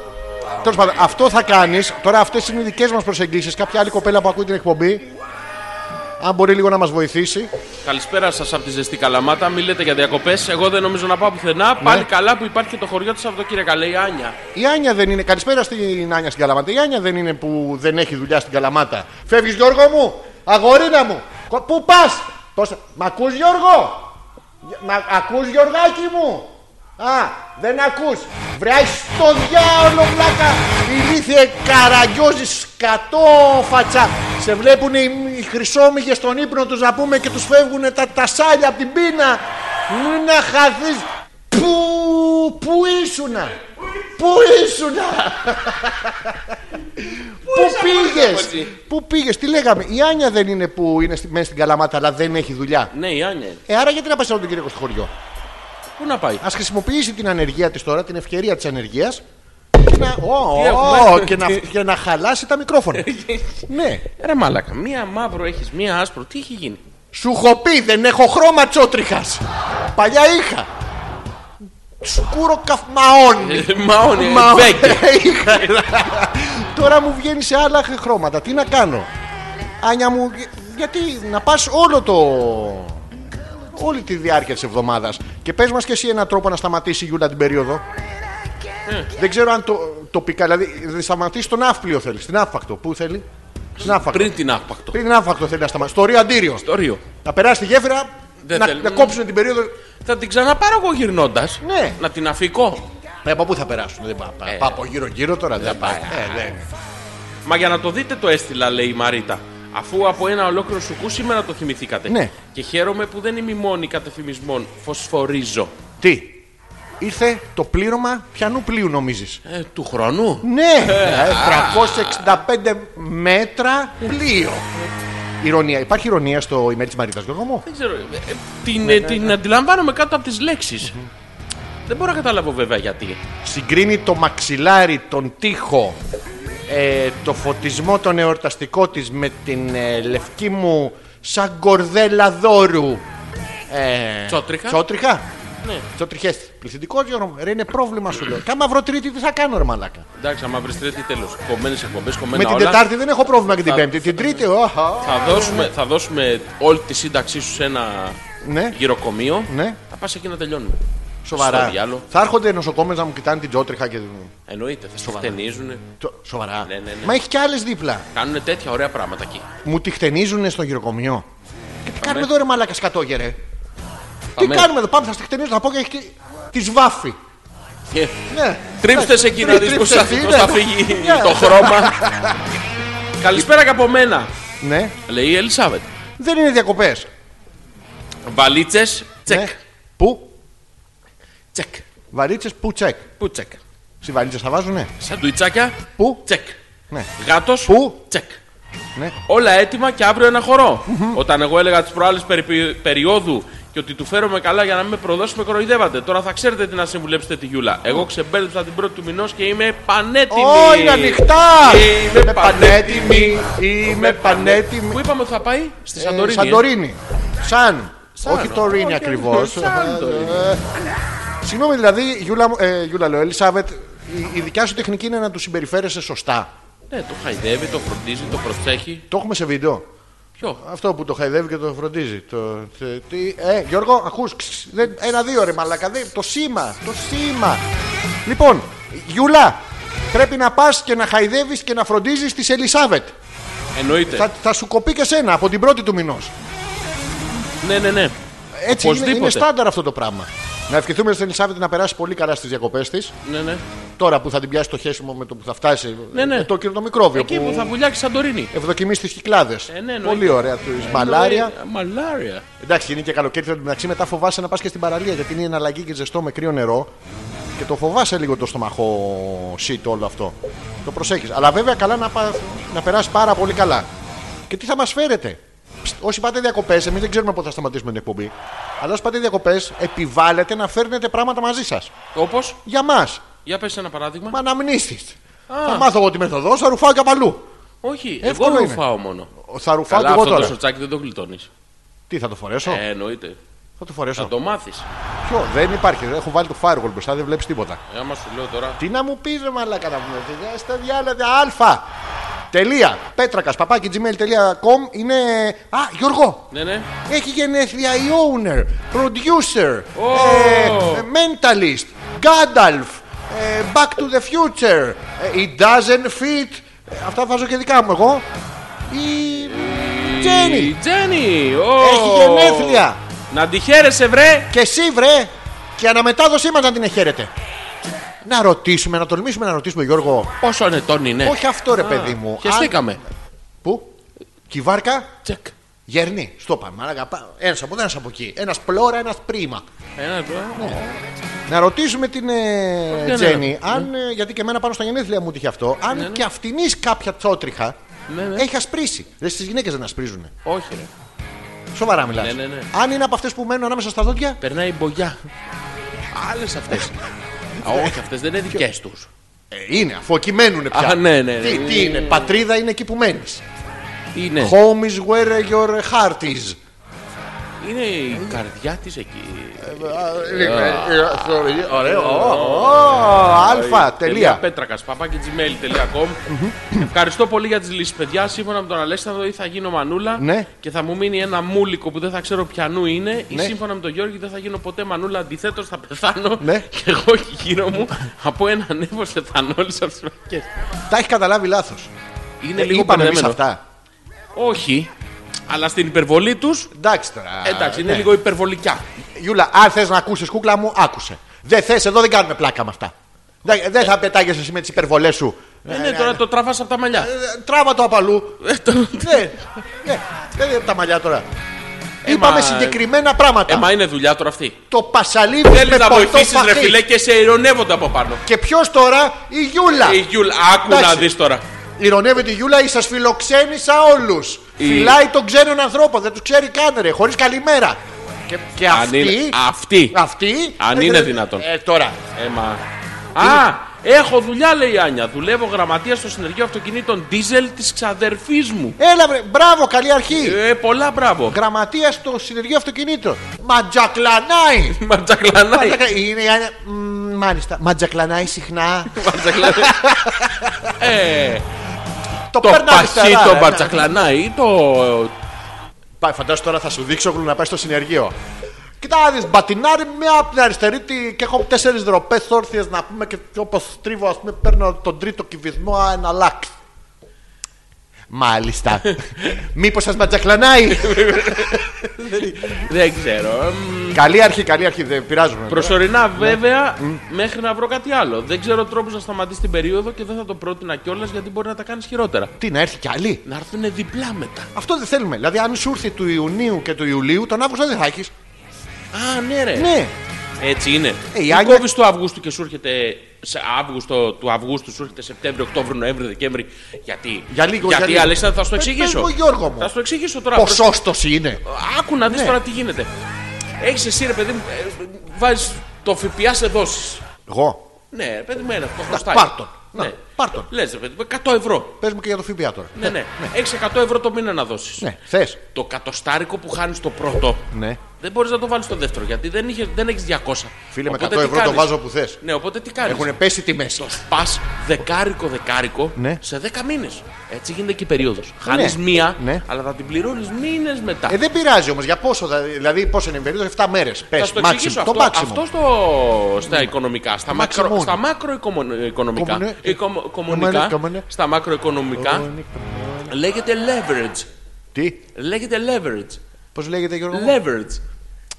Speaker 1: τέλος πάντων, αυτό θα κάνεις. Τώρα αυτές είναι οι δικές μας προσεγγίσεις. Κάποια άλλη κοπέλα που ακούει την εκπομπή. Αν μπορεί λίγο να μας βοηθήσει.
Speaker 2: Καλησπέρα σας από τη ζεστή Καλαμάτα. Μην λέτε για διακοπές. Εγώ δεν νομίζω να πάω πουθενά. Πάλι καλά που υπάρχει και το χωριό της Σαββατοκύριακα, λέει η Άνια.
Speaker 1: Η Άνια δεν είναι. Καλησπέρα στην Άνια στην Καλαμάτα. Η Άνια δεν είναι που δεν έχει δουλειά στην Καλαμάτα. Φεύγεις, Γιώργο μου, αγορίνα μου. Κο- Πού πας, Τόσα... Μ' ακούς Γιώργο! Μ' α- ακούς Γιωργάκη μου! Α, δεν ακούς! Βράει στο διάολο βλάκα! Ηλίθιε καραγκιόζης σκατό φατσα! Σε βλέπουν οι, οι χρυσόμυγες στον ύπνο τους να πούμε και τους φεύγουν τα, τα σάλια από την πείνα! Μην να χαθείς! Πού, πού ήσουνα! Πού ήσουνα! Πού πήγες!
Speaker 2: μαζί?
Speaker 1: Πού πήγες, τι λέγαμε. Η Άνια δεν είναι που είναι στη- μέσα στην Καλαμάτα, αλλά δεν έχει δουλειά.
Speaker 2: Ναι, η Άνια. είναι.
Speaker 1: Ε, άρα γιατί να πας όλο τον κύριο στο χωριό.
Speaker 2: Πού να πάει.
Speaker 1: Ας χρησιμοποιήσει την ανεργία της τώρα, την ευκαιρία της ανεργίας. Να... Ω, ω,
Speaker 2: Τι έχουμε.
Speaker 1: και, να, και να χαλάσει τα μικρόφωνα. ναι.
Speaker 2: Ρε μαλάκα, μία μαύρο έχεις, μία άσπρο, τι έχει γίνει.
Speaker 1: Σου έχω πει, δεν έχω χρώμα τσότριχας. Παλιά είχα. Σκούρο καυμαόνι.
Speaker 2: Ε, Μαόνι,
Speaker 1: Μα-
Speaker 2: μπέκε.
Speaker 1: Είχα. Τώρα μου βγαίνει σε άλλα χρώματα. Τι να κάνω. Άνια μου, γε- γιατί να πας όλο το. όλη τη διάρκεια της εβδομάδας Και πες μας και εσύ έναν τρόπο να σταματήσει η Γιούλα την περίοδο. Δεν ξέρω αν το, τοπικά, δηλαδή να σταματήσει τον αύπλιο θέλεις. Στην άφακτο. Πού θέλει. Στην άφακτο. Πριν,
Speaker 2: Πριν την άπακτο.
Speaker 1: την άφακτο θέλει να σταματήσει. Στο Ρίο Αντίριο.
Speaker 2: Το ρίο.
Speaker 1: Να περάσει τη γέφυρα.
Speaker 2: Δεν
Speaker 1: να,
Speaker 2: θέλει.
Speaker 1: να κόψουν την περίοδο.
Speaker 2: Θα την ξαναπάρω εγώ γυρνώντας.
Speaker 1: Ναι.
Speaker 2: Να την αφήκω.
Speaker 1: Ε, από πού θα περάσουν. Δεν πά- πά-
Speaker 2: Ε. ναι.
Speaker 1: πάω από γύρω-γύρω τώρα. Δεν πάει. Ε, δεν.
Speaker 2: Μα για να το δείτε το έστειλα, λέει η Μαρίτα. Αφού από ένα ολόκληρο σουκού σήμερα το θυμηθήκατε.
Speaker 1: Ναι.
Speaker 2: Και χαίρομαι που δεν είμαι η μόνη κατεφημισμών. Φωσφορίζω.
Speaker 1: Τι. Ήρθε το πλήρωμα πιανού πλοίου νομίζεις.
Speaker 2: Ε, του χρόνου.
Speaker 1: Ναι. 365 μέτρα πλοίο. Ηρωνία. Υπάρχει ηρωνία στο email της Μαρίτας Γιώργο μου.
Speaker 2: Δεν ξέρω. ε, ε,
Speaker 1: Ναι,
Speaker 2: την, ε, την αντιλαμβάνομαι κάτω από τις λέξεις. Δεν μπορώ να καταλάβω βέβαια γιατί.
Speaker 1: Συγκρίνει το μαξιλάρι, τον τοίχο, ε, το φωτισμό τον εορταστικό της με την ε, λευκή μου σαν κορδέλα δώρου. Ε,
Speaker 2: Τσότριχα.
Speaker 1: Τσότριχα.
Speaker 2: Ναι.
Speaker 1: Τσότριχες. Πληθυντικό Γιώργο μου. Ρε είναι πρόβλημα σου λέω. Κάμα βρω τρίτη τι θα κάνω ρε μαλάκα.
Speaker 2: Εντάξει, άμα βρεις τρίτη τέλος. Κομμένες εκπομπές, κομμένα
Speaker 1: Με την
Speaker 2: όλα.
Speaker 1: Τετάρτη δεν έχω πρόβλημα και την
Speaker 2: Θα-
Speaker 1: Πέμπτη. Την Τρίτη, οχα.
Speaker 2: Θα δώσουμε, θα δώσουμε όλη τη σύνταξή σου σε ένα
Speaker 1: Ναι,
Speaker 2: γυροκομείο.
Speaker 1: ναι,
Speaker 2: Θα πας εκεί να τελειώνουμε.
Speaker 1: σοβαρά.
Speaker 2: Στο διάλο.
Speaker 1: Θα έρχονται νοσοκόμες να μου κοιτάνε την τζότριχα και.
Speaker 2: Εννοείται, θα σου χτενίζουν.
Speaker 1: Το- Σοβαρά.
Speaker 2: Ναι, ναι, ναι.
Speaker 1: Μα έχει κι άλλες δίπλα.
Speaker 2: Κάνουν τέτοια ωραία πράγματα εκεί.
Speaker 1: Μου τη χτενίζουν στο γυροκομείο. Και τι κάνουμε εδώ, ρε μαλάκα σκατόγερε. Τι
Speaker 2: Αμέ.
Speaker 1: κάνουμε εδώ, πάμε, θα στη χτενίζω, θα πω και έχει τη σβάφη.
Speaker 2: Ε,
Speaker 1: Ναι.
Speaker 2: Τρίψτε σε εκεί να δεις πώς θα
Speaker 1: Τρίψτε εκεί,
Speaker 2: πώς θα
Speaker 1: ναι.
Speaker 2: φύγει
Speaker 1: Ναι.
Speaker 2: το χρώμα. Καλησπέρα και από μένα,
Speaker 1: Ναι.
Speaker 2: λέει η Ελισάβετ.
Speaker 1: Δεν είναι διακοπές.
Speaker 2: Βαλίτσες, τσεκ.
Speaker 1: Ναι. Πού,
Speaker 2: Τσεκ.
Speaker 1: βαρίτσες, πού τσεκ.
Speaker 2: Πού τσεκ.
Speaker 1: Στι βαρίτσες θα βάζουνε.
Speaker 2: Σαντουιτσάκια,
Speaker 1: Πού,
Speaker 2: τσεκ.
Speaker 1: ναι.
Speaker 2: Γάτος,
Speaker 1: Πού?
Speaker 2: τσεκ.
Speaker 1: Ναι.
Speaker 2: Όλα έτοιμα και αύριο ένα χορό. Όταν εγώ έλεγα τις προάλλες περίοδου και ότι του φέρομαι καλά για να μην με προδώσει, με κοροϊδεύατε. Τώρα θα ξέρετε τι να συμβουλέψετε τη Γιούλα. Εγώ ξεμπέρδεψα την πρώτη του μηνός και είμαι πανέτοιμη.
Speaker 1: Ω, είναι ανοιχτά!
Speaker 2: Είμαι πανέτοιμη.
Speaker 1: Είμαι πανέτοιμη.
Speaker 2: Πού είπαμε ότι θα πάει, στη Σαντορίνη.
Speaker 1: Ε, Σαντορίνη. Σαν.
Speaker 2: Σαν.
Speaker 1: Όχι το Ρήνι
Speaker 2: Όχι,
Speaker 1: ακριβώς.
Speaker 2: σαν το Ρήνι.
Speaker 1: Συγγνώμη, δηλαδή, Γιούλα, μου- ε, Γιούλα λέω, Ελισάβετ, η, η δικιά σου τεχνική είναι να του συμπεριφέρεσαι σωστά.
Speaker 2: ε. Ναι, το χαϊδεύει, το φροντίζει, το προσέχει.
Speaker 1: Το έχουμε σε βίντεο.
Speaker 2: Ποιο.
Speaker 1: Αυτό που το χαϊδεύει και το φροντίζει. Το, τε- τι, ε, Γιώργο, ακούς. ξ, δεν- Ένα-δύο ρε μαλακά. δεν- το σήμα. Το σήμα. Λοιπόν, Γιούλα, πρέπει να πας και να χαϊδεύεις και να φροντίζεις τη Ελισάβετ.
Speaker 2: Εννοείται.
Speaker 1: Θα, θα σου κοπεί και σένα από την πρώτη του μηνός.
Speaker 2: Ναι, ναι, ναι.
Speaker 1: Έτσι είναι,
Speaker 2: Οπωσδήποτε.
Speaker 1: είναι στάνταρ αυτό το πράγμα. Να ευχηθούμε στην Ελισάβετ να περάσει πολύ καλά στις διακοπές της.
Speaker 2: ναι, ναι.
Speaker 1: Τώρα που θα την πιάσει το χέσιμο με το που θα φτάσει.
Speaker 2: Ναι, ναι.
Speaker 1: με Το, και το μικρόβιο.
Speaker 2: Εκεί που θα βουλιάξει Σαντορίνη.
Speaker 1: Ευδοκιμεί στις κυκλάδε.
Speaker 2: Ε, ναι, εννοείται.
Speaker 1: πολύ ωραία. Του μαλάρια.
Speaker 2: Ε, Μαλάρια.
Speaker 1: Εντάξει, είναι και καλοκαίρι. Εν τω μεταξύ μετά φοβάσαι να πας και στην παραλία γιατί είναι η εναλλαγή και ζεστό με κρύο νερό. Και το φοβάσαι λίγο το στομαχό shit όλο αυτό. Το προσέχεις. Αλλά βέβαια καλά να, πα- να περάσεις πάρα πολύ καλά. Και τι θα μας φέρετε. Πστ, όσοι πάτε διακοπές, εμείς δεν ξέρουμε πότε θα σταματήσουμε την εκπομπή. Αλλά όσοι πάτε διακοπέ, επιβάλλεται να φέρνετε πράγματα μαζί σας.
Speaker 2: Όπως,
Speaker 1: Για μας.
Speaker 2: για πες ένα παράδειγμα.
Speaker 1: Μα αναμνήσει. Θα μάθω εγώ τη μεθοδό, θα ρουφάω και απ' αλλού.
Speaker 2: Όχι,
Speaker 1: Εύκολο
Speaker 2: εγώ
Speaker 1: είναι.
Speaker 2: ρουφάω μόνο.
Speaker 1: Θα ρουφάω και
Speaker 2: Καλά,
Speaker 1: εγώ
Speaker 2: αυτό το
Speaker 1: τώρα.
Speaker 2: σορτσάκι δεν το γλιτώνεις.
Speaker 1: Τι θα το φορέσω.
Speaker 2: Ε, εννοείται.
Speaker 1: θα το φορέσω.
Speaker 2: Θα το μάθεις.
Speaker 1: Ποιο, δεν υπάρχει. Έχω βάλει το firewall μπροστά, δεν βλέπεις τίποτα.
Speaker 2: Ε, άμα σου λέω τώρα.
Speaker 1: Τι να μου πεις, ρε μαλάκα να πούμε. ε, Στα διάλογα. Αλφα. Τελεία. Πέτρακας. Παπάκι gmail.com είναι. Α, Γιώργο.
Speaker 2: Ναι, ναι.
Speaker 1: Έχει γενέθλια η owner, producer,
Speaker 2: Ω.
Speaker 1: ε, mentalist, Gandalf, ε, Back to the Future, ε, It Doesn't Fit. Ε, αυτά βάζω και δικά μου εγώ. Η Τζένι.
Speaker 2: Τζένι. Ω.
Speaker 1: Έχει γενέθλια.
Speaker 2: Να τη χαίρεσαι, βρε.
Speaker 1: Και εσύ βρε. Και αναμετάδοσή μας να την εχαίρετε. Να ρωτήσουμε, να τολμήσουμε να ρωτήσουμε, Γιώργο.
Speaker 2: Πόσο ετών είναι.
Speaker 1: Όχι αυτό ρε παιδί μου.
Speaker 2: Ε. Και στήκαμε.
Speaker 1: Πού? Τη βάρκα
Speaker 2: Τσεκ.
Speaker 1: γερνή. Στο πάμε. Ένας από εδώ, ένας από εκεί. Ένας πλώρα, ένας πρίμα.
Speaker 2: Ένα,
Speaker 1: Ναι.
Speaker 2: δύο.
Speaker 1: Να ρωτήσουμε την ε,
Speaker 2: Ναι, ναι,
Speaker 1: Τζένι,
Speaker 2: ναι.
Speaker 1: αν, ε, γιατί και εμένα πάνω στα γενέθλια μου τύχε αυτό, αν και αυτήν κάποια τσότριχα
Speaker 2: Ναι, ναι.
Speaker 1: έχει ασπρίσει. Ρε στις γυναίκες δεν ασπρίζουν.
Speaker 2: Όχι, ρε.
Speaker 1: Σοβαρά μιλάς.
Speaker 2: Ναι, ναι, ναι.
Speaker 1: Αν είναι από αυτές που μένουν ανάμεσα στα δόντια,
Speaker 2: Περνάει η μπογιά. Άλλες αυτές. Όχι, αυτές δεν είναι δικές τους.
Speaker 1: ε, είναι, αφού εκεί μένουν πια.
Speaker 2: Α, ναι, ναι, Ε. ναι.
Speaker 1: Τι, τι είναι, πατρίδα είναι εκεί που μένεις.
Speaker 2: Είναι.
Speaker 1: Home is where your heart is.
Speaker 2: Είναι η καρδιά της εκεί.
Speaker 1: Ε, Ωραίο. Αλφα. Τελεία.
Speaker 2: Πέτρακα, gmail.com. Ευχαριστώ πολύ για τι λύσει, παιδιά. Σύμφωνα με τον Αλέξανδρο, ή θα γίνω μανούλα
Speaker 1: Ναι.
Speaker 2: και θα μου μείνει ένα μούλικο που δεν θα ξέρω πιανού είναι, ή
Speaker 1: Ναι.
Speaker 2: σύμφωνα με τον Γιώργη δεν θα γίνω ποτέ μανούλα. Αντιθέτω, θα πεθάνω
Speaker 1: Ναι.
Speaker 2: και εγώ και γύρω μου από έναν νεύο εθανόλη από τι φρακέ.
Speaker 1: Τα έχει καταλάβει λάθο.
Speaker 2: Είναι
Speaker 1: Ε,
Speaker 2: λίγο
Speaker 1: είπαμε εμεί
Speaker 2: μπερδεμένο.
Speaker 1: αυτά.
Speaker 2: Όχι, αλλά στην υπερβολή τους.
Speaker 1: Εντάξει τώρα.
Speaker 2: Εντάξει, είναι
Speaker 1: ναι.
Speaker 2: λίγο υπερβολικά.
Speaker 1: Γιούλα, αν θες να ακούσεις κούκλα μου, άκουσε. Δεν θες, εδώ δεν κάνουμε πλάκα με αυτά. Δεν δεν θα πετάγεσαι εσύ με τις υπερβολές σου.
Speaker 2: Ναι, ναι, τώρα το τραβάς από τα μαλλιά.
Speaker 1: Ε, Τράβα το απ' αλλού.
Speaker 2: Ε,
Speaker 1: Ναι, ναι, δεν είναι τα μαλλιά τώρα. Είπαμε
Speaker 2: μα-
Speaker 1: συγκεκριμένα
Speaker 2: Ε,
Speaker 1: πράγματα.
Speaker 2: μα είναι δουλειά τώρα αυτή.
Speaker 1: Το πασαλίδι Ε, με
Speaker 2: Θέλει να
Speaker 1: πολτό
Speaker 2: βοηθήσει, ρε
Speaker 1: φαχί.
Speaker 2: φιλέ, και σε ειρωνεύονται από πάνω.
Speaker 1: Και ποιος τώρα, η Γιούλα.
Speaker 2: Η Γιούλ, άκου
Speaker 1: Εντάξει.
Speaker 2: να δεις τώρα.
Speaker 1: Ηρωνεύεται η Γιούλα ή σας φιλοξένησα όλους.
Speaker 2: Η-
Speaker 1: Φυλάει τον ξένον ανθρώπο, δεν του ξέρει καν ρε, χωρίς καλημέρα. Και, και
Speaker 2: Αν
Speaker 1: αυτή.
Speaker 2: είναι- αυτή.
Speaker 1: αυτή-
Speaker 2: Αν είναι δυνατόν.
Speaker 1: Ε, τώρα.
Speaker 2: Ε, μα. Α, έχω δουλειά, λέει η Άνια. Δουλεύω γραμματεία στο συνεργείο αυτοκινήτων Diesel της ξαδερφής μου.
Speaker 1: Έλα, βρε, μπράβο, καλή αρχή.
Speaker 2: Ε, πολλά μπράβο.
Speaker 1: Γραμματεία στο συνεργείο αυτοκινήτων. Ματζακλανάει.
Speaker 2: Ματζακλανάει.
Speaker 1: Ματζακλα- Είναι η Άννα. Μμ, Μάλιστα. Ματζακλανάει συχνά.
Speaker 2: Ματζακλανάει. Ε,
Speaker 1: Το
Speaker 2: το
Speaker 1: παίρνω
Speaker 2: παχύ
Speaker 1: αριστερά,
Speaker 2: το
Speaker 1: ρε. ναι.
Speaker 2: ματζακλανάει ή το.
Speaker 1: Πάει, φαντάζομαι τώρα θα σου δείξω γλου να πάει στο συνεργείο. Κοιτά, να δεις, μπατινάρι μία από την αριστερή τη- και έχω τέσσερις δροπέ όρθιες να πούμε και όπως τρίβω, ας πούμε, παίρνω τον τρίτο κυβισμό, α, ένα λάξ. Μάλιστα. Μήπως σας ματζακλανάει.
Speaker 2: Δεν ξέρω. Μ,
Speaker 1: καλή αρχή, καλή αρχή, δεν πειράζουμε.
Speaker 2: Προσωρινά
Speaker 1: Ναι.
Speaker 2: βέβαια μέχρι να βρω κάτι άλλο. Δεν ξέρω τρόπο να σταματήσει την περίοδο και δεν θα το πρότεινα κιόλας γιατί μπορεί να τα κάνεις χειρότερα.
Speaker 1: Τι να έρθει κι άλλη.
Speaker 2: Να έρθουν διπλά μετά.
Speaker 1: Αυτό δεν θέλουμε. Δηλαδή, αν σου έρθει του Ιουνίου και του Ιουλίου, τον Αύγουστο δεν θα έχεις.
Speaker 2: Α, ναι, ρε.
Speaker 1: Ναι.
Speaker 2: Έτσι είναι.
Speaker 1: Ε, η
Speaker 2: Μην
Speaker 1: Άνια-
Speaker 2: κόβεις του Αυγούστου και σου έρχεται. Σε Αύγουστο του Αυγούστου σου έρχεται Σεπτέμβριο, Οκτώβριο, Νοέμβριο, Δεκέμβρη. Γιατί.
Speaker 1: Για λίγο,
Speaker 2: γιατί
Speaker 1: για λίγο.
Speaker 2: Αλέξανδρε, θα σου το
Speaker 1: Ε, πες
Speaker 2: εξηγήσω.
Speaker 1: μου, Γιώργο μου.
Speaker 2: Θα σου το εξηγήσω τώρα.
Speaker 1: Ποσόστος είναι.
Speaker 2: Άκου να δεις
Speaker 1: Ναι.
Speaker 2: τώρα τι γίνεται. Έχεις εσύ, ρε παιδί μου, βάζεις το ΦΠΑ σε δόσεις.
Speaker 1: Εγώ.
Speaker 2: Ναι, ρε παιδί μου, ένα αυτό χρωστάει.
Speaker 1: πάρ' τον. Να,
Speaker 2: Ναι.
Speaker 1: πάρ' τον.
Speaker 2: Λες, ρε παιδί μου, 100 ευρώ.
Speaker 1: Πες μου και για το ΦΠΑ τώρα.
Speaker 2: Ναι, ναι. Έχει 100 ευρώ το μήνα να δώσεις.
Speaker 1: Ναι, θες.
Speaker 2: Το κατοστάρικο που χάνεις το πρώτο.
Speaker 1: Ναι.
Speaker 2: Δεν μπορείς να το βάλεις στο δεύτερο γιατί δεν, είχες- δεν έχεις 200.
Speaker 1: Φίλε, με 100
Speaker 2: Οπότε τι
Speaker 1: ευρώ το
Speaker 2: κάνεις?
Speaker 1: βάζω που θες.
Speaker 2: Ναι, οπότε τι κάνεις.
Speaker 1: Έχουν πέσει τιμέ.
Speaker 2: Πας δεκάρικο δεκάρικο
Speaker 1: Ναι.
Speaker 2: σε 10 μήνες. Έτσι γίνεται και η περίοδος. Χάνεις μία,
Speaker 1: Ναι.
Speaker 2: αλλά θα την πληρώνεις μήνες μετά.
Speaker 1: Ε, δεν πειράζει όμως. Για πόσο, θα- δηλαδή, πόσο είναι η περίοδος, 7 μέρε. Πε,
Speaker 2: θα σου το εξηγήσω αυτό,
Speaker 1: το μάξιμο. Ναι.
Speaker 2: αυτό στο, στα οικονομικά, στα,
Speaker 1: Maximum.
Speaker 2: μακρο, στα μακροοικονομικά,
Speaker 1: Κομμουνε-
Speaker 2: οικο-
Speaker 1: κομμουνε-
Speaker 2: κομμουνικά,
Speaker 1: κομμουνε.
Speaker 2: στα μακροοικονομικά, λέγεται leverage.
Speaker 1: Τι,
Speaker 2: Λέγεται leverage.
Speaker 1: πώς λέγεται Γιώργο. μου?
Speaker 2: Leverage.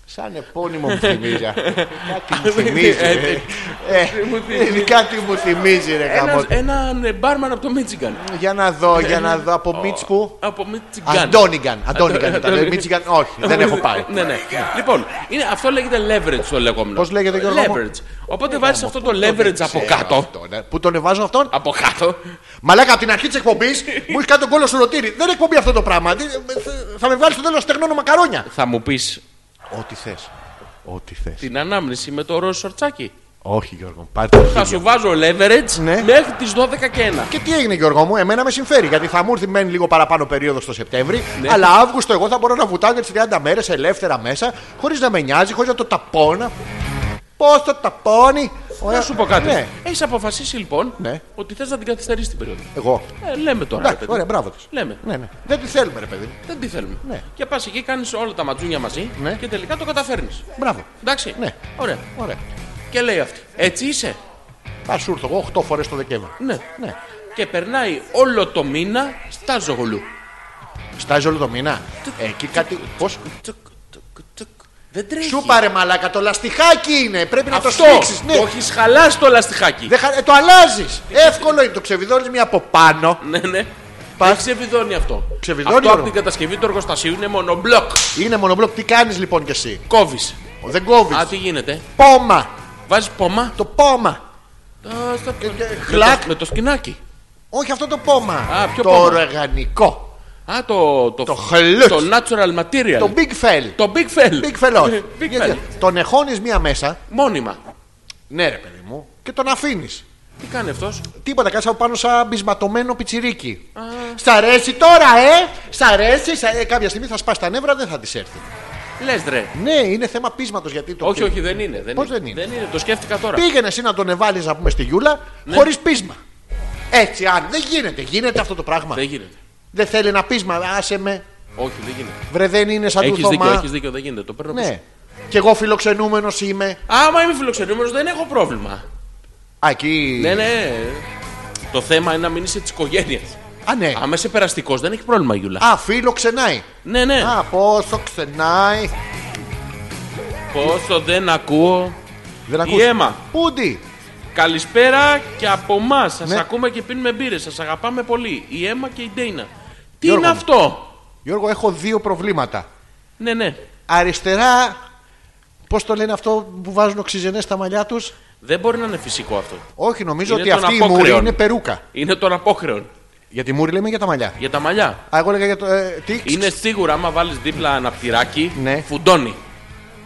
Speaker 1: Σαν επώνυμο μου θυμίζει. κάτι μου θυμίζει. ρε.
Speaker 2: Μου
Speaker 1: ε,
Speaker 2: θυμίζει.
Speaker 1: κάτι μου θυμίζει, ρε
Speaker 2: Ένας, ε-
Speaker 1: γαμό.
Speaker 2: έναν μπάρμαν από το Μίτσιγκαν.
Speaker 1: Για να δω, για να δω από Μίτς που.
Speaker 2: Από Μίτσιγκαν.
Speaker 1: Αντώνιγκαν. Αντώνιγκαν
Speaker 2: Αντώ-
Speaker 1: ήταν. Ε, Μίτσιγκαν, όχι, δεν έχω πάει.
Speaker 2: ναι, ναι. Λοιπόν, είναι, αυτό λέγεται leverage το λεγόμενο.
Speaker 1: Πώς λέγεται, Γιώργο μου?
Speaker 2: Leverage. Οπότε βάζεις αυτό το leverage από
Speaker 1: Ξέρω
Speaker 2: κάτω.
Speaker 1: αυτό, ναι. Πού τον ανεβάζω αυτόν.
Speaker 2: Από κάτω.
Speaker 1: Μαλάκα από την αρχή της εκπομπής μου έχει κάνει τον κόλλο στο ρωτήρι. Δεν εκπομπή αυτό το πράγμα. Τι- θα- Θα με βάλει στο τέλος στεγνώνω μακαρόνια.
Speaker 2: Θα μου πεις
Speaker 1: Ό,τι θες. Ό,τι θες.
Speaker 2: την ανάμνηση με το ροζ σορτσάκι.
Speaker 1: Όχι, Γιώργο. μου, Πάρε το
Speaker 2: Θα
Speaker 1: χέρι.
Speaker 2: σου βάζω leverage
Speaker 1: Ναι.
Speaker 2: μέχρι τις 12 και 1.
Speaker 1: Και τι έγινε, Γιώργο μου, εμένα με συμφέρει. Γιατί θα μου έρθει μεν λίγο παραπάνω περίοδος το Σεπτέμβρη,
Speaker 2: Ναι.
Speaker 1: αλλά Αύγουστο εγώ θα μπορώ να βουτάω για τις 30 μέρες ελεύθερα μέσα, χωρίς να με νοιάζει, χωρίς να το ταπώνα. Πώς το ταπώνει.
Speaker 2: Να σου πω κάτι.
Speaker 1: Ναι,
Speaker 2: Έχεις αποφασίσει λοιπόν
Speaker 1: Ναι.
Speaker 2: ότι θες να την καθυστερήσεις την περίοδο.
Speaker 1: εγώ.
Speaker 2: Ε, λέμε τώρα. ρε
Speaker 1: Εντάξει,
Speaker 2: παιδί.
Speaker 1: ωραία, μπράβο της.
Speaker 2: Λέμε.
Speaker 1: Ναι, ναι. Δεν τη θέλουμε, ρε παιδί.
Speaker 2: Δεν τη θέλουμε.
Speaker 1: Ναι.
Speaker 2: Και πας εκεί, κάνεις όλα τα ματζούνια μαζί
Speaker 1: Ναι.
Speaker 2: και τελικά το καταφέρνεις.
Speaker 1: Μπράβο.
Speaker 2: Εντάξει.
Speaker 1: Ναι.
Speaker 2: Ωραία.
Speaker 1: Ωραία.
Speaker 2: Και λέει αυτή. Έτσι είσαι.
Speaker 1: Θα σου έρθω εγώ 8 φορές το Δεκέμβρη.
Speaker 2: Ναι.
Speaker 1: Ναι.
Speaker 2: Και περνάει όλο το μήνα στα ζωγολού.
Speaker 1: Στάζει όλο το μήνα. Εκεί κάτι. Πώς.
Speaker 2: Τσουκ, τσουκ, τσουκ. Δεν τρέχει.
Speaker 1: Σου πάρε μαλάκα, το λαστιχάκι είναι. Πρέπει να το
Speaker 2: Αυτό.
Speaker 1: σφίξεις. Ναι.
Speaker 2: Το έχεις χαλάσει το λαστιχάκι.
Speaker 1: Δεν χα- ε, το αλλάζεις. Εύκολο είναι. Το ξεβιδώνεις μία από πάνω.
Speaker 2: Ναι, ναι.
Speaker 1: Πας.
Speaker 2: Δεν ξεβιδώνει αυτό.
Speaker 1: Ξεβιδώνει,
Speaker 2: αυτό από
Speaker 1: Γιώργο.
Speaker 2: την κατασκευή του εργοστασίου είναι μονομπλοκ.
Speaker 1: Είναι μονομπλοκ. Τι κάνεις λοιπόν κι εσύ.
Speaker 2: Κόβεις.
Speaker 1: Δεν κόβεις.
Speaker 2: Α, τι γίνεται.
Speaker 1: Πόμα.
Speaker 2: Βάζεις πόμα.
Speaker 1: Το πόμα.
Speaker 2: Α, στα-
Speaker 1: και-
Speaker 2: με
Speaker 1: χλακ.
Speaker 2: το- Με το σκινάκι.
Speaker 1: Όχι αυτό το πόμα.
Speaker 2: Ε, Α, ποιο
Speaker 1: το
Speaker 2: πόμα?
Speaker 1: οργανικό.
Speaker 2: Α, το. Το,
Speaker 1: Το χλουτ.
Speaker 2: το natural material.
Speaker 1: Το big fell.
Speaker 2: Το big fell.
Speaker 1: Big fell, όχι.
Speaker 2: Big
Speaker 1: Γιατί
Speaker 2: fell.
Speaker 1: Τον εχώνεις μία μέσα.
Speaker 2: Μόνιμα.
Speaker 1: Ναι, ρε παιδί μου. Και τον αφήνεις.
Speaker 2: Τι κάνει αυτός.
Speaker 1: Τίποτα, κάτσε από πάνω σαν μπισματωμένο πιτσιρίκι. Σ' αρέσει τώρα, ε! Σ' αρέσει, σα- ε, κάποια στιγμή θα σπάσει τα νεύρα, δεν θα της έρθει.
Speaker 2: Λες ρε.
Speaker 1: Ναι, είναι θέμα πείσματος γιατί το.
Speaker 2: Όχι, όχι, δεν είναι. Δεν
Speaker 1: Πώς
Speaker 2: είναι.
Speaker 1: δεν είναι?
Speaker 2: Το σκέφτηκα τώρα.
Speaker 1: Πήγαινε εσύ να τον ευάλει, να πούμε, στη γιούλα,
Speaker 2: Ναι.
Speaker 1: χωρίς πείσμα. Έτσι, αν δεν γίνεται, γίνεται αυτό το πράγμα.
Speaker 2: Δεν
Speaker 1: Δεν,
Speaker 2: γίνεται.
Speaker 1: θέλει ένα πείσμα, άσε με.
Speaker 2: Όχι, δεν γίνεται.
Speaker 1: Βρε, δεν είναι σαν
Speaker 2: Έχεις
Speaker 1: του
Speaker 2: δίκιο,
Speaker 1: Θωμά.
Speaker 2: έχεις δίκιο, δεν γίνεται. Το παίρνω πίσω.
Speaker 1: Ναι. Και εγώ φιλοξενούμενος είμαι.
Speaker 2: Άμα είμαι φιλοξενούμενος, δεν έχω πρόβλημα.
Speaker 1: Α, εκεί.
Speaker 2: Ναι, ναι. Το θέμα είναι να μην είσαι της οικογένειας.
Speaker 1: Α, ναι.
Speaker 2: Άμα είσαι περαστικός, δεν έχει πρόβλημα, Γιούλα.
Speaker 1: Α, φιλοξενάει.
Speaker 2: Ναι, ναι.
Speaker 1: Α, πόσο ξενάει.
Speaker 2: Πόσο δεν ακούω.
Speaker 1: Δεν
Speaker 2: Η αίμα.
Speaker 1: Πούντι.
Speaker 2: Καλησπέρα και από εμάς. Σας
Speaker 1: Ναι.
Speaker 2: ακούμε και πίνουμε μπύρες. Σας αγαπάμε πολύ. Η Έμα και η Ντέινα. Τι
Speaker 1: Γιώργο
Speaker 2: είναι
Speaker 1: μου.
Speaker 2: αυτό.
Speaker 1: Γιώργο, έχω δύο προβλήματα.
Speaker 2: Ναι, ναι.
Speaker 1: Αριστερά, πώς το λένε αυτό που βάζουν οξυζενές στα μαλλιά τους.
Speaker 2: Δεν μπορεί να είναι φυσικό αυτό.
Speaker 1: Όχι, νομίζω
Speaker 2: Είναι
Speaker 1: ότι
Speaker 2: των
Speaker 1: αυτή η μούρη
Speaker 2: απόκρεων.
Speaker 1: είναι περούκα.
Speaker 2: Είναι των απόχρεων.
Speaker 1: Για τη μούρη λέμε ή για τα μαλλιά.
Speaker 2: Για τα μαλλιά.
Speaker 1: Α, εγώ έλεγα για το. ε, τι,
Speaker 2: Είναι σίγουρα άμα βάλεις δίπλα αναπτυράκι,
Speaker 1: Ναι.
Speaker 2: φουντώνει.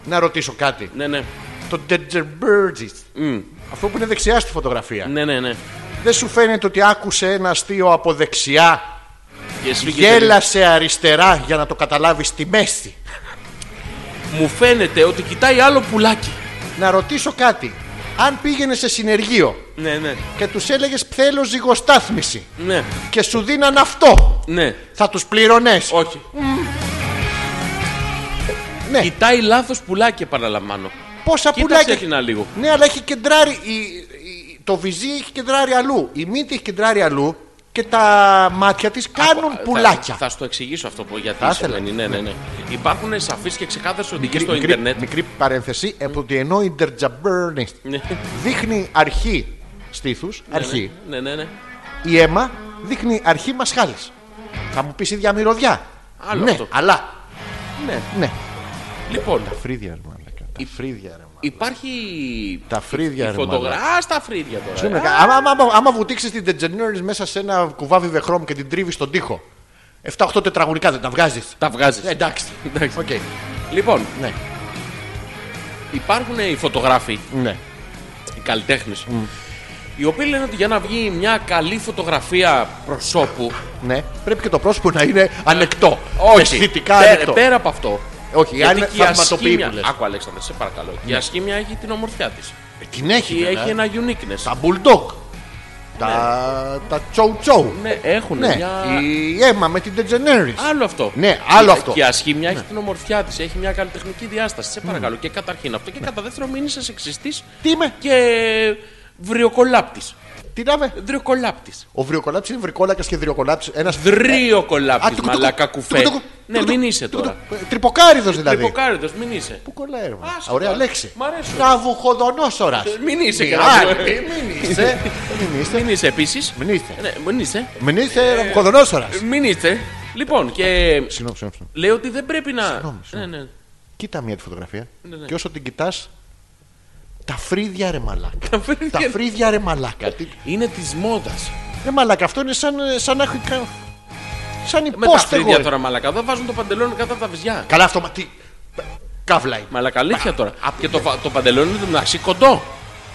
Speaker 1: Να ρωτήσω κάτι.
Speaker 2: Ναι, ναι.
Speaker 1: Το Tetzerbirgis.
Speaker 2: Μμ.
Speaker 1: Αυτό που είναι δεξιά στη φωτογραφία.
Speaker 2: Ναι, ναι, ναι.
Speaker 1: Δεν σου φαίνεται ότι άκουσε ένα αστείο από δεξιά.
Speaker 2: Και σφίγγεται.
Speaker 1: Γέλασε αριστερά για να το καταλάβεις στη μέση.
Speaker 2: Μου φαίνεται ότι κοιτάει άλλο πουλάκι.
Speaker 1: Να ρωτήσω κάτι. Αν πήγαινε σε συνεργείο
Speaker 2: Ναι, ναι.
Speaker 1: και τους έλεγες Θέλω ζυγοστάθμιση
Speaker 2: Ναι,
Speaker 1: και σου δίναν αυτό,
Speaker 2: ναι.
Speaker 1: θα τους πλήρωνε.
Speaker 2: Όχι.
Speaker 1: Ναι.
Speaker 2: Κοιτάει λάθος πουλάκι, επαναλαμβάνω.
Speaker 1: Πόσα
Speaker 2: Κοίταξε
Speaker 1: πουλάκια.
Speaker 2: την λίγο.
Speaker 1: Ναι, αλλά έχει κεντράρει. η- η- το βυζί έχει κεντράρει αλλού. Η μύτη έχει κεντράρει αλλού και τα μάτια της κάνουν
Speaker 2: Θα-
Speaker 1: πουλάκια.
Speaker 2: Θα, σου το εξηγήσω αυτό που γιατί
Speaker 1: Θα
Speaker 2: είσαι
Speaker 1: ήθελα.
Speaker 2: ναι, ναι, ναι. Υπάρχουν σαφείς και ξεκάθαρες οδηγίες
Speaker 1: Μικρή,
Speaker 2: στο
Speaker 1: μικρή,
Speaker 2: Ιντερνετ.
Speaker 1: μικρή παρένθεση από ότι ενώ η Ντερτζαμπέρνη
Speaker 2: Ναι.
Speaker 1: δείχνει αρχή στήθους, αρχή,
Speaker 2: Ναι, ναι, ναι.
Speaker 1: η αίμα δείχνει αρχή μασχάλης. Θα μου πεις ίδια μυρωδιά.
Speaker 2: Άλλο
Speaker 1: ναι,
Speaker 2: αυτό.
Speaker 1: αλλά.
Speaker 2: ναι.
Speaker 1: Ναι.
Speaker 2: Λοιπόν,
Speaker 1: Φρύδια, ρε μαλάκα. Τα φρύδια, ρε μαλάκα.
Speaker 2: υπάρχει.
Speaker 1: Τα φρύδια,
Speaker 2: η
Speaker 1: ρε
Speaker 2: φωτογρα...
Speaker 1: μαλάκα.
Speaker 2: Α, στα φρύδια τώρα.
Speaker 1: Συγγνώμη,
Speaker 2: ε.
Speaker 1: άμα, άμα, άμα, άμα βουτήξεις την Degeneres μέσα σε ένα κουβάβι βεχρώμ και την τρίβεις στον τοίχο. 7-8 τετραγωνικά δεν τα βγάζεις.
Speaker 2: Τα βγάζεις.
Speaker 1: Ε, εντάξει.
Speaker 2: Εντάξει.
Speaker 1: Οκ.
Speaker 2: Λοιπόν,
Speaker 1: Ναι.
Speaker 2: υπάρχουν οι φωτογράφοι,
Speaker 1: ναι.
Speaker 2: οι καλλιτέχνες, οι οποίοι λένε ότι για να βγει μια καλή φωτογραφία προσώπου.
Speaker 1: Ναι. Πρέπει και το πρόσωπο να είναι ανεκτό. Αισθητικά
Speaker 2: πέρα,
Speaker 1: ανεκτό.
Speaker 2: πέρα από αυτό.
Speaker 1: Όχι, η
Speaker 2: γιατί
Speaker 1: άλλη
Speaker 2: και η
Speaker 1: θαυματοποιεί
Speaker 2: ασχήμια-
Speaker 1: που λες. Ναι.
Speaker 2: Άκου, Αλέξανδρε, σε παρακαλώ. Η ασχήμια έχει την ομορφιά της.
Speaker 1: Ε, Την έχει.
Speaker 2: Και
Speaker 1: βέβαια.
Speaker 2: έχει ένα uniqueness.
Speaker 1: Τα bulldog. Τα, τα τσόου τσόου.
Speaker 2: Ναι, έχουν
Speaker 1: Ναι.
Speaker 2: μια.
Speaker 1: Η αίμα με την Degeneres.
Speaker 2: Άλλο αυτό.
Speaker 1: Ναι, άλλο αυτό. Ναι.
Speaker 2: Και η ασχήμια έχει την ομορφιά της, έχει μια καλλιτεχνική διάσταση. Σε παρακαλώ. Και καταρχήν αυτό. Και κατά δεύτερο, μην είσαι σεξιστής
Speaker 1: Ναι. Τι είμαι,
Speaker 2: και βρυοκολάπτης.
Speaker 1: τι να είμαι.
Speaker 2: Δρυοκολάπτη.
Speaker 1: Ο βρυοκολάψη είναι βρυκόλακας και δρυοκολάψη. Ένας
Speaker 2: Δρυοκολάπτης, μαλακά κουφέ. Ναι, μην είσαι τώρα.
Speaker 1: Τρυποκάριδο ε, δηλαδή.
Speaker 2: Τρυποκάριδος, μην είσαι.
Speaker 1: Πού κολλάει, ρε, μάνα.
Speaker 2: Άσχετα.
Speaker 1: Ωραία λέξη.
Speaker 2: Μ' αρέσει.
Speaker 1: Ναβουχοδονόσορα.
Speaker 2: Μην είσαι
Speaker 1: Μη-
Speaker 2: καλά. Ε,
Speaker 1: Α, μη- Μην είσαι. Μην είσαι.
Speaker 2: Μην είσαι επίσης.
Speaker 1: Μην είστε.
Speaker 2: Μην είσαι.
Speaker 1: Μην είσαι
Speaker 2: Ε,
Speaker 1: ναβουχοδονόσορα.
Speaker 2: Μην είστε. Λοιπόν, και
Speaker 1: Συγγνώμη, συγγνώμη.
Speaker 2: λέει ότι δεν πρέπει να.
Speaker 1: Συγγνώμη,
Speaker 2: Ναι,
Speaker 1: συγγνώμη.
Speaker 2: ναι.
Speaker 1: Κοίτα μία τη φωτογραφία.
Speaker 2: Ναι, ναι.
Speaker 1: Και όσο την κοιτάς, τα φρύδια ρε μαλάκα.
Speaker 2: Τα φρύδια.
Speaker 1: Τα φρύδια ρε μαλάκα. Τι-
Speaker 2: Είναι της μόδας.
Speaker 1: Ρε μαλάκα, αυτό είναι σαν, σαν να έχει. κα- Σαν
Speaker 2: Ε, Με τα
Speaker 1: υπόστεγο.
Speaker 2: φρύδια
Speaker 1: ρε.
Speaker 2: τώρα, μαλακά. Εδώ βάζουν το παντελόνι κάτω από τα βυζιά.
Speaker 1: Καλά, αυτό. μα- Τι... Καύλα είναι.
Speaker 2: Μαλακά, αλήθεια τώρα. Και το, φα- το παντελόνι είναι μεταξύ κοντό.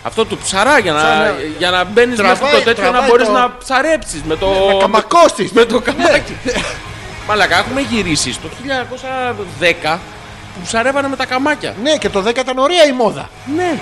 Speaker 2: Αυτό του ψαρά για να,
Speaker 1: Ψαρά. ναι.
Speaker 2: για να μπαίνεις
Speaker 1: Τραβάει-
Speaker 2: μέσα στο τέτοιο να
Speaker 1: τραβάει
Speaker 2: μπορείς
Speaker 1: το-
Speaker 2: να ψαρέψεις με το.
Speaker 1: Να καμακώσεις.
Speaker 2: Με το καμάκι. Μαλακά, έχουμε γυρίσει στο 1910 που ψαρεύανε με τα καμάκια.
Speaker 1: Ναι, και το 10 ήταν ωραία η μόδα.
Speaker 2: Ναι.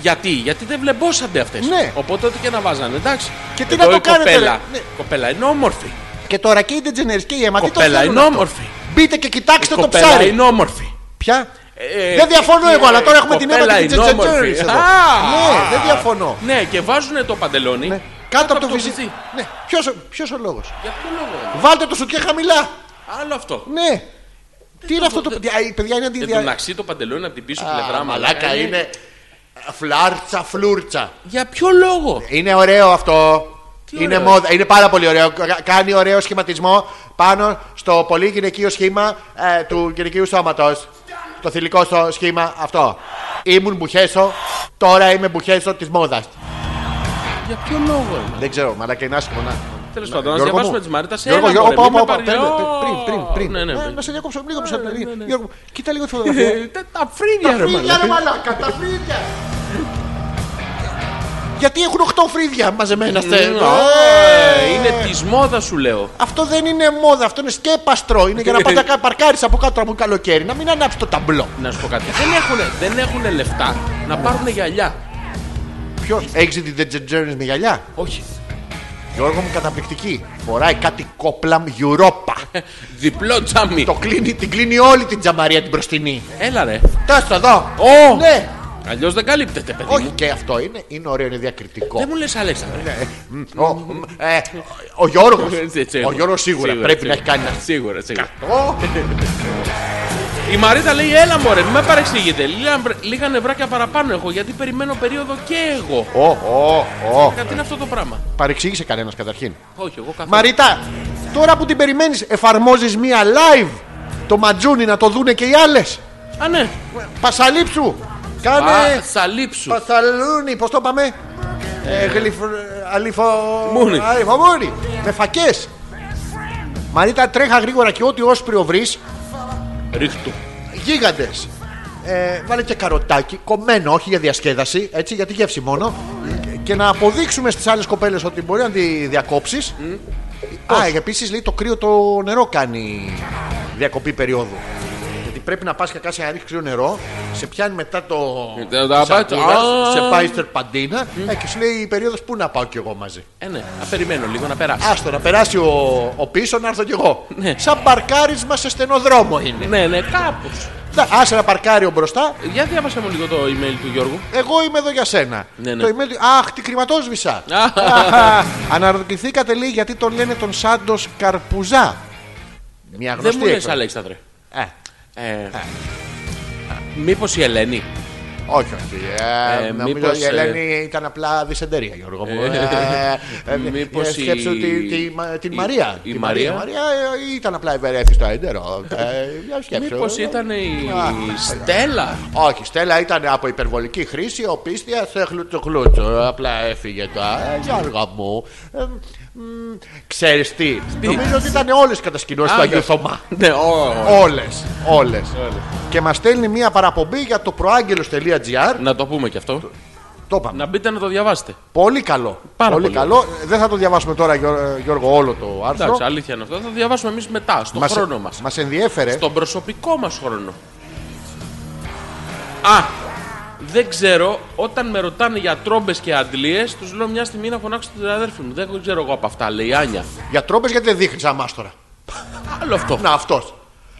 Speaker 2: Γιατί, γιατί δεν βλεμπόσανται αυτές.
Speaker 1: Ναι.
Speaker 2: Οπότε ό,τι και να βάζανε, εντάξει.
Speaker 1: Και τι
Speaker 2: Εδώ
Speaker 1: να το
Speaker 2: η
Speaker 1: κάνετε,
Speaker 2: Κοπέλα,
Speaker 1: ρε. Ναι.
Speaker 2: κοπέλα είναι όμορφη.
Speaker 1: Και τώρα και η Degeneres και η Emma. Τι το
Speaker 2: Κοπέλα
Speaker 1: θέλουν
Speaker 2: είναι
Speaker 1: αυτό.
Speaker 2: όμορφη.
Speaker 1: Μπείτε και κοιτάξτε το
Speaker 2: κοπέλα
Speaker 1: ψάρι.
Speaker 2: είναι όμορφη.
Speaker 1: Ποια?
Speaker 2: Ε,
Speaker 1: δεν διαφωνώ
Speaker 2: ε,
Speaker 1: εγώ, αλλά τώρα έχουμε την
Speaker 2: κοπέλα
Speaker 1: αίμα και την
Speaker 2: είναι όμορφη.
Speaker 1: Τζετζετζέρι.
Speaker 2: Α!
Speaker 1: Ναι, δεν διαφωνώ.
Speaker 2: Ναι, και βάζουν το παντελόνι.
Speaker 1: Ναι. Κάτω από το
Speaker 2: βυζί.
Speaker 1: βυζί. Ναι. Ποιος, ο- ποιος ο λόγος.
Speaker 2: Για ποιο λόγο.
Speaker 1: Βάλτε το σουκέ χαμηλά.
Speaker 2: Άλλο αυτό.
Speaker 1: Ναι. Τι είναι αυτό το. παιδιά, η παιδιά είναι
Speaker 2: Εν τω
Speaker 1: αντιδια...
Speaker 2: μεταξύ το παντελόνι από την πίσω
Speaker 1: Α,
Speaker 2: πλευρά Ε, ναι.
Speaker 1: Μαλάκα είναι. Φλάρτσα, φλούρτσα.
Speaker 2: Για ποιο λόγο.
Speaker 1: Είναι ωραίο αυτό.
Speaker 2: Τι
Speaker 1: Είναι,
Speaker 2: ωραίο.
Speaker 1: μόδα, είναι πάρα πολύ ωραίο. Κα- Κάνει ωραίο σχηματισμό πάνω στο πολύ γυναικείο σχήμα ε, του γυναικείου σώματο. Το θηλυκό στο σχήμα αυτό. Ήμουν μπουχέσο, τώρα είμαι μπουχέσο της μόδας.
Speaker 2: Για ποιο λόγο. ρε.
Speaker 1: Δεν ξέρω, μαλάκα είναι άσχημο να.
Speaker 2: Τέλος πάντων, να
Speaker 1: Ναι, Γιώργο
Speaker 2: διαβάσουμε
Speaker 1: μου.
Speaker 2: τις Μαρίτας σε
Speaker 1: Γιώργο,
Speaker 2: ένα.
Speaker 1: Γιώργο, πάω,
Speaker 2: μωρέ, μην με
Speaker 1: πάω, πάω.
Speaker 2: παρελώ.
Speaker 1: Πριν, πριν, πριν.
Speaker 2: Ναι, ναι,
Speaker 1: Ε,
Speaker 2: πριν.
Speaker 1: Να σε διακόψω λίγο, σε
Speaker 2: ναι, ναι, ναι.
Speaker 1: Γιώργο, κοίτα λίγο τη φωτογραφία.
Speaker 2: Ε, τα- Τα φρύδια, ρε
Speaker 1: Φρύδια,
Speaker 2: μαλάκα.
Speaker 1: ρε μαλάκα, τα φρύδια. Γιατί έχουν 8 φρύδια μαζεμένα στε.
Speaker 2: Ναι,
Speaker 1: Ε,
Speaker 2: Είναι της μόδας σου λέω.
Speaker 1: Αυτό δεν είναι μόδα, αυτό είναι σκέπαστρο. Είναι για να πας να κα- παρκάρεις από κάτω από καλοκαίρι, να μην ανάψεις το ταμπλό.
Speaker 2: Να σου πω κάτι. Δεν έχουν, δεν έχουνε λεφτά να πάρουν γυαλιά.
Speaker 1: Ποιος έχεις δει The Journeys με γυαλιά.
Speaker 2: Όχι.
Speaker 1: Γιώργο μου καταπληκτική. Φοράει κάτι κόπλα Europa.
Speaker 2: Διπλό τζάμι.
Speaker 1: το κλείνει, την κλείνει όλη την τζαμαρία την μπροστινή.
Speaker 2: Έλα ρε.
Speaker 1: Τάστα εδώ.
Speaker 2: Ω!
Speaker 1: Ναι.
Speaker 2: Αλλιώς δεν καλύπτεται, παιδί
Speaker 1: Όχι Ναι.
Speaker 2: μου.
Speaker 1: και αυτό είναι, είναι ωραίο, είναι διακριτικό.
Speaker 2: Δεν μου λες, Αλέξανδρε.
Speaker 1: Ο, ε, ο Γιώργος,
Speaker 2: Έτσι, έτσι,
Speaker 1: ο Γιώργος σίγουρα πρέπει να έχει κάνει ένα
Speaker 2: Σίγουρα, σίγουρα.
Speaker 1: Ω,
Speaker 2: Η Μαρίτα λέει: Έλα, μωρέ, μην με παρεξηγείτε. Λίγα, λίγα νευράκια παραπάνω έχω γιατί περιμένω περίοδο και εγώ.
Speaker 1: ω, ω, ω.
Speaker 2: Κάτι είναι αυτό το πράγμα.
Speaker 1: Παρεξήγησε κανένας καταρχήν.
Speaker 2: Όχι, εγώ καθόλου.
Speaker 1: Μαρίτα, τώρα που την περιμένεις, εφαρμόζεις μία live το ματζούνι να το δούνε και οι άλλες.
Speaker 2: Α, ναι.
Speaker 1: Πασαλίψου.
Speaker 2: Α,
Speaker 1: Κάνε.
Speaker 2: θα λείψου.
Speaker 1: Πασαλούνι, πώς το πάμε. Ε, γλυφ- αλυφο...
Speaker 2: Μούνι.
Speaker 1: αλυφομούνι. Με φακές. Μαρίτα, τρέχα γρήγορα και ό,τι όσπριο βρεις.
Speaker 2: Ρίχτου.
Speaker 1: Γίγαντες. Ε, βάλε και καροτάκι, κομμένο, όχι για διασκέδαση, έτσι, γιατί γεύση μόνο. Και να αποδείξουμε στις άλλες κοπέλες ότι μπορεί να τη διακόψεις. Α, επίσης λέει το κρύο το νερό κάνει διακοπή περίοδου. Γιατί πρέπει να πας και κάτσει να ρίξει κρύο νερό, σε πιάνει μετά το. τη
Speaker 2: Ε, τα μπάτσα.
Speaker 1: σακούλα,
Speaker 2: Α.
Speaker 1: σε πάει στερπαντίνα ε, και σου λέει η περίοδος πού να πάω κι εγώ μαζί.
Speaker 2: Ε, ναι, να περιμένω λίγο να περάσει.
Speaker 1: Άστο να περάσει ο, ο πίσω να έρθω κι εγώ.
Speaker 2: Ναι.
Speaker 1: Σαν παρκάρισμα σε στενό δρόμο είναι.
Speaker 2: Ναι, ναι, κάπως.
Speaker 1: Να, Άσε να παρκάρει ο μπροστά,
Speaker 2: Για διάβασα μου λίγο το email του Γιώργου.
Speaker 1: Εγώ είμαι εδώ για σένα.
Speaker 2: Ναι, ναι.
Speaker 1: Το email του- Αχ, τη κρυματόσβησα. Αναρωτηθήκατε λέει γιατί τον λένε τον Σάντος Καρπουζά. Μια
Speaker 2: Δεν
Speaker 1: γνωστή.
Speaker 2: μου λες,
Speaker 1: έκφραση.
Speaker 2: Αλέξανδρε.
Speaker 1: Ε,
Speaker 2: Ε, Μήπως η Ελένη.
Speaker 1: όχι, όχι. Ε,
Speaker 2: Ε,
Speaker 1: νομίζω
Speaker 2: μήπως,
Speaker 1: η Ελένη ήταν απλά δυσεντερία, Γιώργο μου. Ε, ε, ε,
Speaker 2: μήπως
Speaker 1: ε, σκέψου
Speaker 2: η-
Speaker 1: τη- τη- μα- την
Speaker 2: η-
Speaker 1: Μαρία.
Speaker 2: η
Speaker 1: Την
Speaker 2: Μαρία.
Speaker 1: Μαρία ε, ήταν απλά ευερέθιστο έντερο. Ε, για σκέψου.
Speaker 2: Μήπως ήταν η
Speaker 1: Α,
Speaker 2: Στέλλα.
Speaker 1: Όχι, Στέλλα ήταν από υπερβολική χρήση, οπίστια σε χλουτσοχλούτσο. Απλά έφυγε το ε, Γιώργο μου. Ε, μ, Ξέρεις τι, νομίζω ότι ήταν όλες οι κατασκηνώσεις του
Speaker 2: Α,
Speaker 1: Αγίου
Speaker 2: ναι.
Speaker 1: Θωμά.
Speaker 2: Ναι, ω, ω.
Speaker 1: Όλες, όλες. Και μας στέλνει μία παραπομπή για το προάγγελος.gr.
Speaker 2: Να το πούμε και αυτό.
Speaker 1: Το είπαμε.
Speaker 2: Να μπείτε να το διαβάσετε.
Speaker 1: Πολύ καλό.
Speaker 2: Πάρα
Speaker 1: πολύ,
Speaker 2: πολύ.
Speaker 1: καλό. Δεν θα το διαβάσουμε τώρα, Γιώ- Γιώργο, όλο το άρθρο.
Speaker 2: Εντάξει, αλήθεια είναι αυτό. Θα το διαβάσουμε εμείς μετά, στον
Speaker 1: Μας-
Speaker 2: χρόνο μας.
Speaker 1: Μας ενδιέφερε.
Speaker 2: Στον προσωπικό μας χρόνο. Α, δεν ξέρω, όταν με ρωτάνε για τρόμπες και αντλίες, τους λέω μια στιγμή να φωνάξω την αδέρφη μου. Δεν ξέρω εγώ από αυτά, λέει η Άνια.
Speaker 1: Για τρόπες γιατί δεν δείχνεις αμάς τώρα.
Speaker 2: Άλλο αυτό.
Speaker 1: Να αυτός.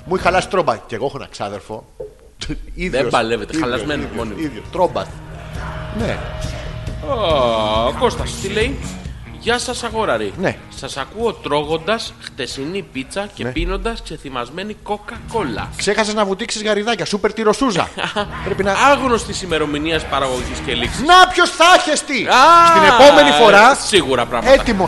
Speaker 1: Μου είχε χαλάσει τρόμπα. Και εγώ έχω έναν ξάδερφο. ίδιος,
Speaker 2: Δεν παλεύεται,
Speaker 1: ίδιος,
Speaker 2: χαλασμένο
Speaker 1: ίδιος,
Speaker 2: μόνιμος.
Speaker 1: ίδιος, τρόμπας. Ναι.
Speaker 2: Ο Κώστας, τι λέει. Γεια σας, αγόραρη.
Speaker 1: Ναι.
Speaker 2: Σας ακούω τρώγοντας χτεσινή πίτσα και
Speaker 1: Ναι.
Speaker 2: πίνοντας ξεθυμασμένη κόκα-κόλα.
Speaker 1: Ξέχασες να βουτήξει γαριδάκια. Σούπερ τη Ρωσούζα. Πρέπει να.
Speaker 2: Άγνωστης ημερομηνίας παραγωγής και λήξης.
Speaker 1: Να ποιος θα χεστεί!
Speaker 2: Α, Ε,
Speaker 1: Στην επόμενη φορά.
Speaker 2: Σίγουρα πράγματα.
Speaker 1: Έτοιμος.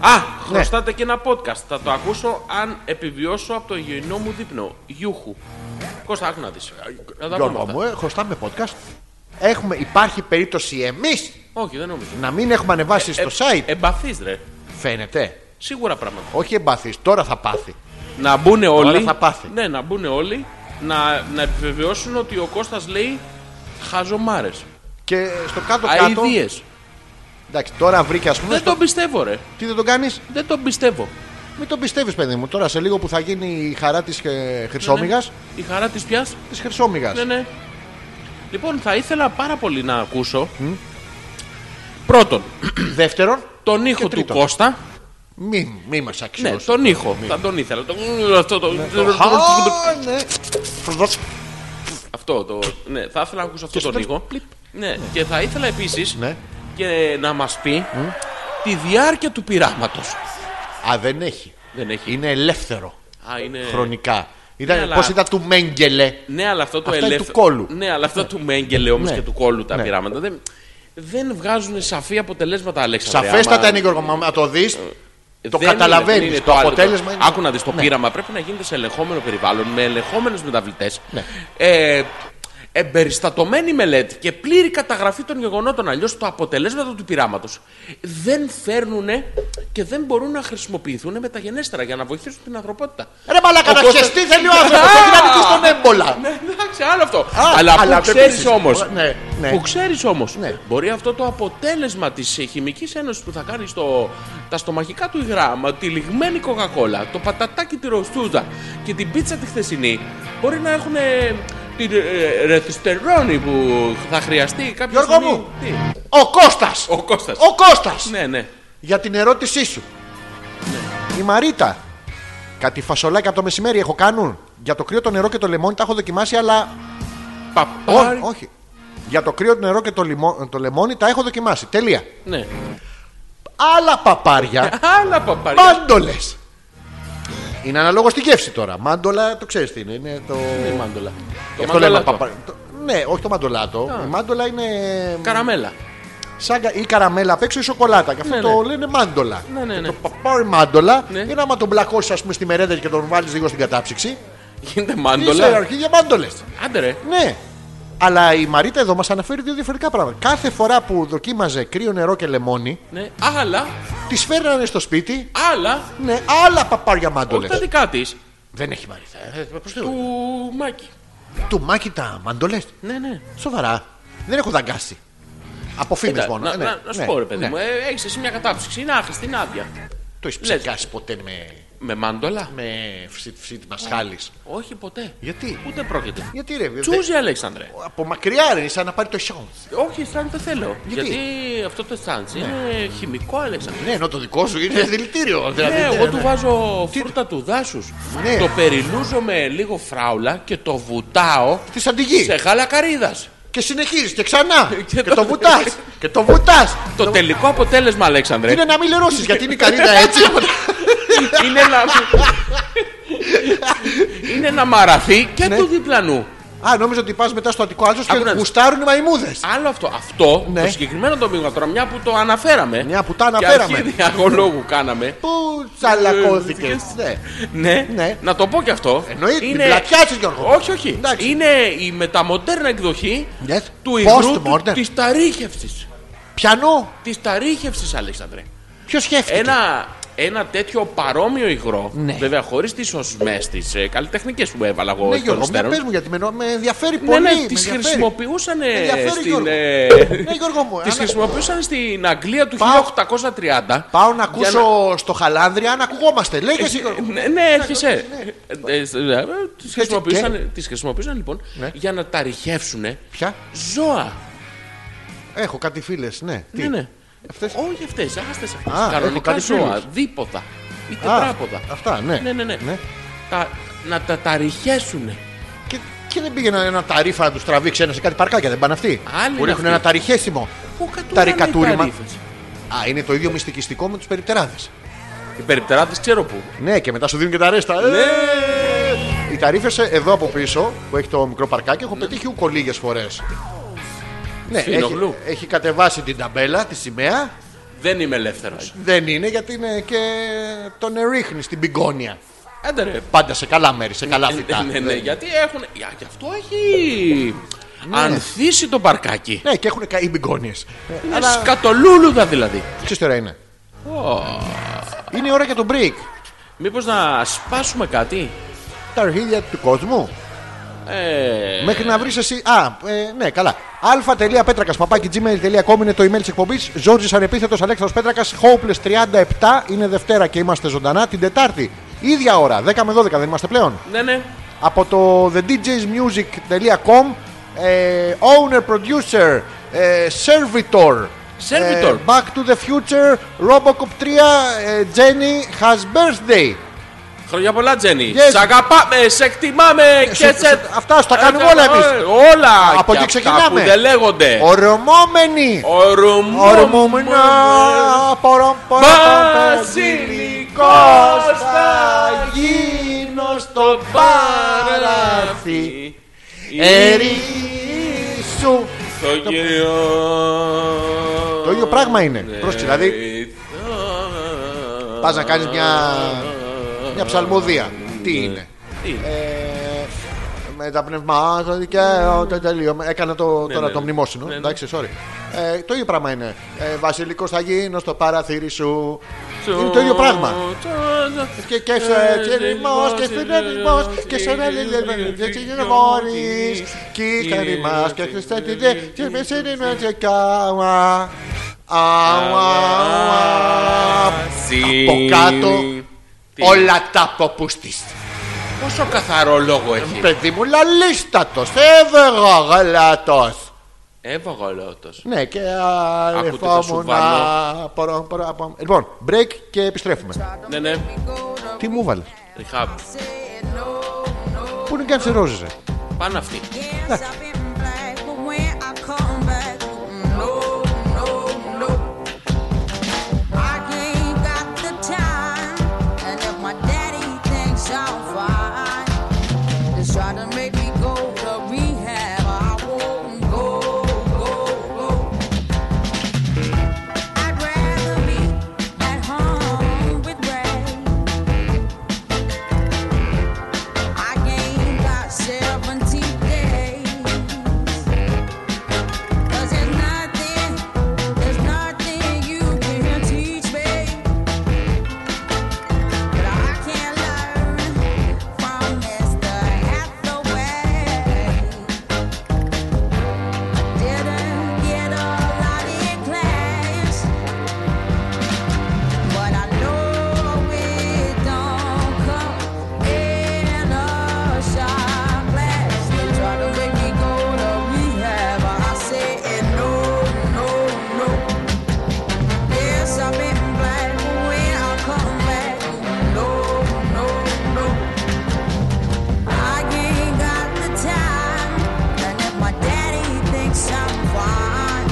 Speaker 2: Α, χρωστάτε και ένα podcast. Θα το ακούσω αν επιβιώσω από το υγιεινό μου δείπνο. Γιούχου. Κώστα, άκου να δεις. Να τα πούμε
Speaker 1: Γιώργο
Speaker 2: αυτά.
Speaker 1: μου, ε, χρωστάμε podcast. Έχουμε, υπάρχει περίπτωση εμείς
Speaker 2: Όχι, δεν νομίζω.
Speaker 1: να μην έχουμε ανεβάσει
Speaker 2: Ε,
Speaker 1: στο site.
Speaker 2: Εμπαθείς, ρε.
Speaker 1: Φαίνεται.
Speaker 2: Σίγουρα πράγματα.
Speaker 1: Όχι εμπαθή, τώρα θα πάθει.
Speaker 2: Να μπουν όλοι.
Speaker 1: θα πάθει.
Speaker 2: Ναι, να μπουν όλοι. Να, να επιβεβαιώσουν ότι ο Κώστας λέει χαζομάρες.
Speaker 1: Και στο κάτω-κάτω.
Speaker 2: Αιδίες.
Speaker 1: Εντάξει, τώρα βρήκε ας πούμε.
Speaker 2: Δεν
Speaker 1: στο-
Speaker 2: τον πιστεύω, ρε.
Speaker 1: Τι δεν τον κάνεις.
Speaker 2: Δεν τον πιστεύω.
Speaker 1: Μην τον πιστεύεις, παιδί μου. Τώρα σε λίγο που θα γίνει η χαρά ε, τη Χρυσόμηγα.
Speaker 2: Η χαρά της πιάς.
Speaker 1: Τη Χρυσόμηγα.
Speaker 2: Ναι, ναι. Λοιπόν, θα ήθελα πάρα πολύ να ακούσω. Πρώτον,
Speaker 1: Δεύτερον,
Speaker 2: τον ήχο του
Speaker 1: τρίτον.
Speaker 2: Κώστα.
Speaker 1: μην, μην μας αξιώσει.
Speaker 2: Ναι, τον ήχο. Θα τον ήθελα. Το... Αυτό το.
Speaker 1: Α, ναι.
Speaker 2: Αυτό το. Ναι, θα ήθελα να ακούσω αυτό
Speaker 1: Και
Speaker 2: τον
Speaker 1: στο-
Speaker 2: ήχο.
Speaker 1: πλιπ.
Speaker 2: Ναι, και θα ήθελα επίσης
Speaker 1: Ναι.
Speaker 2: και να μας πει τη διάρκεια του πειράματος.
Speaker 1: Α, δεν έχει.
Speaker 2: Δεν έχει.
Speaker 1: Είναι ελεύθερο.
Speaker 2: Α, είναι...
Speaker 1: χρονικά. Ήταν,
Speaker 2: Ναι, αλλά-
Speaker 1: Πώς ήταν του Μέγκελε.
Speaker 2: Ναι, αλλά αυτό το
Speaker 1: Αυτά είναι
Speaker 2: ελεύθερο.
Speaker 1: του κόλου.
Speaker 2: Ναι, αλλά αυτό του Μέγκελε όμως
Speaker 1: Ναι.
Speaker 2: και του κόλου τα
Speaker 1: Ναι.
Speaker 2: πειράματα δεν, δεν βγάζουν σαφή αποτελέσματα, Αλέξανδρε.
Speaker 1: Σαφέστατα
Speaker 2: Άμα-
Speaker 1: είναι Γιώργο, μα άμα το δεις. Το
Speaker 2: Δεν
Speaker 1: καταλαβαίνεις.
Speaker 2: είναι, δεν είναι.
Speaker 1: Το
Speaker 2: άλλο.
Speaker 1: αποτέλεσμα είναι-
Speaker 2: Άκου να δεις το
Speaker 1: Ναι.
Speaker 2: πείραμα. Πρέπει να γίνεται σε ελεγχόμενο περιβάλλον, με ελεγχόμενους μεταβλητές.
Speaker 1: Ναι.
Speaker 2: Ε, εμπεριστατωμένη μελέτη και πλήρη καταγραφή των γεγονότων. Αλλιώς τα αποτελέσματα του πειράματος δεν φέρνουν και δεν μπορούν να χρησιμοποιηθούν μεταγενέστερα για να βοηθήσουν την ανθρωπότητα.
Speaker 1: Ρε μαλάκα, να
Speaker 2: Οπότε-
Speaker 1: χεστεί θέλει ο άνθρωπος, θέλει να νικήσει τον έμπολα.
Speaker 2: Ναι, εντάξει, άλλο αυτό. αλλά που
Speaker 1: αλλά
Speaker 2: ξέρεις
Speaker 1: επίσης,
Speaker 2: όμως.
Speaker 1: ναι, ναι.
Speaker 2: Που ξέρεις όμως.
Speaker 1: Ναι.
Speaker 2: Μπορεί αυτό το αποτέλεσμα της χημικής ένωσης που θα κάνει στο, τα στομαχικά του υγρά, μα τη λιγμένη κοκακόλα, το πατατάκι τη ροστούζα και την πίτσα τη χθεσινή, μπορεί να έχουν ε, την ε, ρεθιστερόνη που θα χρειαστεί κάποια
Speaker 1: Γιώργο
Speaker 2: στιγμή.
Speaker 1: μου.
Speaker 2: Τι?
Speaker 1: Ο Κώστας.
Speaker 2: Ο Κώστας.
Speaker 1: Ο Κώστας.
Speaker 2: Ναι, ναι.
Speaker 1: Για την ερώτησή σου. Η Μαρίτα. Κάτι φασολάκια από το μεσημέρι έχω κάνουν. Για το κρύο το νερό και το λεμόνι τα έχω δοκιμάσει, αλλά. Ό,
Speaker 2: Παπάρι.
Speaker 1: όχι. Για το κρύο το νερό και το, λιμό- το λεμόνι τα έχω δοκιμάσει. Τελεία.
Speaker 2: Ναι.
Speaker 1: Άλλα παπάρια.
Speaker 2: Άλλα παπάρια.
Speaker 1: μάντολε. Είναι αναλόγως στη γεύση τώρα. Μάντολα το ξέρεις τι είναι. Είναι το.
Speaker 2: Η Ναι, μάντολα.
Speaker 1: Γι' αυτό λέμε
Speaker 2: μαντολάτο.
Speaker 1: παπάρια. Ναι, όχι το μαντολάτο. Η μάντολα είναι.
Speaker 2: Καραμέλα.
Speaker 1: σαν κα- ή καραμέλα απ' έξω ή σοκολάτα. Και αυτό
Speaker 2: Ναι,
Speaker 1: το
Speaker 2: ναι.
Speaker 1: λένε μάντολα.
Speaker 2: Ναι, ναι,
Speaker 1: Και
Speaker 2: ναι.
Speaker 1: Το παπάρι μάντολα
Speaker 2: Ναι.
Speaker 1: είναι άμα τον μπλακώσεις ας πούμε, στη μερέντα και τον βάλεις λίγο στην κατάψυξη.
Speaker 2: Γίνεται
Speaker 1: Είσαι
Speaker 2: μάντολα.
Speaker 1: αρχή για μάντολες.
Speaker 2: Άντε ρε.
Speaker 1: Ναι. Αλλά η Μαρίτα εδώ μας αναφέρει δύο διαφορετικά πράγματα. Κάθε φορά που δοκίμαζε κρύο νερό και λεμόνι,
Speaker 2: Ναι. Αλλά,
Speaker 1: τη φέρνανε στο σπίτι
Speaker 2: αλλά,
Speaker 1: ναι, άλλα παπάρια μάντολες.
Speaker 2: όχι τα δικά τη,
Speaker 1: Δεν έχει Μαρίτα. ε, πώς το-
Speaker 2: του Μάκη.
Speaker 1: Του μάκι τα μάντολες.
Speaker 2: Ναι, ναι.
Speaker 1: Σοβαρά. Δεν έχω δαγκάσει. Από φήμες
Speaker 2: Κοίτα,
Speaker 1: μόνο.
Speaker 2: να,
Speaker 1: ναι,
Speaker 2: να, να σου
Speaker 1: ναι,
Speaker 2: πω ρε παιδί
Speaker 1: ναι.
Speaker 2: μου, έχεις εσύ μια κατάψυξη, είναι άχρηστη, είναι άδεια.
Speaker 1: Το έχεις ψεκάσει ποτέ με,
Speaker 2: Με μάντολα.
Speaker 1: με φυσίτ- φυσίτ μασχάλης.
Speaker 2: Όχι ποτέ.
Speaker 1: Γιατί?
Speaker 2: Ούτε πρόκειται.
Speaker 1: Γιατί ρε, δε-
Speaker 2: Τσούζι, Αλέξανδρε.
Speaker 1: από μακριά ρε, σαν να πάρει το σιόντ.
Speaker 2: Όχι, αισθάνομαι το θέλω.
Speaker 1: Γιατί?
Speaker 2: Γιατί, αυτό το αισθάνεσαι είναι χημικό, Αλέξανδρε.
Speaker 1: Ναι, ενώ το δικό σου είναι δηλητήριο. δηλαδή,
Speaker 2: Ναι,
Speaker 1: ναι,
Speaker 2: εγώ
Speaker 1: ναι.
Speaker 2: του βάζω φρούτα του δάσους.
Speaker 1: Ναι.
Speaker 2: Το περιλούζω με λίγο φράουλα και το βουτάω
Speaker 1: Τη αντιγεί.
Speaker 2: σε γάλα καρύδας.
Speaker 1: Και συνεχίζεις και ξανά. και
Speaker 2: Και
Speaker 1: το
Speaker 2: το- Ναι.
Speaker 1: βουτάς. και το βουτάς.
Speaker 2: Το τελικό αποτέλεσμα, Αλέξανδρε,
Speaker 1: Είναι να μην λερώσεις γιατί είναι η καρύδα έτσι.
Speaker 2: είναι να. είναι να μαραθεί και
Speaker 1: Ναι.
Speaker 2: του διπλανού.
Speaker 1: Α, νόμιζα ότι πας μετά στο Αττικό Άλσος
Speaker 2: Άκου
Speaker 1: και
Speaker 2: να δεις.
Speaker 1: γουστάρουν οι μαϊμούδες.
Speaker 2: Άλλο αυτό. Αυτό
Speaker 1: Ναι.
Speaker 2: το συγκεκριμένο το μείγμα τώρα, μια που το αναφέραμε.
Speaker 1: Μια που τα αναφέραμε.
Speaker 2: Και αρχή διαγωνόγου κάναμε.
Speaker 1: Πού τσαλακώθηκες.
Speaker 2: Ε, Ναι.
Speaker 1: Ναι.
Speaker 2: να το πω και αυτό.
Speaker 1: Εννοείται, την πλατιάζεις, Γιώργο.
Speaker 2: Όχι, όχι.
Speaker 1: Εντάξει.
Speaker 2: Είναι η μεταμοντέρνα εκδοχή
Speaker 1: Yes.
Speaker 2: του υγρού
Speaker 1: Postmodern.
Speaker 2: τη ταρίχευση.
Speaker 1: Πιανό.
Speaker 2: Τη ταρίχευση, Αλέξανδρε.
Speaker 1: Ποιος σκέφτηκε.
Speaker 2: Ένα, ένα τέτοιο παρόμοιο υγρό,
Speaker 1: Ναι.
Speaker 2: βέβαια χωρίς τις οσμές, τι ε, καλλιτεχνικές που έβαλα εγώ
Speaker 1: Ναι,
Speaker 2: εκ των
Speaker 1: Γιώργο,
Speaker 2: υστέρων.
Speaker 1: μου πες μου γιατί με, νο- με ενδιαφέρει
Speaker 2: Ναι,
Speaker 1: πολύ.
Speaker 2: ναι,
Speaker 1: με
Speaker 2: τι
Speaker 1: ενδιαφέρει.
Speaker 2: χρησιμοποιούσαν
Speaker 1: Με ενδιαφέρει,
Speaker 2: στην.
Speaker 1: Γιώργο.
Speaker 2: ε,
Speaker 1: Ναι, Γιώργο μου.
Speaker 2: Τις
Speaker 1: άνα-
Speaker 2: χρησιμοποιούσαν στην Αγγλία του
Speaker 1: Πάω-
Speaker 2: 1830.
Speaker 1: Πάω να
Speaker 2: για
Speaker 1: ακούσω στο Χαλάνδρια να ακουγόμαστε. Λέγε εσύ, Γιώργο.
Speaker 2: Ναι, ναι, έρχεσαι. Ε, ε, ε, ε, Τις
Speaker 1: και-
Speaker 2: χρησιμοποιούσαν, τις χρησιμοποιούσαν λοιπόν
Speaker 1: Ναι.
Speaker 2: για να τα ρηχεύσουν
Speaker 1: Ποια?
Speaker 2: ζώα.
Speaker 1: Έχω κάτι φίλες, ναι. Τι?
Speaker 2: Ναι, ναι.
Speaker 1: Αυτές?
Speaker 2: Όχι αυτές, άστες αυτές.
Speaker 1: έχω
Speaker 2: Κανονικά
Speaker 1: κάνει
Speaker 2: ζώα,
Speaker 1: φίλους.
Speaker 2: δίποδα ή
Speaker 1: Α,
Speaker 2: τετράποδα.
Speaker 1: Αυτά, ναι.
Speaker 2: Ναι, ναι, ναι. Τα- Να τα τα ρηχέσουν.
Speaker 1: Και, και δεν πήγαινε ένα ταρίφα να τους τραβήξει ένας σε κάτι παρκάκια, δεν πάνε αυτοί.
Speaker 2: Άλλοι
Speaker 1: που
Speaker 2: είναι
Speaker 1: ρίχνουν
Speaker 2: αυτοί.
Speaker 1: ένα ταριχέσιμο.
Speaker 2: Πού κατούραν
Speaker 1: Τα
Speaker 2: οι
Speaker 1: ρικατούριμα.
Speaker 2: ταρίφες?
Speaker 1: Α, είναι το ίδιο μυστικιστικό με τους περιπτεράδες.
Speaker 2: Οι περιπτεράδες ξέρω πού.
Speaker 1: Ναι, και μετά σου δίνουν και τα ρέστα. Ε,
Speaker 2: Ναι.
Speaker 1: Οι ταρίφες εδώ από πίσω που έχει το μικρό παρκάκι έχω πετύχει ούκο λίγες φορές. Ναι, έχει,
Speaker 2: Φινογλου.
Speaker 1: έχει κατεβάσει την ταμπέλα, τη σημαία.
Speaker 2: Δεν είμαι ελεύθερος.
Speaker 1: Δεν είναι γιατί είναι και τον ρίχνει στην πυγκόνια.
Speaker 2: Άντε ρε,
Speaker 1: Πάντα σε καλά μέρη, σε καλά φυτά.
Speaker 2: Ναι, ναι, ναι, γιατί έχουν. για- Γι' αυτό έχει. Ανθίσει το παρκάκι.
Speaker 1: Ναι, και έχουν καεί μπιγκόνιε.
Speaker 2: Είναι σκατολούλουδα δηλαδή.
Speaker 1: Ξέρεις τι ώρα είναι. Είναι η ώρα για το break.
Speaker 2: Μήπως να σπάσουμε κάτι.
Speaker 1: Τα αρχίδια του κόσμου.
Speaker 2: Ε,
Speaker 1: Μέχρι να βρεις εσύ. Α, ε, ναι, καλά. α.πέτρακα gmail.com είναι το email της εκπομπής. Ζόρζης ανεπίθετος Αλέξανδρος Πέτρακας. Hopeless 37 είναι Δευτέρα και είμαστε ζωντανά την Τετάρτη. ίδια ώρα, 10 με 12 δεν είμαστε πλέον.
Speaker 2: ναι, ναι.
Speaker 1: Από το thedjsmusic.com ε, owner producer ε, servitor.
Speaker 2: Servitor.
Speaker 1: Ε, back to the future, Robocop 3, ε, Jenny has birthday.
Speaker 2: Χρόνια πολλά, Τζένι.
Speaker 1: Yes. Ε,
Speaker 2: Σ' αγαπάμε, σε εκτιμάμε και
Speaker 1: σε-
Speaker 2: σε.
Speaker 1: σε- αυτά σου τα κάνουμε όλα εμείς.
Speaker 2: Ε, Όλα!
Speaker 1: Από
Speaker 2: και
Speaker 1: εκεί
Speaker 2: αυτά
Speaker 1: ξεκινάμε.
Speaker 2: Που δεν λέγονται.
Speaker 1: Ορμόμενη!
Speaker 2: Ορμούμενα.
Speaker 1: Ορμόμενα! Πορομ, πορομ, πορομ,
Speaker 2: Βασιλικός
Speaker 1: βασιλικός θα γίνω.
Speaker 2: στο παράθυ.
Speaker 1: Ερήσου.
Speaker 2: Το κύριος.
Speaker 1: Το ίδιο πράγμα είναι.
Speaker 2: Ναι.
Speaker 1: Πρόσεξε, δηλαδή, πας να κάνεις μια- Μια ψαλμοδία. Τι είναι.
Speaker 2: Τι είναι.
Speaker 1: Ε, με τα πνευμάτων δικαίωτα τελείωμα. Έκανα το, τώρα
Speaker 2: ναι,
Speaker 1: το
Speaker 2: ναι.
Speaker 1: μνημόσυνο.
Speaker 2: Ναι, ναι.
Speaker 1: Εντάξει, sorry. Ε, το ίδιο πράγμα είναι. Ε, Βασιλικός θα γίνω στο παραθύρι σου. Είναι το ίδιο πράγμα. Και και σε τσιριμός και φιλεμιμός και σε ένα λιλελμένο και τσιριμόρις Κύτταρι μας και χριστέτιδε και με σύνιμα και κάμα Αουα, αουα. Από κάτω
Speaker 2: Τι.
Speaker 1: όλα τα ποπούστης
Speaker 2: Πόσο καθαρό λόγο έχει.
Speaker 1: Παιδί μου λαλίστατος, ε, εύγαγαλατος
Speaker 2: Έβαγα λότος.
Speaker 1: Ναι και
Speaker 2: Ακούτε το
Speaker 1: αλεφόμουν
Speaker 2: σουβάλο.
Speaker 1: Λοιπόν, break και επιστρέφουμε
Speaker 2: Ναι, ναι.
Speaker 1: Τι μου βάλε,
Speaker 2: Ριχάμπ.
Speaker 1: πού είναι και αν ρόζιζε
Speaker 2: Πάνω αυτή.
Speaker 3: Yes, I've been black, but when I come back, no, no, no. I ain't got the time, and if my daddy thinks I'm fine, just try to make me go to rehab. I won't go, go, go. I'd rather be at home with Ray. I gained about 17 days. 'Cause there's nothing, there's nothing you can teach me. But I can learn from Mr. Hathaway. Didn't get a lot in class, but I know it don't come in a shot glass. They try to make me go to rehab. I say no, no, no. Yes, I've been black, but when I come back, no, no, no. I ain't got the time, and if my daddy thinks I'm fine.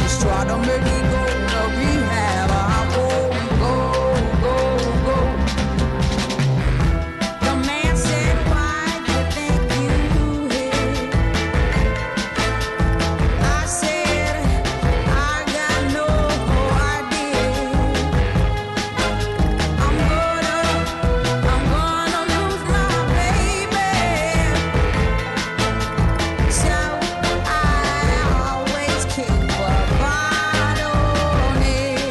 Speaker 3: Just try to make me go to rehab. I won't go, go, go. The man said, Why do you think you hit? I said, I got no idea. I'm gonna, I'm gonna lose my baby. So I always keep a bottle on it.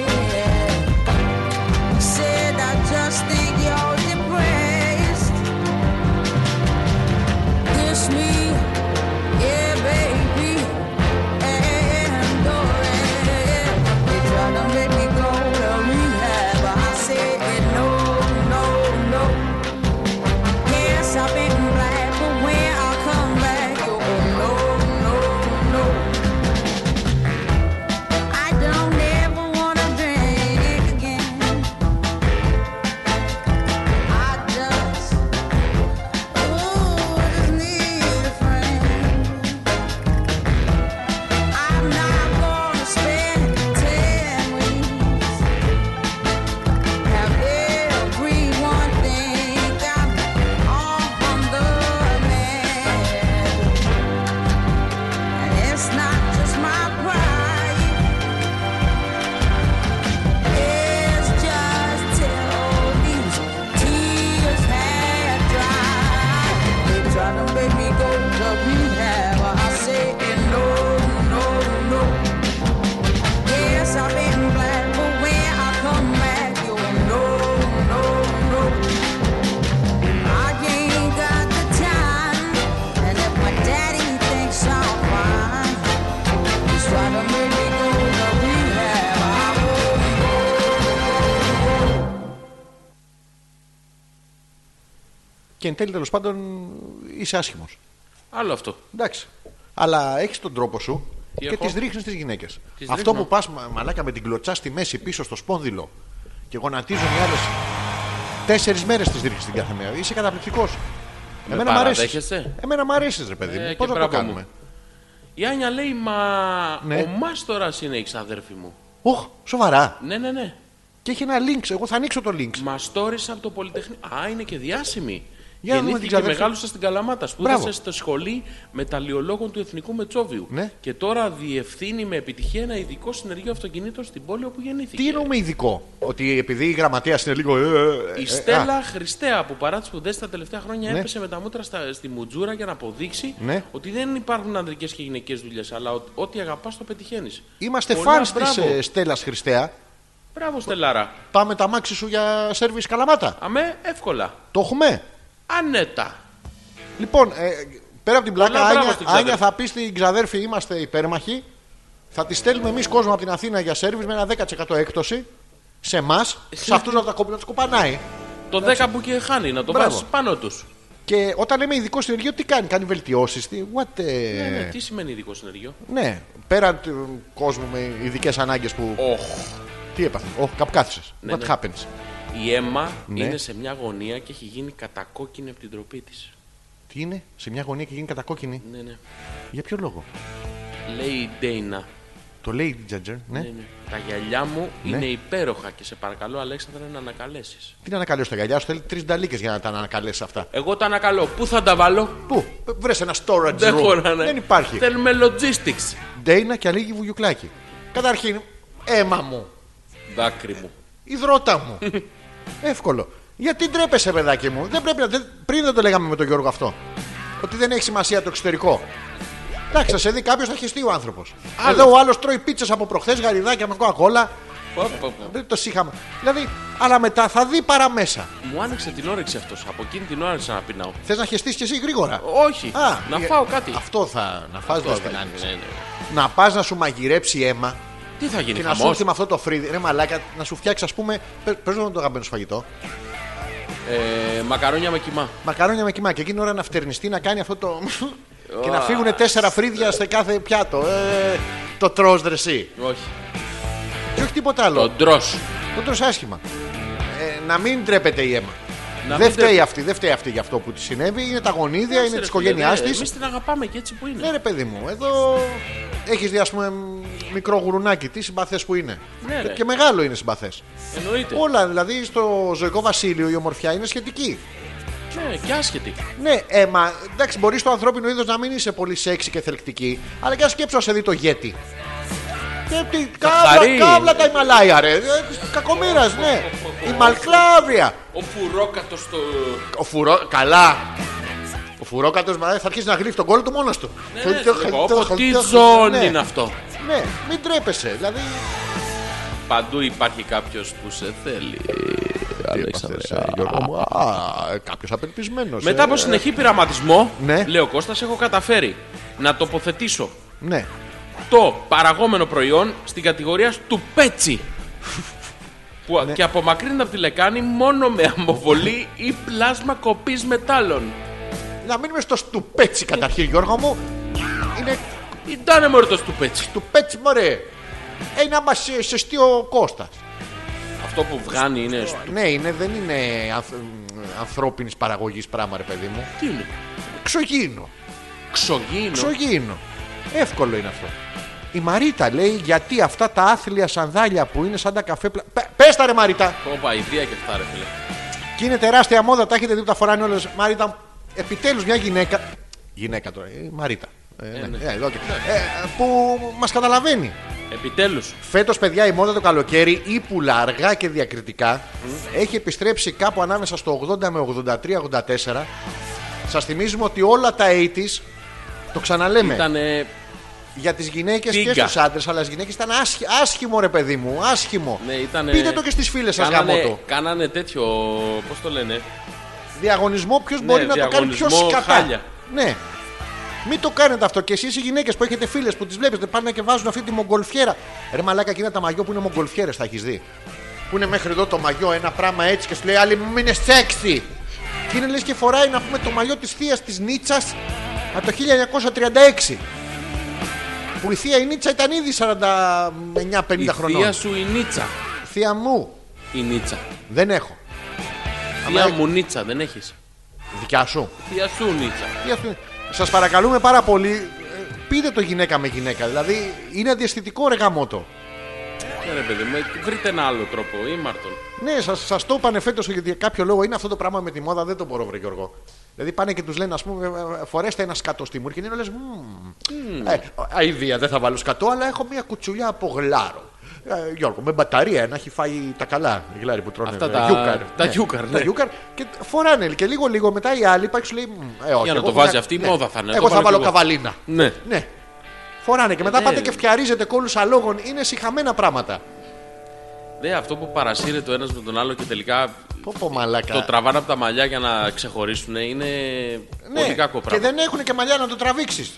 Speaker 3: Said I just think you're depressed. Kiss me, yeah, baby, and go ahead. They try to make me go to rehab, but I said no, no, no. Yes, I've been black, but when I come back, oh no, no, no. I don't ever wanna drink again. I just, ooh, just need a friend. I'm not gonna spend ten weeks. Have everyone think I'm off on the land. And it's not just my pride. It's just till these tears have dried. They try to make me go to rehab. I say no, no, no. Yes, I've been black, but when I come back, you no, no, no. I ain't got the time, and if my daddy thinks I'm fine, he's trying to make me go to rehab. I won't
Speaker 1: Και εν τέλει τέλος πάντων είσαι άσχημος.
Speaker 2: Άλλο αυτό.
Speaker 1: Εντάξει. Αλλά έχεις τον τρόπο σου
Speaker 2: Τι
Speaker 1: και
Speaker 2: έχω?
Speaker 1: τις ρίχνεις τι γυναίκες.
Speaker 2: Τις
Speaker 1: Αυτό
Speaker 2: ρίχνω.
Speaker 1: που πας μαλάκα με την κλωτσά στη μέση πίσω στο σπόνδυλο και γονατίζουν οι άλλες τέσσερις μέρες τις ρίχνεις την κάθε μέρα. Είσαι καταπληκτικός. Εμένα μ' αρέσει.
Speaker 2: Ε, παραδέχεσαι?
Speaker 1: Εμένα μ' αρέσεις, ρε παιδί μου.
Speaker 2: Ε,
Speaker 1: Πώς να
Speaker 2: και
Speaker 1: το
Speaker 2: μπράβο
Speaker 1: κάνουμε.
Speaker 2: μου. Η Άνια λέει, μα
Speaker 1: Ναι.
Speaker 2: ο Μάστορας είναι η ξαδέρφη μου.
Speaker 1: Οχ, σοβαρά.
Speaker 2: Ναι, ναι, ναι.
Speaker 1: Και έχει ένα links. Εγώ θα ανοίξω το links.
Speaker 2: Μαστόρισα από το Πολυτεχνείο. Α, είναι και διάσημη.
Speaker 1: Για να δούμε την
Speaker 2: Γεννήθηκε και
Speaker 1: ξαδέρφη.
Speaker 2: μεγάλωσε στην Καλαμάτα.
Speaker 1: Μπράβο.
Speaker 2: Σπούδασε στο σχολείο μεταλλιολόγων του Εθνικού Μετσόβιου.
Speaker 1: Ναι.
Speaker 2: Και τώρα διευθύνει με επιτυχία ένα ειδικό συνεργείο αυτοκινήτων στην πόλη όπου γεννήθηκε.
Speaker 1: Τι εννοούμε ειδικό. Ότι επειδή η γραμματέας είναι λίγο. ε, ε, ε,
Speaker 2: Η
Speaker 1: ε,
Speaker 2: Στέλλα
Speaker 1: α,
Speaker 2: Χριστέα που παρά τις σπουδές τα τελευταία χρόνια
Speaker 1: Ναι.
Speaker 2: έπεσε με τα μούτρα στα, στη Μουτζούρα για να αποδείξει
Speaker 1: Ναι.
Speaker 2: ότι δεν υπάρχουν ανδρικές και γυναικές δουλειές, αλλά ότι ό,τι αγαπάς το πετυχαίνεις.
Speaker 1: Είμαστε ε,
Speaker 2: Πολλά
Speaker 1: φαν της
Speaker 2: μπράβο.
Speaker 1: Στέλλας Χριστέα.
Speaker 2: Μπράβο, Στελάρα.
Speaker 1: Πάμε τα μάξι σου για σερβις καλαμάτα.
Speaker 2: Αμέ, εύκολα.
Speaker 1: Το έχουμε.
Speaker 2: Ανέτα.
Speaker 1: Λοιπόν, ε, πέρα από την πλάκα,
Speaker 2: Πολλά μπράβο
Speaker 1: Άνια,
Speaker 2: στην ξαδέρφη.
Speaker 1: Άνια θα πεις στην ξαδέρφη είμαστε υπέρμαχοι. Θα τη στέλνουμε εμείς κόσμο από την Αθήνα για σερβις με ένα 10% έκπτωση σε εμάς, σε αυτούς να τα κοπ- να τους κοπανάει.
Speaker 2: Το 10 που και χάνει, να το
Speaker 1: Μπράβο.
Speaker 2: βάζεις πάνω τους.
Speaker 1: Και όταν λέμε ειδικό συνεργείο, τι κάνει, κάνει βελτιώσεις. Τι, what, ε,
Speaker 2: Ναι, ναι, τι σημαίνει ειδικό συνεργείο.
Speaker 1: ναι, πέραν του κόσμου με ειδικές ανάγκες που.
Speaker 2: Οχ.
Speaker 1: Τι έπαθε, oh, κάπου κάθισες.
Speaker 2: Ναι,
Speaker 1: what
Speaker 2: ναι.
Speaker 1: happens.
Speaker 2: Η αίμα
Speaker 1: Ναι.
Speaker 2: είναι σε μια γωνία και έχει γίνει κατακόκκινη από την τροπή της.
Speaker 1: Τι είναι, σε μια γωνία και γίνει κατακόκκινη.
Speaker 2: Ναι, ναι.
Speaker 1: Για ποιο λόγο.
Speaker 2: Λέει η Ντέινα.
Speaker 1: Το λέει η Τζέτζερ, ναι.
Speaker 2: Ναι, ναι. Τα γυαλιά μου
Speaker 1: Ναι.
Speaker 2: είναι υπέροχα και σε παρακαλώ, Αλέξανδρα, να ανακαλέσεις.
Speaker 1: Τι να ανακαλέσει τα γυαλιά σου, θέλει τρεις νταλίκες για να τα ανακαλέσει αυτά.
Speaker 2: Εγώ τα ανακαλώ. Πού θα τα βάλω,
Speaker 1: Πού, βρες ένα storage
Speaker 2: Δεν
Speaker 1: room.
Speaker 2: χωράνε.
Speaker 1: Δεν υπάρχει.
Speaker 2: Θέλουμε logistics.
Speaker 1: Ντέινα και αλήγη βουγιουκλάκι. Καταρχήν, αίμα μου,
Speaker 2: Δάκρυ μου.
Speaker 1: υδρότα μου. Εύκολο. Γιατί ντρέπεσαι, παιδάκι μου. Δεν πρέπει να... δεν- Πριν δεν το λέγαμε με τον Γιώργο αυτό. Ότι δεν έχει σημασία το εξωτερικό. Εντάξει, θα σε δει κάποιος, θα χεστεί ο άνθρωπος. Εδώ ο άλλος τρώει πίτσες από προχθές, γαριδάκια με κοκακόλα.
Speaker 2: Πα, πα, πα.
Speaker 1: Δεν το σύγχαμα. Δηλαδή, αλλά μετά θα δει παραμέσα.
Speaker 2: Μου άνοιξε την όρεξη αυτός. Από εκείνη την ώρα άρχισα να πεινάω.
Speaker 1: Θες να χεστείς κι εσύ γρήγορα.
Speaker 2: Όχι.
Speaker 1: Α,
Speaker 2: να
Speaker 1: ε,
Speaker 2: φάω κάτι.
Speaker 1: Αυτό θα. Να φας δεν
Speaker 2: θα-
Speaker 1: την άνοιξη.
Speaker 2: ναι, ναι.
Speaker 1: Να πας να σου μαγειρέψει αίμα
Speaker 2: Τι θα γίνει,
Speaker 1: και να σου
Speaker 2: χαμός.
Speaker 1: έρθει με αυτό το φρύδι. Ρε μαλάκα, να σου φτιάξει, ας πούμε. πε- Πες μου το αγαπημένο σου φαγητό.
Speaker 2: Ε, μακαρόνια με κοιμά.
Speaker 1: Μακαρόνια με κοιμά. Και εκείνη την ώρα να φτερνιστεί να κάνει αυτό το. και να φύγουν τέσσερα φρύδια σε κάθε πιάτο. Ε, το τρως ρε εσύ.
Speaker 2: Όχι.
Speaker 1: Και όχι τίποτα άλλο.
Speaker 2: Το ντρό.
Speaker 1: Το τρως άσχημα. Ε, να μην τρέπεται η αίμα.
Speaker 2: Να
Speaker 1: δεν
Speaker 2: μην
Speaker 1: φταίει
Speaker 2: τρέπεται.
Speaker 1: αυτή, δεν φταίει αυτή για αυτό που της συνέβη. Είναι τα γονίδια,
Speaker 2: Ναι,
Speaker 1: είναι τη οικογένειάς της.
Speaker 2: Εμείς την αγαπάμε και έτσι που είναι.
Speaker 1: Ναι, ρε παιδί μου, εδώ έχεις δει, ας πούμε, μ, μικρό γουρουνάκι. Τι συμπαθές που είναι.
Speaker 2: Ναι,
Speaker 1: και,
Speaker 2: ρε. Ναι.
Speaker 1: και μεγάλο είναι συμπαθές.
Speaker 2: Εννοείται.
Speaker 1: Όλα, δηλαδή, στο ζωικό βασίλειο η ομορφιά είναι σχετική.
Speaker 2: Ναι, και άσχετη.
Speaker 1: Ναι, ε, μα εντάξει, μπορείς στο ανθρώπινο είδος να μην είσαι πολύ σεξι και θελκτική, αλλά και σκέψω να σε δει το γέτη. Και τι, κάβλα,
Speaker 2: Καθαρή.
Speaker 1: κάβλα τα Ιμαλάια, ρε. Κακομήρα, ναι. Η Μαλκλάβρια.
Speaker 2: Ο φουρόκατος το.
Speaker 1: Ο φουρό, καλά. Ο φουρόκατος θα αρχίσει να γλύφει τον κόλλο του μόνος του.
Speaker 2: Ναι,
Speaker 1: Χαλιτό,
Speaker 2: ναι, σου
Speaker 1: χαλιτό,
Speaker 2: είπα, «Όπο, Τι
Speaker 1: χαλιτό, ναι.
Speaker 2: ζώνη είναι αυτό.
Speaker 1: Ναι, μην τρέπεσαι. Δηλαδή.
Speaker 2: Παντού υπάρχει κάποιος που σε θέλει. Αλέξανδρε.
Speaker 1: Κάποιος απελπισμένος.
Speaker 2: ε, Μετά από συνεχή πειραματισμό,
Speaker 1: ε, Ναι.
Speaker 2: λέω Κώστας, έχω καταφέρει να τοποθετήσω
Speaker 1: Ναι.
Speaker 2: το παραγόμενο προϊόν στην κατηγορία του πέτσι. που
Speaker 1: Ναι.
Speaker 2: και απομακρύνεται από τη λεκάνη μόνο με αμοβολή ή πλάσμα κοπής μετάλλων.
Speaker 1: Να μείνουμε στο στουπέτσι καταρχήν, Γιώργο μου. Είναι
Speaker 2: Ήταν μόνο το στουπέτσι.
Speaker 1: στουπέτσι, μωρέ. Ε, Ένα άμα σε σεστεί ο Κώστας.
Speaker 2: Αυτό που βγάνει είναι. σ-
Speaker 1: Ναι, είναι, δεν είναι ανθ, ανθρώπινης παραγωγής πράγμα, ρε παιδί μου.
Speaker 2: Τι είναι.
Speaker 1: Ξογίνο.
Speaker 2: Ξογίνο.
Speaker 1: Ξογίνο. Εύκολο είναι αυτό. Η Μαρίτα λέει γιατί αυτά τα άθλια σανδάλια που είναι σαν τα καφέ. Πλα... Πε πες τα ρε Μαρίτα!
Speaker 2: Όπα, ιδέα και αυτά, ρε φίλε.
Speaker 1: Και είναι τεράστια μόδα, τα έχετε δει που τα φοράνε όλες. Μαρίτα, επιτέλους μια γυναίκα. Γυναίκα τώρα, ε, Μαρίτα. Ε, ναι,
Speaker 2: ναι.
Speaker 1: ε, εδώ και- ε, που μας καταλαβαίνει.
Speaker 2: Επιτέλους.
Speaker 1: Φέτος, παιδιά, η μόδα το καλοκαίρι, ύπουλα, αργά και διακριτικά, έχει επιστρέψει κάπου ανάμεσα στο 80 με 83-84. Σας θυμίζουμε ότι όλα τα 80s, το ξαναλέμε,
Speaker 2: Ήτανε
Speaker 1: για τις γυναίκες και
Speaker 2: Τίγκα.
Speaker 1: στους άντρες, αλλά στις γυναίκες ήταν άσχη, άσχημο, ρε παιδί μου, άσχημο.
Speaker 2: Ναι, ήτανε-
Speaker 1: Πείτε το και στις φίλες σας,
Speaker 2: Κάνανε,
Speaker 1: γαμότο.
Speaker 2: κάνανε τέτοιο. Πώς το λένε.
Speaker 1: Διαγωνισμό ποιος μπορεί να το κάνει πιο
Speaker 2: Ναι, διαγωνισμό
Speaker 1: σκατά.
Speaker 2: χάλια.
Speaker 1: Ναι. Μην το κάνετε αυτό. Και εσείς οι γυναίκες που έχετε φίλες που τις βλέπετε πάνε και βάζουν αυτή τη μογκολφιέρα. Ρε μαλάκα εκείνα τα μαγιό που είναι μογκολφιέρες, θα έχεις δει. Που είναι μέχρι εδώ το μαγιό, ένα πράγμα έτσι και σου λέει άλλη μου είναι σεξι. Και είναι λες και φοράει να πούμε το μαγιό της θείας της Νίτσας από το 1936. Που η θεία η Νίτσα ήταν ήδη 49-50
Speaker 2: Η
Speaker 1: χρονών.
Speaker 2: θεία σου η Νίτσα.
Speaker 1: Θεία μου.
Speaker 2: Η Νίτσα.
Speaker 1: Δεν έχω.
Speaker 2: Θεία
Speaker 1: έχει-
Speaker 2: μου Νίτσα, δεν έχεις.
Speaker 1: Δικιά σου.
Speaker 2: Θεία σου Νίτσα.
Speaker 1: Τι αυτό είναι. Σας παρακαλούμε πάρα πολύ, ε, πείτε το γυναίκα με γυναίκα. Δηλαδή είναι αντιαισθητικό ρε γαμότο.
Speaker 2: Ναι, ρε παιδί μου, βρείτε ένα άλλο τρόπο, ήμαρτον.
Speaker 1: Ναι, σας σας το είπανε φέτος γιατί για κάποιο λόγο είναι αυτό το πράγμα με τη μόδα, δεν το μπορώ, βρε Γιώργο. Δηλαδή πάνε και τους λένε, ας πούμε, ε, ε, φορέστε ένα σκατό στη μουρκή. Είναι λες, ε, αηδία, δεν θα βάλω σκατό, αλλά έχω μια κουτσουλιά από γλάρο. Ε, Γιώργο, με μπαταρία να έχει φάει τα καλά γλάρι που τρώνε.
Speaker 2: Αυτά
Speaker 1: ε,
Speaker 2: τα-
Speaker 1: γιούκαρ.
Speaker 2: τα γιούκαρ,
Speaker 1: Τα
Speaker 2: ναι.
Speaker 1: γιούκαρ και φοράνε και λίγο-λίγο μετά οι άλλοι πάει και σου λέει. «Μμ, Ε, όχι,
Speaker 2: Για να
Speaker 1: εγώ
Speaker 2: το
Speaker 1: έχω
Speaker 2: βάζει
Speaker 1: μια-
Speaker 2: αυτή η
Speaker 1: ναι,
Speaker 2: μόδα θα είναι.
Speaker 1: Εγώ θα βάλω
Speaker 2: καβάλι.
Speaker 1: καβαλίνα.
Speaker 2: Ναι.
Speaker 1: Ναι. Φοράνε και μετά
Speaker 2: ναι.
Speaker 1: πάτε και φτιαρίζετε κόλου αλόγων. Είναι συχαμένα πράγματα.
Speaker 2: Ναι, αυτό που παρασύρεται ο ένας με τον άλλο και τελικά
Speaker 1: Πω, πω, μαλάκα.
Speaker 2: το τραβάνε από τα μαλλιά για να ξεχωρίσουν είναι
Speaker 1: Ναι,
Speaker 2: πολύ κακό
Speaker 1: Και
Speaker 2: πράγμα.
Speaker 1: δεν έχουν και μαλλιά να το τραβήξεις.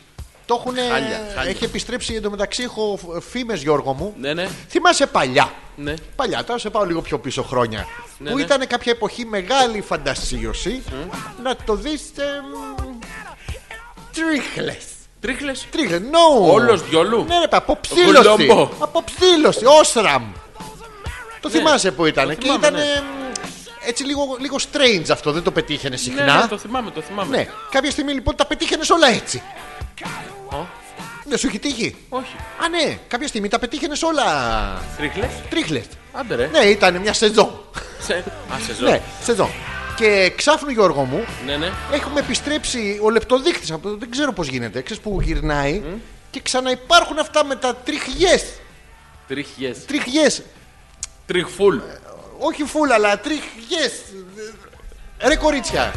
Speaker 1: Το έχουν.
Speaker 2: Χάλια, χάλια.
Speaker 1: Έχει επιστρέψει εντωμεταξύ. Έχω φήμες, Γιώργο μου.
Speaker 2: Ναι, ναι,
Speaker 1: Θυμάσαι παλιά.
Speaker 2: ναι.
Speaker 1: Παλιά, τώρα σε πάω λίγο πιο πίσω χρόνια.
Speaker 2: Ναι,
Speaker 1: που
Speaker 2: ναι.
Speaker 1: ήταν κάποια εποχή μεγάλη φαντασίωση να το δεις. Ε, Τρίχλες.
Speaker 2: Τρίχλες.
Speaker 1: Τρίχλες, no.
Speaker 2: Όλος διόλου.
Speaker 1: Ναι, ρε, παι, από ψήλωση.
Speaker 2: Γουλόμπο.
Speaker 1: Από ψήλωση, όσραμ. Το θυμάσαι που ήταν.
Speaker 2: Ναι. το
Speaker 1: Και
Speaker 2: θυμάμαι,
Speaker 1: ήταν.
Speaker 2: ναι.
Speaker 1: ε, Έτσι λίγο, λίγο strange αυτό, δεν το πετύχαινε συχνά.
Speaker 2: Ναι, ναι, το θυμάμαι, το θυμάμαι.
Speaker 1: Ναι, κάποια στιγμή λοιπόν τα πετύχαινες όλα έτσι.
Speaker 2: Ω,
Speaker 1: Δεν σου έχει τύχει.
Speaker 2: όχι.
Speaker 1: Α, ναι, κάποια στιγμή τα πετύχαινες όλα.
Speaker 2: Τρίχλες.
Speaker 1: Τρίχλες.
Speaker 2: Άντε ρε.
Speaker 1: Ναι, ήταν μια σεζόν.
Speaker 2: Σε... Α, σε ζω.
Speaker 1: Ναι, σεζόν. Και ξάφνου Γιώργο μου,
Speaker 2: ναι. ναι.
Speaker 1: έχουμε επιστρέψει ο λεπτοδείκτης από το δεν ξέρω πώς γίνεται, ξέρεις που γυρνάει και ξαναυπάρχουν αυτά με τα τριχιές.
Speaker 2: Τρίχιες.
Speaker 1: Τριχιές,
Speaker 2: Τριχφούλ.
Speaker 1: Ε, όχι φούλα, αλλά τριχιές. Ρε κορίτσια.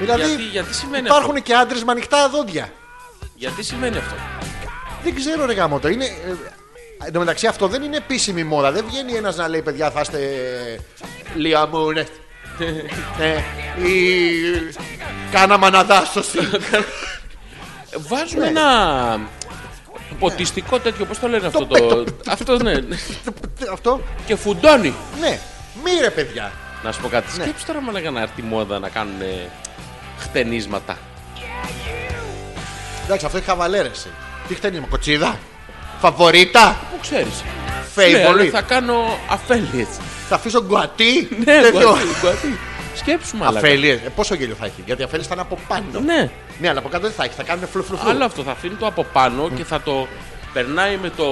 Speaker 1: Δηλαδή
Speaker 2: Γιατί, γιατί σημαίνει αυτό.
Speaker 1: υπάρχουν και άντρες με ανοιχτά δόντια.
Speaker 2: Γιατί σημαίνει αυτό.
Speaker 1: Δεν ξέρω ρε γάμο το. Είναι, ε, εν τω μεταξύ αυτό δεν είναι επίσημη μόδα. Δεν βγαίνει ένας να λέει παιδιά θα είστε λιαμούνες. ε, ή κάνα μαναδάσωση.
Speaker 2: Ε, Βάζουν
Speaker 1: Ναι.
Speaker 2: ένα ποτιστικό τέτοιο, πώς το λένε αυτό
Speaker 1: πέ-
Speaker 2: το... αυτό ναι.
Speaker 1: αυτό.
Speaker 2: και φουντώνει.
Speaker 1: Ναι. Μη ρε παιδιά.
Speaker 2: Να σου πω κάτι.
Speaker 1: Ναι.
Speaker 2: Σκέψου τώρα με λέγανε αρτή μόδα να κάνουν χτενίσματα.
Speaker 1: Εντάξει αυτό έχει χαβαλέρεση. Τι χτενίσμα, κοτσίδα. Φαβορίτα.
Speaker 2: Πού ξέρεις. Ναι, αλλά
Speaker 1: Φέιβολη.
Speaker 2: θα
Speaker 1: Θα...
Speaker 2: κάνω αφέλειες.
Speaker 1: αφήσω γκουατί.
Speaker 2: Ναι,
Speaker 1: τέτοιο.
Speaker 2: κουατί, κουατί. Σκέψου μάλλον.
Speaker 1: Αφέλειες. Ε, πόσο γέλιο θα έχει. Γιατί αφέλειες θα είναι από πάνω.
Speaker 2: Ναι.
Speaker 1: Ναι, αλλά από κάτω δεν θα έχει. Θα κάνουν φλουφλουφλου.
Speaker 2: Άλλο αυτό, θα αφήνει το από πάνω και θα το περνάει με το,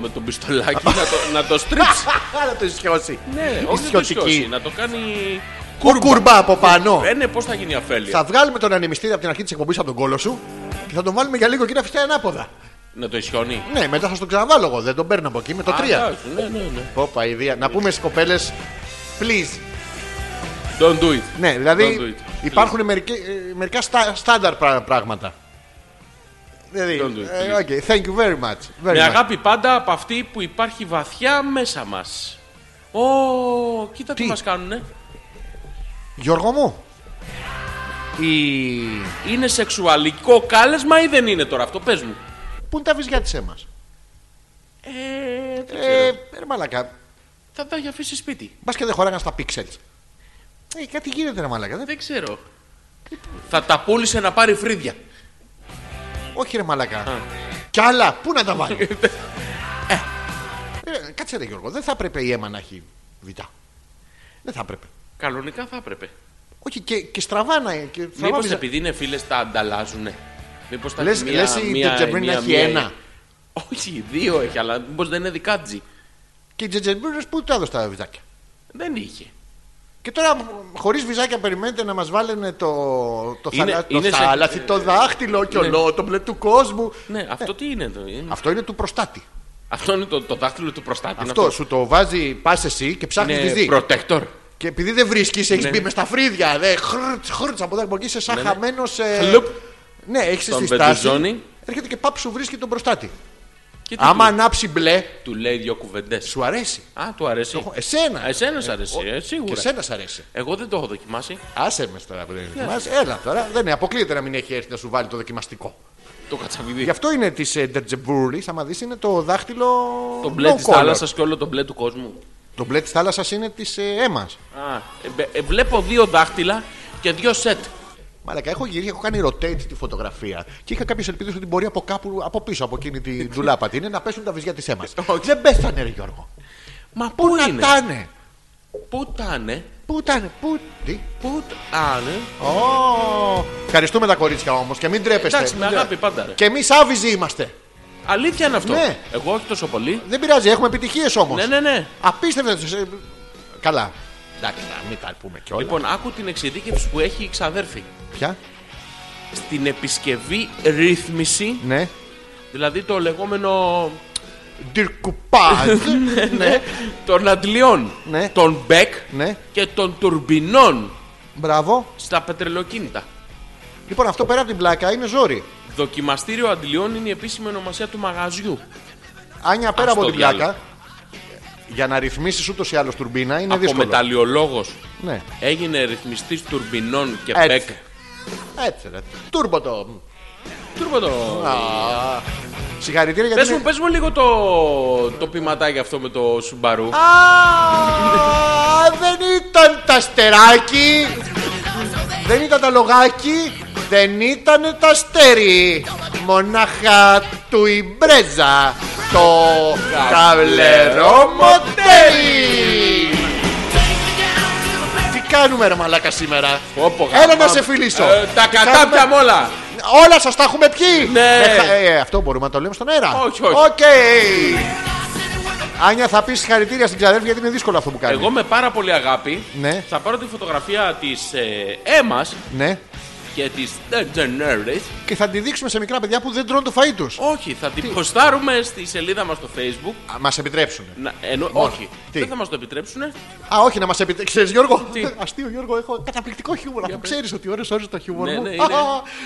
Speaker 2: με το πιστολάκι να, το, να το στρίψει.
Speaker 1: Άρα το ισιώσει.
Speaker 2: ναι, όχι να το
Speaker 1: Ισιωτική.
Speaker 2: σιώσει, να το κάνει...
Speaker 1: Κούρμπα. από πάνω.
Speaker 2: Ε, ναι, πώς θα γίνει η αφέλεια.
Speaker 1: Θα βγάλουμε τον ανεμιστήρα από την αρχή της εκπομπής από τον κόλο σου και θα τον βάλουμε για λίγο εκεί να φυσάει ανάποδα.
Speaker 2: Να το ισιώνει.
Speaker 1: Ναι, μετά θα τον ξαναβάλω εγώ. Δεν τον παίρνω από εκεί με το
Speaker 2: Α,
Speaker 1: 3.
Speaker 2: εντάξει, Ναι, ναι, ναι.
Speaker 1: Πόπα, ιδέα. Να πούμε στις κοπέλες, please.
Speaker 2: Don't do it.
Speaker 1: Ναι,
Speaker 2: Don't do
Speaker 1: δηλαδή
Speaker 2: it.
Speaker 1: υπάρχουν μερικοί- ε, μερικά στα- στάνταρ πρά- πράγματα. Δηλαδή,
Speaker 2: Don't do it,
Speaker 1: ε, okay, thank you very much. Very
Speaker 2: Με
Speaker 1: much.
Speaker 2: Ναι, αγάπη πάντα από αυτή που υπάρχει βαθιά μέσα μας. Ω, κοίτα τι,
Speaker 1: Τι?
Speaker 2: μας κάνουνε.
Speaker 1: Γιώργο μου,
Speaker 2: Είναι σεξουαλικό κάλεσμα ή δεν είναι τώρα αυτό, πες μου.
Speaker 1: πού είναι τα βυζιά της αίμα.
Speaker 2: Ε, δεν ξέρω.
Speaker 1: Ε, ρε μαλακά,
Speaker 2: θα τα έχει αφήσει σπίτι.
Speaker 1: μπας και δεν χωράγαν στα pixels. Ε, κάτι γίνεται, ρε μαλακά. δεν-
Speaker 2: Δεν ξέρω. Θα τα πούλησε να πάρει φρύδια.
Speaker 1: Όχι ρε μαλακά. Κι άλλα, πού να τα βάλω. ε, κάτσε ρε Γιώργο, δεν θα έπρεπε η αίμα να έχει βιτά. Δεν θα έπρεπε.
Speaker 2: Κανονικά θα έπρεπε.
Speaker 1: Όχι και, και στραβά να και στραβά
Speaker 2: Μήπως
Speaker 1: βυζά.
Speaker 2: επειδή είναι φίλες τα ανταλλάζουν. Μήπως τα
Speaker 1: Λες-
Speaker 2: έχει μία-
Speaker 1: λες η
Speaker 2: μία-
Speaker 1: Τζετζεμπρίν
Speaker 2: μία-
Speaker 1: να έχει
Speaker 2: μία-
Speaker 1: ένα.
Speaker 2: Όχι, δύο έχει, αλλά μήπως δεν είναι δικά τζι.
Speaker 1: Και οι τζετζεμπούρες που τα έδωσαν τα βυζάκια.
Speaker 2: Δεν είχε.
Speaker 1: Και τώρα χωρίς βυζάκια περιμένετε να μας βάλουν το, το,
Speaker 2: Είναι-
Speaker 1: θαλα- το
Speaker 2: είναι σε-
Speaker 1: θαλασσιτό δάχτυλο και ολό, το μπλε του κόσμου. Ε,
Speaker 2: Ναι, αυτό τι είναι. Το, είναι.
Speaker 1: Αυτό είναι του προστάτη.
Speaker 2: Αυτό είναι το, το δάχτυλο του προστάτη. είναι
Speaker 1: αυτό, σου το βάζει, πας εσύ και ψάχνεις τη
Speaker 2: Είναι
Speaker 1: δει.
Speaker 2: protector.
Speaker 1: Και επειδή δεν βρίσκεις, έχεις
Speaker 2: Ναι.
Speaker 1: μπει μες στα φρύδια. Δε, χρτς, χρτς, από εδώ από εκεί είσαι σαν
Speaker 2: Ναι,
Speaker 1: ναι,
Speaker 2: ναι.
Speaker 1: χαμένο.
Speaker 2: Χλουπ.
Speaker 1: Ναι, έχεις
Speaker 2: Τον
Speaker 1: τη στάση.
Speaker 2: πετουζώνει.
Speaker 1: Έρχεται και πάπ σου βρίσκει τον προστάτη.
Speaker 2: Και τι
Speaker 1: Άμα
Speaker 2: του,
Speaker 1: ανάψει μπλε,
Speaker 2: του λέει δύο κουβεντές.
Speaker 1: σου ε- αρέσει.
Speaker 2: Α, του αρέσει.
Speaker 1: Εσένα.
Speaker 2: Α, Εσένα σ' αρέσει, ε,
Speaker 1: Και
Speaker 2: σίγουρα.
Speaker 1: εσένα σ' αρέσει.
Speaker 2: Εγώ δεν το έχω δοκιμάσει.
Speaker 1: Άσε με τώρα που δεν δοκιμάζει. Έλα τώρα. Δεν είναι. Αποκλείεται να μην έχει έρθει να σου βάλει το δοκιμαστικό.
Speaker 2: Το κατσαβιδί.
Speaker 1: Γι' αυτό είναι της Ντερτζεμπούρλη. άμα δεις, είναι το δάχτυλο.
Speaker 2: Το μπλε
Speaker 1: no
Speaker 2: της
Speaker 1: color.
Speaker 2: θάλασσας και όλο το μπλε του κόσμου.
Speaker 1: Το μπλε της θάλασσας είναι της αίμα.
Speaker 2: Α, ε, μπε- ε, βλέπω δύο δάχτυλα και δύο σετ.
Speaker 1: Μαλακα, έχω γυρίσει, έχω κάνει rotate τη φωτογραφία και είχα κάποιες ελπίδες ότι μπορεί από κάπου από πίσω από εκείνη τη ντουλάπα την είναι να πέσουν τα βυζιά της αίμας. Δεν πέθανε, ρε Γιώργο.
Speaker 2: Μα πού είναι.
Speaker 1: Τάνε.
Speaker 2: Πού τάνε.
Speaker 1: Πού ήταν, πού. Τι.
Speaker 2: Πού τάνε.
Speaker 1: Ω, Ευχαριστούμε τα κορίτσια όμως και μην τρέπεστε.
Speaker 2: Εντάξει, με
Speaker 1: Μην τρέ-
Speaker 2: αγάπη πάντα, ρε.
Speaker 1: Και εμείς άβυζοι είμαστε.
Speaker 2: Αλήθεια είναι αυτό.
Speaker 1: Ναι.
Speaker 2: Εγώ όχι τόσο πολύ.
Speaker 1: Δεν πειράζει, έχουμε επιτυχίες όμως.
Speaker 2: Ναι, ναι, ναι.
Speaker 1: Απίστευτες. Ε, Καλά. Εντάξει, να μην τα πούμε κιόλας.
Speaker 2: Λοιπόν, άκου την εξειδίκευση που έχει η ξαδέρφη.
Speaker 1: Ποια?
Speaker 2: Στην επισκευή ρύθμιση,
Speaker 1: Ναι.
Speaker 2: δηλαδή το λεγόμενο
Speaker 1: Ντυρκουπάζ. ναι.
Speaker 2: των αντλιών,
Speaker 1: Ναι.
Speaker 2: των μπέκ
Speaker 1: Ναι.
Speaker 2: και των τουρμπινών
Speaker 1: Μπράβο.
Speaker 2: στα πετρελοκίνητα.
Speaker 1: Λοιπόν, αυτό πέρα από την πλάκα είναι ζόρι.
Speaker 2: Δοκιμαστήριο αντλιών είναι η επίσημη ονομασία του μαγαζιού.
Speaker 1: Άνια, πέρα
Speaker 2: Ας
Speaker 1: από
Speaker 2: το
Speaker 1: την
Speaker 2: διάλογο.
Speaker 1: πλάκα. Για να ρυθμίσεις ούτως ή άλλως τουρμπίνα είναι
Speaker 2: από
Speaker 1: δύσκολο.
Speaker 2: μεταλλιολόγος
Speaker 1: Ναι.
Speaker 2: έγινε ρυθμιστής τουρμπινών και μπέκ.
Speaker 1: Έτσι. Έτσι, ρε. Τούρμπο το.
Speaker 2: Τούρμπο το.
Speaker 1: Α, Συγχαρητήρια για
Speaker 2: Πες
Speaker 1: την.
Speaker 2: μου, πες μου λίγο το, το ποιηματάκι αυτό με το Σουμπαρού.
Speaker 1: Α, δεν ήταν τα στεράκι. δεν ήταν τα λογάκι. Δεν ήταν τα στέρι. Μονάχα του η μπρέζα. Το καβλερό μοντέρι. Τι κάνουμε ρε μαλάκα σήμερα.
Speaker 2: Όπο,
Speaker 1: Έλα
Speaker 2: γαμά-
Speaker 1: να σε φιλήσω.
Speaker 2: Ε, τα
Speaker 1: Τι κάνουμε-
Speaker 2: κατάπιαμε όλα.
Speaker 1: Όλα σας τα έχουμε πιει.
Speaker 2: Ναι.
Speaker 1: Ε, χα- ε, αυτό μπορούμε να το λέμε στον αέρα.
Speaker 2: Όχι, όχι.
Speaker 1: Οκ. Άνια, θα πεις συγχαρητήρια στην ξαδέρφη γιατί είναι δύσκολο αυτό που κάνει.
Speaker 2: Εγώ με πάρα πολύ αγάπη
Speaker 1: Ναι.
Speaker 2: θα πάρω τη φωτογραφία της ε, Έμας
Speaker 1: Ναι.
Speaker 2: και της Degeneres.
Speaker 1: Και θα τη δείξουμε σε μικρά παιδιά που δεν τρώνε το φαΐ τους.
Speaker 2: Όχι, θα την ποστάρουμε στη σελίδα μας στο facebook.
Speaker 1: Α, Μας επιτρέψουν.
Speaker 2: Να, ενώ,
Speaker 1: Μόνο.
Speaker 2: όχι,
Speaker 1: Τι?
Speaker 2: δεν θα μας το επιτρέψουν.
Speaker 1: Α, όχι να μας επιτρέψουν. Ξέρεις Γιώργο.
Speaker 2: Τι?
Speaker 1: Αστείο Γιώργο, έχω καταπληκτικό χιούμορ. Αφού
Speaker 2: πες.
Speaker 1: ξέρεις ότι ώρες ώρες το χιούμορ
Speaker 2: Ναι,
Speaker 1: μου.
Speaker 2: ναι,
Speaker 1: Α,
Speaker 2: είναι.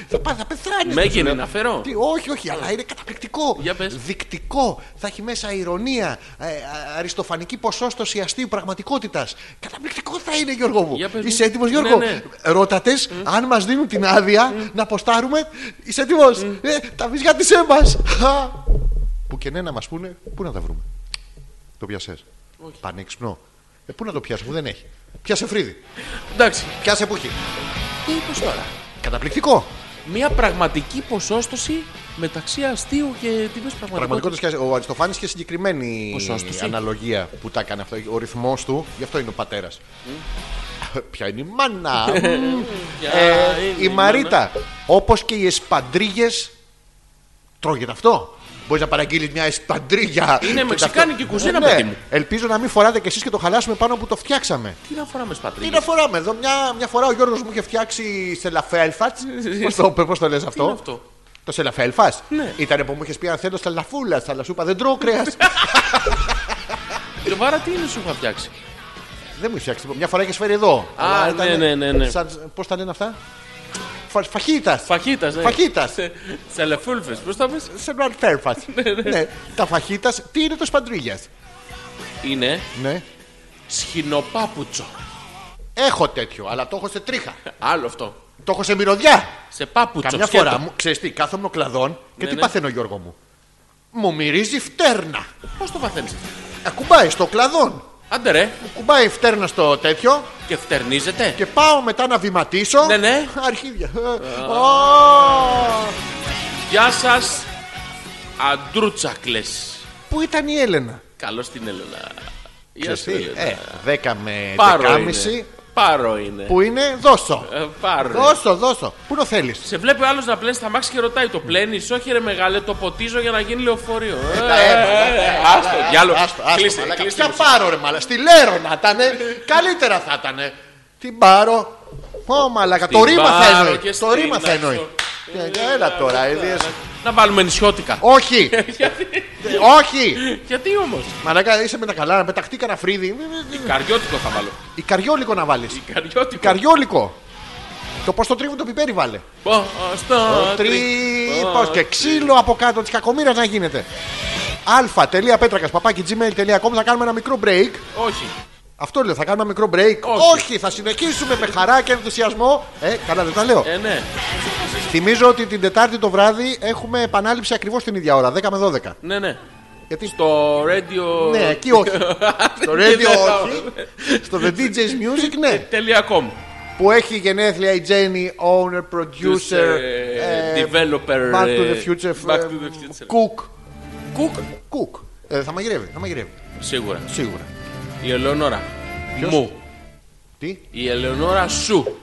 Speaker 1: Θα, πα- θα πεθάνεις.
Speaker 2: Μέγενη
Speaker 1: σου λέω.
Speaker 2: να φέρω?
Speaker 1: Τι, όχι, όχι, αλλά είναι καταπληκτικό.
Speaker 2: Για πες.
Speaker 1: Δικτικό. Θα έχει μέσα ηρωνία. ε, α- αριστοφανική ποσόστοση αστείου πραγματικότητας. Καταπληκτικό θα είναι Γιώργο μου.
Speaker 2: Για πες μου.
Speaker 1: Είσαι έτοιμος Γιώργο.
Speaker 2: Ναι, ναι.
Speaker 1: Ρώτατες αν μας δίνουν την άδεια να αποστάρουμε. Είσαι έτοιμος. Ε, τα βυζιά της έμπας. Α, Που και ναι να μας πούνε, πού να τα βρούμε. Το πιασες. Πανέξυπνο. Ε, πού να το πιάσω, που δεν έχει. Πιάσε φρύδι.
Speaker 2: Εντάξει,
Speaker 1: Πιάσε πουχή.
Speaker 2: τι είπες τώρα.
Speaker 1: Καταπληκτικό.
Speaker 2: Μια πραγματική ποσόστοση μεταξύ αστείου και τι πες πραγματικότητας.
Speaker 1: Πραγματικότητα και ο Αριστοφάνης είχε συγκεκριμένη
Speaker 2: Ποσόστοση.
Speaker 1: αναλογία που τα έκανε αυτό. Ο ρυθμός του, γι' αυτό είναι ο πατέρας. Ποια είναι η μάνα. Μμμ. Ε,
Speaker 2: Mm. είναι
Speaker 1: Η
Speaker 2: η
Speaker 1: Μαρίτα. Όπως και οι εσπαντρίγες. Τρώγεται αυτό. Μπορείς να παραγγείλεις μια εσπαντρίγια.
Speaker 2: Είναι
Speaker 1: Και
Speaker 2: μεξικάνικη
Speaker 1: ταυτό-
Speaker 2: κουζίνα,
Speaker 1: Ναι.
Speaker 2: παιδί μου.
Speaker 1: Ελπίζω να μην φοράτε κι εσείς και το χαλάσουμε πάνω που το φτιάξαμε.
Speaker 2: Τι να φοράμε
Speaker 1: Τι
Speaker 2: σπατρίδες.
Speaker 1: να φοράμε εδώ, μια, μια φορά ο Γιώργος μου είχε φτιάξει σελαφέλφατ. Πώς το, πώς το λες αυτό.
Speaker 2: είναι αυτό?
Speaker 1: Το σελαφέλφα.
Speaker 2: Ναι.
Speaker 1: Ήταν που μου είχες πει αν θέλω σαλαφούλα, αλλά σου είπα δεν τρώω κρέας.
Speaker 2: Και βάρα τι είναι σου είχα φτιάξει.
Speaker 1: δεν μου είχε φτιάξει. τίποτα. Μια φορά είχες φέρει εδώ. Αλλά
Speaker 2: ναι, ναι, ναι, ναι.
Speaker 1: Σαν, πώς τα λένε αυτά. Φα, Φαχίτας.
Speaker 2: Φαχίτας, ναι.
Speaker 1: Φαχίτας.
Speaker 2: Σελεφούλφε, πώς τα πες?
Speaker 1: Σελαφέλφα. ναι. Τα φαχίτας, τι είναι το σπαντρίγιας.
Speaker 2: Είναι
Speaker 1: Ναι.
Speaker 2: σχοινοπάπουτσο.
Speaker 1: Έχω τέτοιο, αλλά το έχω σε τρίχα.
Speaker 2: Άλλο αυτό.
Speaker 1: το έχω σε μυρωδιά.
Speaker 2: Σε πάπουτσο.
Speaker 1: Καμιά
Speaker 2: σκέτο.
Speaker 1: φορά, μου- ξέρεις τι, κάθομαι ο κλαδόν και
Speaker 2: Ναι,
Speaker 1: τι
Speaker 2: ναι.
Speaker 1: παθαίνω Γιώργο μου. Μου μυρίζει φτέρνα.
Speaker 2: Πώς το παθαίνεις.
Speaker 1: Ε, Κουμπάει στο κλαδόν.
Speaker 2: Άντε ρε,
Speaker 1: Κουμπάει φτέρνα στο τέτοιο
Speaker 2: και φτερνίζεται.
Speaker 1: και πάω μετά να βηματίσω.
Speaker 2: Ναι, ναι.
Speaker 1: Αρχίδια. Ε, Ω,
Speaker 2: Γεια σας, αντρούτσακλες.
Speaker 1: Πού ήταν η Έλενα.
Speaker 2: Καλώς την Έλενα. Γεια
Speaker 1: Ξέρεις
Speaker 2: σου,
Speaker 1: τι,
Speaker 2: Έλενα.
Speaker 1: ε, 10 με
Speaker 2: Πάρο
Speaker 1: 10.30
Speaker 2: είναι. Πάρο είναι.
Speaker 1: που είναι δώσω.
Speaker 2: Ε, Πάρο.
Speaker 1: Δώσω, δώσω. Πού το θέλεις.
Speaker 2: Σε βλέπει ο άλλος να πλένεις στα μάξι και ρωτάει: Το πλένεις, όχι ρε μεγάλε, το ποτίζω για να γίνει λεωφορείο. Ε, ε, ε, Άστο, διάλογο. Κλείστε, κλείστε.
Speaker 1: Ποια πάρο ρε μαλα. Στη Λέρο να ήταν. Καλύτερα θα ήταν. Την πάρο. Ω μαλακα. Το
Speaker 2: Την
Speaker 1: ρήμα θα
Speaker 2: Πάρο
Speaker 1: εννοεί.
Speaker 2: και
Speaker 1: Το
Speaker 2: στην
Speaker 1: ρήμα θα
Speaker 2: Άξο.
Speaker 1: εννοεί. Ε, Έλα τώρα, Ελίε.
Speaker 2: Να βάλουμε νησιώτικα.
Speaker 1: Όχι! Όχι!
Speaker 2: Γιατί όμως.
Speaker 1: Μαλάκα, είσαι με τα καλά, να πεταχτεί κανένα φρύδι.
Speaker 2: Καριώτικο θα βάλω.
Speaker 1: Ικαριόλικο να βάλεις.
Speaker 2: Καριώτικο.
Speaker 1: Ικαριόλικο. Το πώς το τρίβουν το πιπέρι βάλε.
Speaker 2: Πω, Στο
Speaker 1: Τρύπο και ξύλο από κάτω της κακομοίρας να γίνεται. αλφα.πέτρακα παπάκι gmail.com θα κάνουμε ένα μικρό break.
Speaker 2: Όχι.
Speaker 1: Αυτό λέω, θα κάνουμε ένα μικρό break.
Speaker 2: Όχι.
Speaker 1: θα συνεχίσουμε με χαρά και ενθουσιασμό. Ε, καλά δεν τα λέω.
Speaker 2: Ε, ναι.
Speaker 1: Θυμίζω ότι την Τετάρτη το βράδυ έχουμε επανάληψη ακριβώς την ίδια ώρα, 10 με 12.
Speaker 2: Ναι, ναι.
Speaker 1: Γιατί
Speaker 2: Στο radio.
Speaker 1: Ναι, εκεί όχι. Στο radio όχι. Στο The DJ's Music, ναι.
Speaker 2: Τελεία.com.
Speaker 1: Που έχει γενέθλια η Jenny, owner, producer,
Speaker 2: ε,
Speaker 1: ε,
Speaker 2: developer,
Speaker 1: Back to
Speaker 2: ε,
Speaker 1: the future,
Speaker 2: Back
Speaker 1: ε,
Speaker 2: to the Future.
Speaker 1: cook.
Speaker 2: Κουκ.
Speaker 1: Cook. Ε, θα μαγειρεύει, θα μαγειρεύει.
Speaker 2: Σίγουρα.
Speaker 1: Σίγουρα.
Speaker 2: Η Ελεονόρα.
Speaker 1: Ποιος?
Speaker 2: Μου.
Speaker 1: Τι.
Speaker 2: Η Ελεονόρα σου.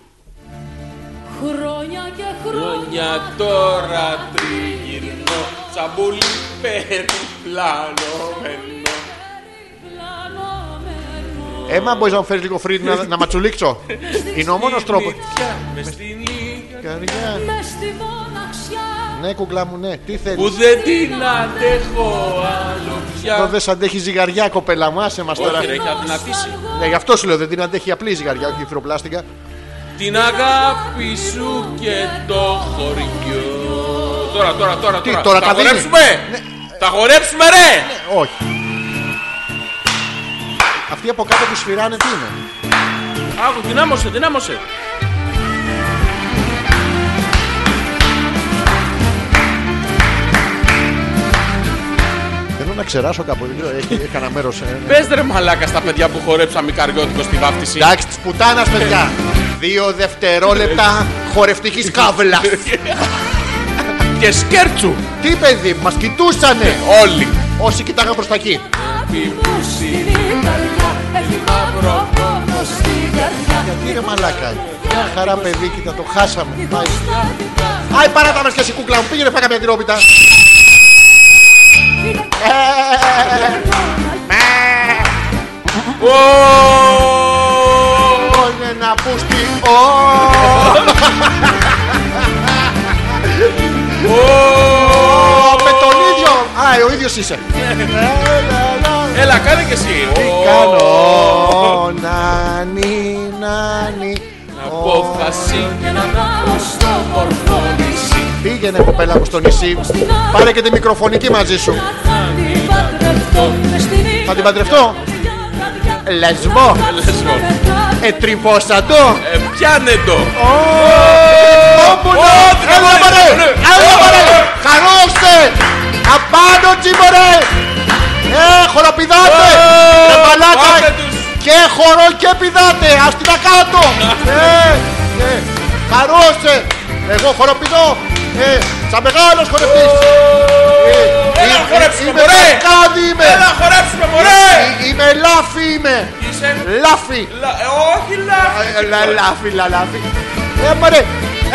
Speaker 4: Χρόνια και χρόνια
Speaker 2: Χρόνια τώρα τριγυρνώ. Σ' Τσαμπούλι περιπλανωμένο.
Speaker 1: Έμα μπορείς να μου φέρεις λίγο φρύδι να, να ματσουλίξω. Είναι ο μόνο τρόπο.
Speaker 2: Ναι. Με στην ίδια
Speaker 1: Καρδιά.
Speaker 4: Μες στη μοναξιά
Speaker 1: Ναι, κουκλά μου, ναι. Τι
Speaker 2: που
Speaker 1: θέλει.
Speaker 2: δεν την αντέχω άλλο
Speaker 1: Εδώ
Speaker 2: πια.
Speaker 1: δεν σ' αντέχει ζυγαριά, κοπέλα μου, άσε μας τώρα.
Speaker 2: Όχι ρε, έχει αδυνατήσει.
Speaker 1: Ναι, γι' αυτό σου λέω, δεν την αντέχει απλή ζυγαριά, όχι η φυροπλάστικα.
Speaker 2: Την αγάπη σου και το χωριό. Τώρα, τώρα, τώρα.
Speaker 1: Τι, τώρα
Speaker 2: τα
Speaker 1: τα δίνει? Ναι.
Speaker 2: χορέψουμε! Τα χορέψουμε, ρε!
Speaker 1: Ε, Όχι. Αυτοί από κάτω που σφυράνε τι είναι.
Speaker 2: Άκου, δυνάμωσε, δυνάμωσε.
Speaker 1: Θέλω να ξεράσω κάπου, δεν ξέρω, έχει κανένα μέρος.
Speaker 2: Πες ρε μαλάκα στα παιδιά που χορέψαμε καριώτικο στη βάφτιση.
Speaker 1: Εντάξει, τη πουτάνας, παιδιά. Δύο δευτερόλεπτα χορευτικής καύλας.
Speaker 2: Και σκέρτσου
Speaker 1: Τι παιδί, μας κοιτούσανε
Speaker 2: όλοι.
Speaker 1: όσοι κοιτάγαν προς τα εκεί.
Speaker 4: Μου στην Ιταλιά Έχει μαύρο πόνο στην καρδιά
Speaker 1: Τι ρε μαλάκα. Μια χαρά παιδί, κοίτα το χάσαμε. Πάει.
Speaker 4: Στα δικά
Speaker 1: Άι, παρά τα βρες και εσύ κούκλα μου, πήγαινε φάγα μια τυρόπιτα. Ε,
Speaker 2: Ω,
Speaker 1: Όνε να πούστη, ω,
Speaker 2: ω.
Speaker 1: με τον ίδιο. Α, ε, ο ίδιος είσαι.
Speaker 2: Έλα, κάνε και εσύ. Ω,
Speaker 1: Κάνω να νι, να νι.
Speaker 2: Απόφαση.
Speaker 4: Και να πάω στο μορφό νησί
Speaker 1: Πήγαινε κοπέλα μου στο νησί. Πάρε και τη μικροφωνική μαζί σου.
Speaker 4: Να θα την παντρευτώ Μες στην Ιταλιά
Speaker 1: Θα την παντρευτώ. Λεσβό.
Speaker 2: Λεσβό.
Speaker 1: Ε, τρυπώσα το.
Speaker 2: Ε, Πιάνε το.
Speaker 1: Όπουνο!
Speaker 2: Ω,
Speaker 1: Έλα μωρέ!
Speaker 2: ναι.
Speaker 1: Έλα μωρέ! Χαρώστε! Απάνω τσιμπορέ! Ε, χοροπηδάτε!
Speaker 2: Ω,
Speaker 1: Ρε μαλάκα!
Speaker 2: πάμε Ε, τους.
Speaker 1: Και χορό και πηδάτε! Ας την ακάτω! Ε, ε, χαρώστε! Εγώ χοροπηδώ! Ε, σαν μεγάλος χορευτής! Ε,
Speaker 2: Έλα,
Speaker 1: ε,
Speaker 2: χορέψουμε,
Speaker 1: Είμαι
Speaker 2: μωρέ.
Speaker 1: λακάδι είμαι!
Speaker 2: Έλα, χορέψουμε, μωρέ.
Speaker 1: Ε, Είμαι λάφι είμαι!
Speaker 2: Είσαι.
Speaker 1: Λάφι!
Speaker 2: λα- ε, Όχι, λα.
Speaker 1: Λα- Λαφί, λα- λαφί. Έμορε,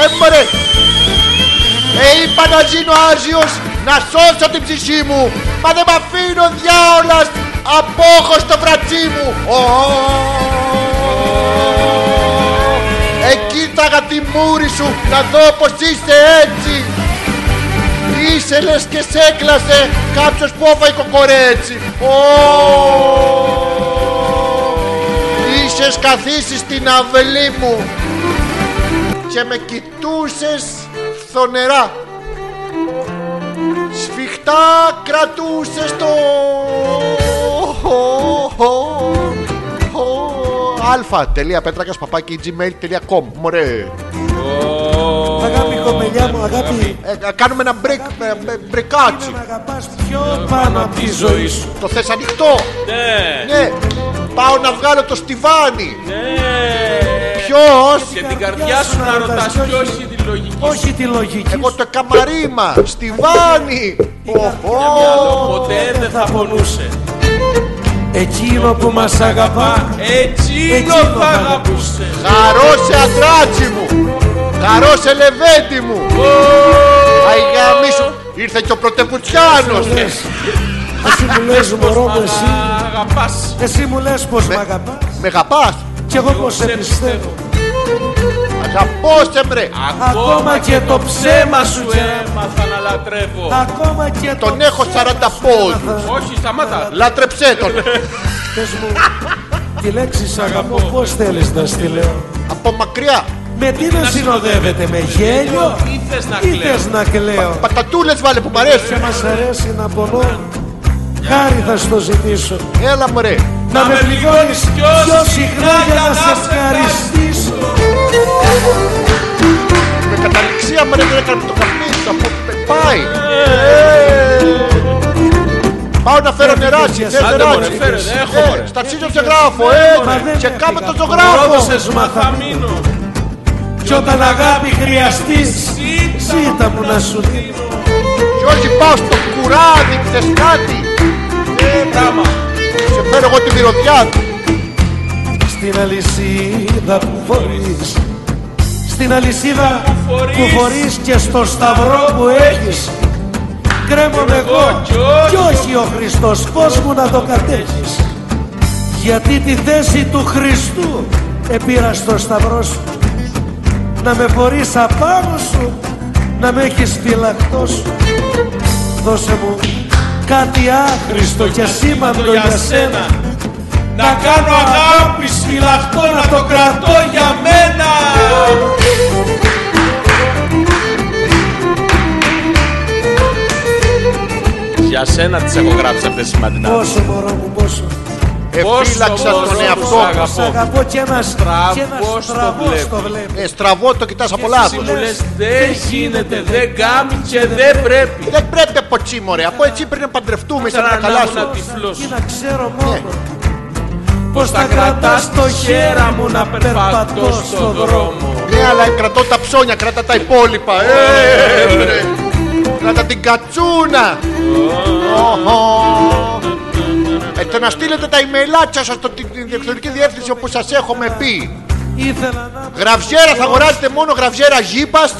Speaker 1: έμορε. Ε, είπα να γίνω άζιος, να σώσω την ψυχή μου. Μα δεν με αφήνω διάολας, απόχως στο βρατσί μου. Ω, Ε, κοίταγα τη μούρη σου, να δω πως είσαι έτσι. Είσαι λες και σε έκλασε κάποιος που έφαγε κοκορέτσι. Oh. Είσαι καθίσεις στην αυλή μου και με κοιτούσες φθονερά. Σφιχτά κρατούσες το... αλφα.πέτρακας παπάκι gmail.com Μωρέ,
Speaker 5: Αγάπη κοπελιά μου, αγάπη
Speaker 1: Ε, κάνουμε ένα break, ε, breakout.
Speaker 5: με αγαπάς πιο πάνω από τη ζωή σου
Speaker 1: Το θες ανοιχτό.
Speaker 2: Ναι.
Speaker 1: Ναι. Πάω να βγάλω το στιβάνι.
Speaker 2: Ναι.
Speaker 1: Ποιος.
Speaker 2: Και την καρδιά σου να ρωτάς ποιος έχει τη λογική σου.
Speaker 5: Όχι τη λογική
Speaker 1: Εγώ
Speaker 5: σου
Speaker 1: το καμαρίμα. Στιβάνι.
Speaker 2: Μυαλό
Speaker 1: Οχο.
Speaker 2: ποτέ δεν θα πονούσε.
Speaker 5: Εκείνο που μας αγαπά
Speaker 2: Εκείνο
Speaker 5: Εκείνο
Speaker 2: θα
Speaker 5: θα
Speaker 2: αγαπούσε.
Speaker 1: Χαρό σε αντράτσι μου. Χαρό σε λεβέντι μου. Αϊγάμι σου. Ήρθε και ο Πρωτεπουτσιάνος.
Speaker 5: Εσύ μου λες μωρό μου εσύ
Speaker 2: Αγαπάς.
Speaker 5: Εσύ μου λες πως με αγαπάς
Speaker 1: Με αγαπάς.
Speaker 5: Κι εγώ πως σε
Speaker 2: Σε
Speaker 5: πιστεύω
Speaker 2: πιστεύω.
Speaker 1: Αγαπώ σε μπρε.
Speaker 5: Ακόμα και το ψέμα σου ε.
Speaker 2: έμαθα να λατρεύω.
Speaker 5: Ακόμα και το
Speaker 1: Τον έχω 40 πόντους.
Speaker 2: Όχι, σταμάτα.
Speaker 1: Λάτρεψέ τον.
Speaker 5: Πες μου Τη λέξη σ' αγαπώ πως θέλεις να στη λέω
Speaker 1: Από μακριά.
Speaker 5: Με τι να συνοδεύεται με γέλιο
Speaker 2: Ή θες να
Speaker 5: Ή
Speaker 2: κλαίω.
Speaker 5: θες να κλαίω
Speaker 1: Πατατούλες βάλε που μ' αρέσουν.
Speaker 5: Και μας αρέσει να πονώ Χάρη θα στο ζητήσω
Speaker 1: Έλα μωρέ.
Speaker 5: Να με πληγώνεις πιο συχνά για να σε ευχαριστήσω
Speaker 1: Με καταληξία μωρέ δεν έκανα το καπνί σου. Από πε- Πάει.
Speaker 2: Ε,
Speaker 1: Πάω να φέρω νεράτσι, θες
Speaker 2: Άντε μωρέ,
Speaker 1: νεράτσι.
Speaker 2: φέρε, δεν έχω
Speaker 1: Ε,
Speaker 2: μωρέ.
Speaker 1: Στα ψήλια σε γράφω, ε,
Speaker 5: Μα
Speaker 1: και
Speaker 5: δεν
Speaker 1: κάμε
Speaker 5: έφυγα.
Speaker 1: το
Speaker 2: Πρώτο
Speaker 1: ζωγράφο.
Speaker 2: σε ζούμα θα μείνω.
Speaker 5: Κι όταν αγάπη χρειαστείς Ζήτα μου να σου δίνω
Speaker 1: Και όχι πάω στο κουράδι, θες κάτι. Ε,
Speaker 2: Πράγμα.
Speaker 1: Σε φέρω εγώ τη μυρωδιά του.
Speaker 5: Στην αλυσίδα που φορείς Στην αλυσίδα
Speaker 2: φορείς.
Speaker 5: που φορείς Και στο σταυρό που έχεις κρέμον εγώ κι όχι ο Χριστός πώς μου να το κατέχεις γιατί τη θέση του Χριστού επήρα στο σταυρό σου να με φορείς απάνω σου να με έχεις φυλακτό σου δώσε μου κάτι άχρηστο και σήμαντο για σένα
Speaker 6: Να κάνω αγάπη σφυλαχτό να το κρατώ για μένα
Speaker 2: Για σένα τις έχω γράψει αυτές τις μαντινάδες.
Speaker 5: πόσο μωρό μου πόσο
Speaker 1: Εφύλαξα
Speaker 2: Πόσο
Speaker 1: Ε, τον
Speaker 2: μπορώ,
Speaker 1: εαυτό
Speaker 2: τους
Speaker 1: μου.
Speaker 2: αγαπώ.
Speaker 5: Σ' αγαπώ και ένα
Speaker 2: Στραβός το
Speaker 5: στραβό
Speaker 2: βλέπει.
Speaker 5: στο βλέπεις.
Speaker 1: Ε, στραβό το κοιτάς από
Speaker 2: Εσύ
Speaker 1: λάθος.
Speaker 2: μου λες δεν γίνεται, δεν κάνει και δεν πρέπει.
Speaker 1: Δεν πρέπει από τσί, μωρέ. Από έτσι πρέπει να παντρευτούμε. Είσαι
Speaker 2: Σαν
Speaker 1: να
Speaker 2: να
Speaker 1: καλά
Speaker 2: ήμουν
Speaker 1: σου.
Speaker 2: από τη- τυφλός.
Speaker 5: Αρκεί να ξέρω μόνο
Speaker 2: Πως τα κρατάς το χέρα μου να περπατώ στο δρόμο.
Speaker 1: Ναι, αλλά κρατώ τα ψώνια, κρατά τα υπόλοιπα. Ε, ρε. Κρατά την κατσούνα. Οχο. Ε, το να στείλετε τα ημελάτσα σας στην ηλεκτρονική διεύθυνση όπου σας έχουμε πει.
Speaker 5: Ήθελα να
Speaker 1: Γραβιέρα θα αγοράζετε μόνο γραβιέρα γήπας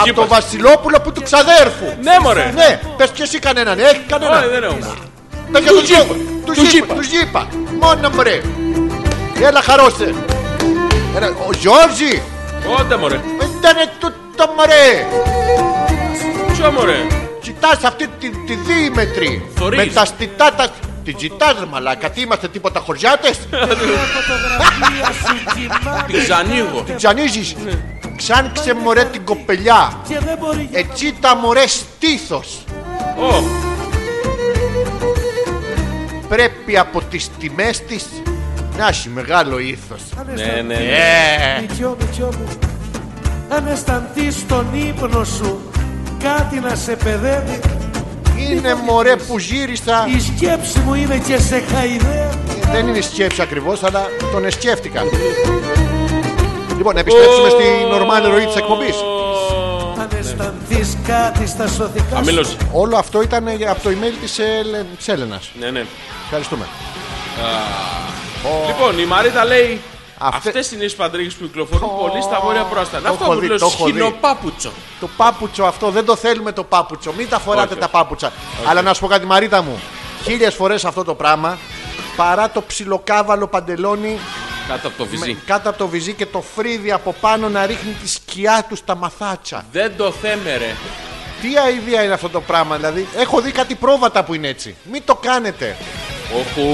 Speaker 1: από τον Βασιλόπουλο που του ξαδέρφου.
Speaker 2: Ναι μωρέ.
Speaker 1: Ναι, πες και εσύ κανέναν. Έχει κανέναν.
Speaker 2: Όχι δεν έχω.
Speaker 1: Πες και τον Τζίπα. Του Τζίπα. Του Τζίπα. Μόνο μπρε. Έλα χαρώστε. Έλα, Ο Γιώργη.
Speaker 2: Όντε μωρέ.
Speaker 1: Δεν ήταν τούτο μωρέ.
Speaker 2: Ποιο μωρέ.
Speaker 1: Κοιτάς αυτή τη, τη δίμετρη.
Speaker 2: Θωρείς.
Speaker 1: Με τα στιτά τα... Την κοιτάς ρε μαλάκα. Τι είμαστε τίποτα χωριάτες.
Speaker 5: φωτογραφία σου κοιμάται
Speaker 2: Τις ανοίγω.
Speaker 1: Την ξανίζεις. Ξάνξε μωρέ την κοπελιά.
Speaker 5: και δεν μπορεί να
Speaker 1: Έτσι τα μωρέ στήθος.
Speaker 2: Ω,
Speaker 1: Πρέπει από τις τιμές της να έχει μεγάλο ήθος.
Speaker 2: ναι, ναι, ναι.
Speaker 1: Ε,
Speaker 5: Μητσιό, Μητσιό μου, αν αισθανθείς στον ύπνο σου κάτι να σε παιδεύει
Speaker 1: είναι μωρέ που γύρισα.
Speaker 5: η σκέψη μου είναι και σε χαϊδεύει
Speaker 1: Δεν είναι σκέψη ακριβώς, αλλά τον εσκέφτηκα. Λοιπόν, να επιστρέψουμε στην ορμάλη ροή της εκπομπής.
Speaker 5: αν αισθανθείς κάτι στα σωθικά σου
Speaker 2: Αμήλωση.
Speaker 1: Όλο αυτό ήταν ε, από το email της, Ελε... της Έλενας.
Speaker 2: Ναι, ναι.
Speaker 1: Ευχαριστούμε.
Speaker 2: Λοιπόν, η Μαρίτα λέει.
Speaker 1: Αυτέ-
Speaker 2: Αυτές είναι οι σπαντρίγε που κυκλοφορούν πολύ στα βόρεια πρόστατα.
Speaker 1: Το
Speaker 2: Αυτό
Speaker 1: έχω
Speaker 2: που
Speaker 1: δει,
Speaker 2: λέω
Speaker 1: το έχω δει.
Speaker 2: σχοινοπάπουτσο.
Speaker 1: Το πάπουτσο αυτό δεν το θέλουμε το πάπουτσο. Μην τα φοράτε
Speaker 2: Όχι,
Speaker 1: τα
Speaker 2: όχι.
Speaker 1: πάπουτσα. Αλλά να σου πω κάτι, Μαρίτα μου. Χίλιες φορές αυτό το πράγμα παρά το ψιλοκάβαλο παντελόνι
Speaker 2: Κάτω από το βυζί.
Speaker 1: με- κάτω από το βυζί και το φρύδι από πάνω να ρίχνει τη σκιά του στα μαθάτσα.
Speaker 2: Δεν το θέμερε.
Speaker 1: Τι αηδία είναι αυτό το πράγμα, δηλαδή. Έχω δει κάτι πρόβατα που είναι έτσι. Μην το κάνετε.
Speaker 2: Όχου.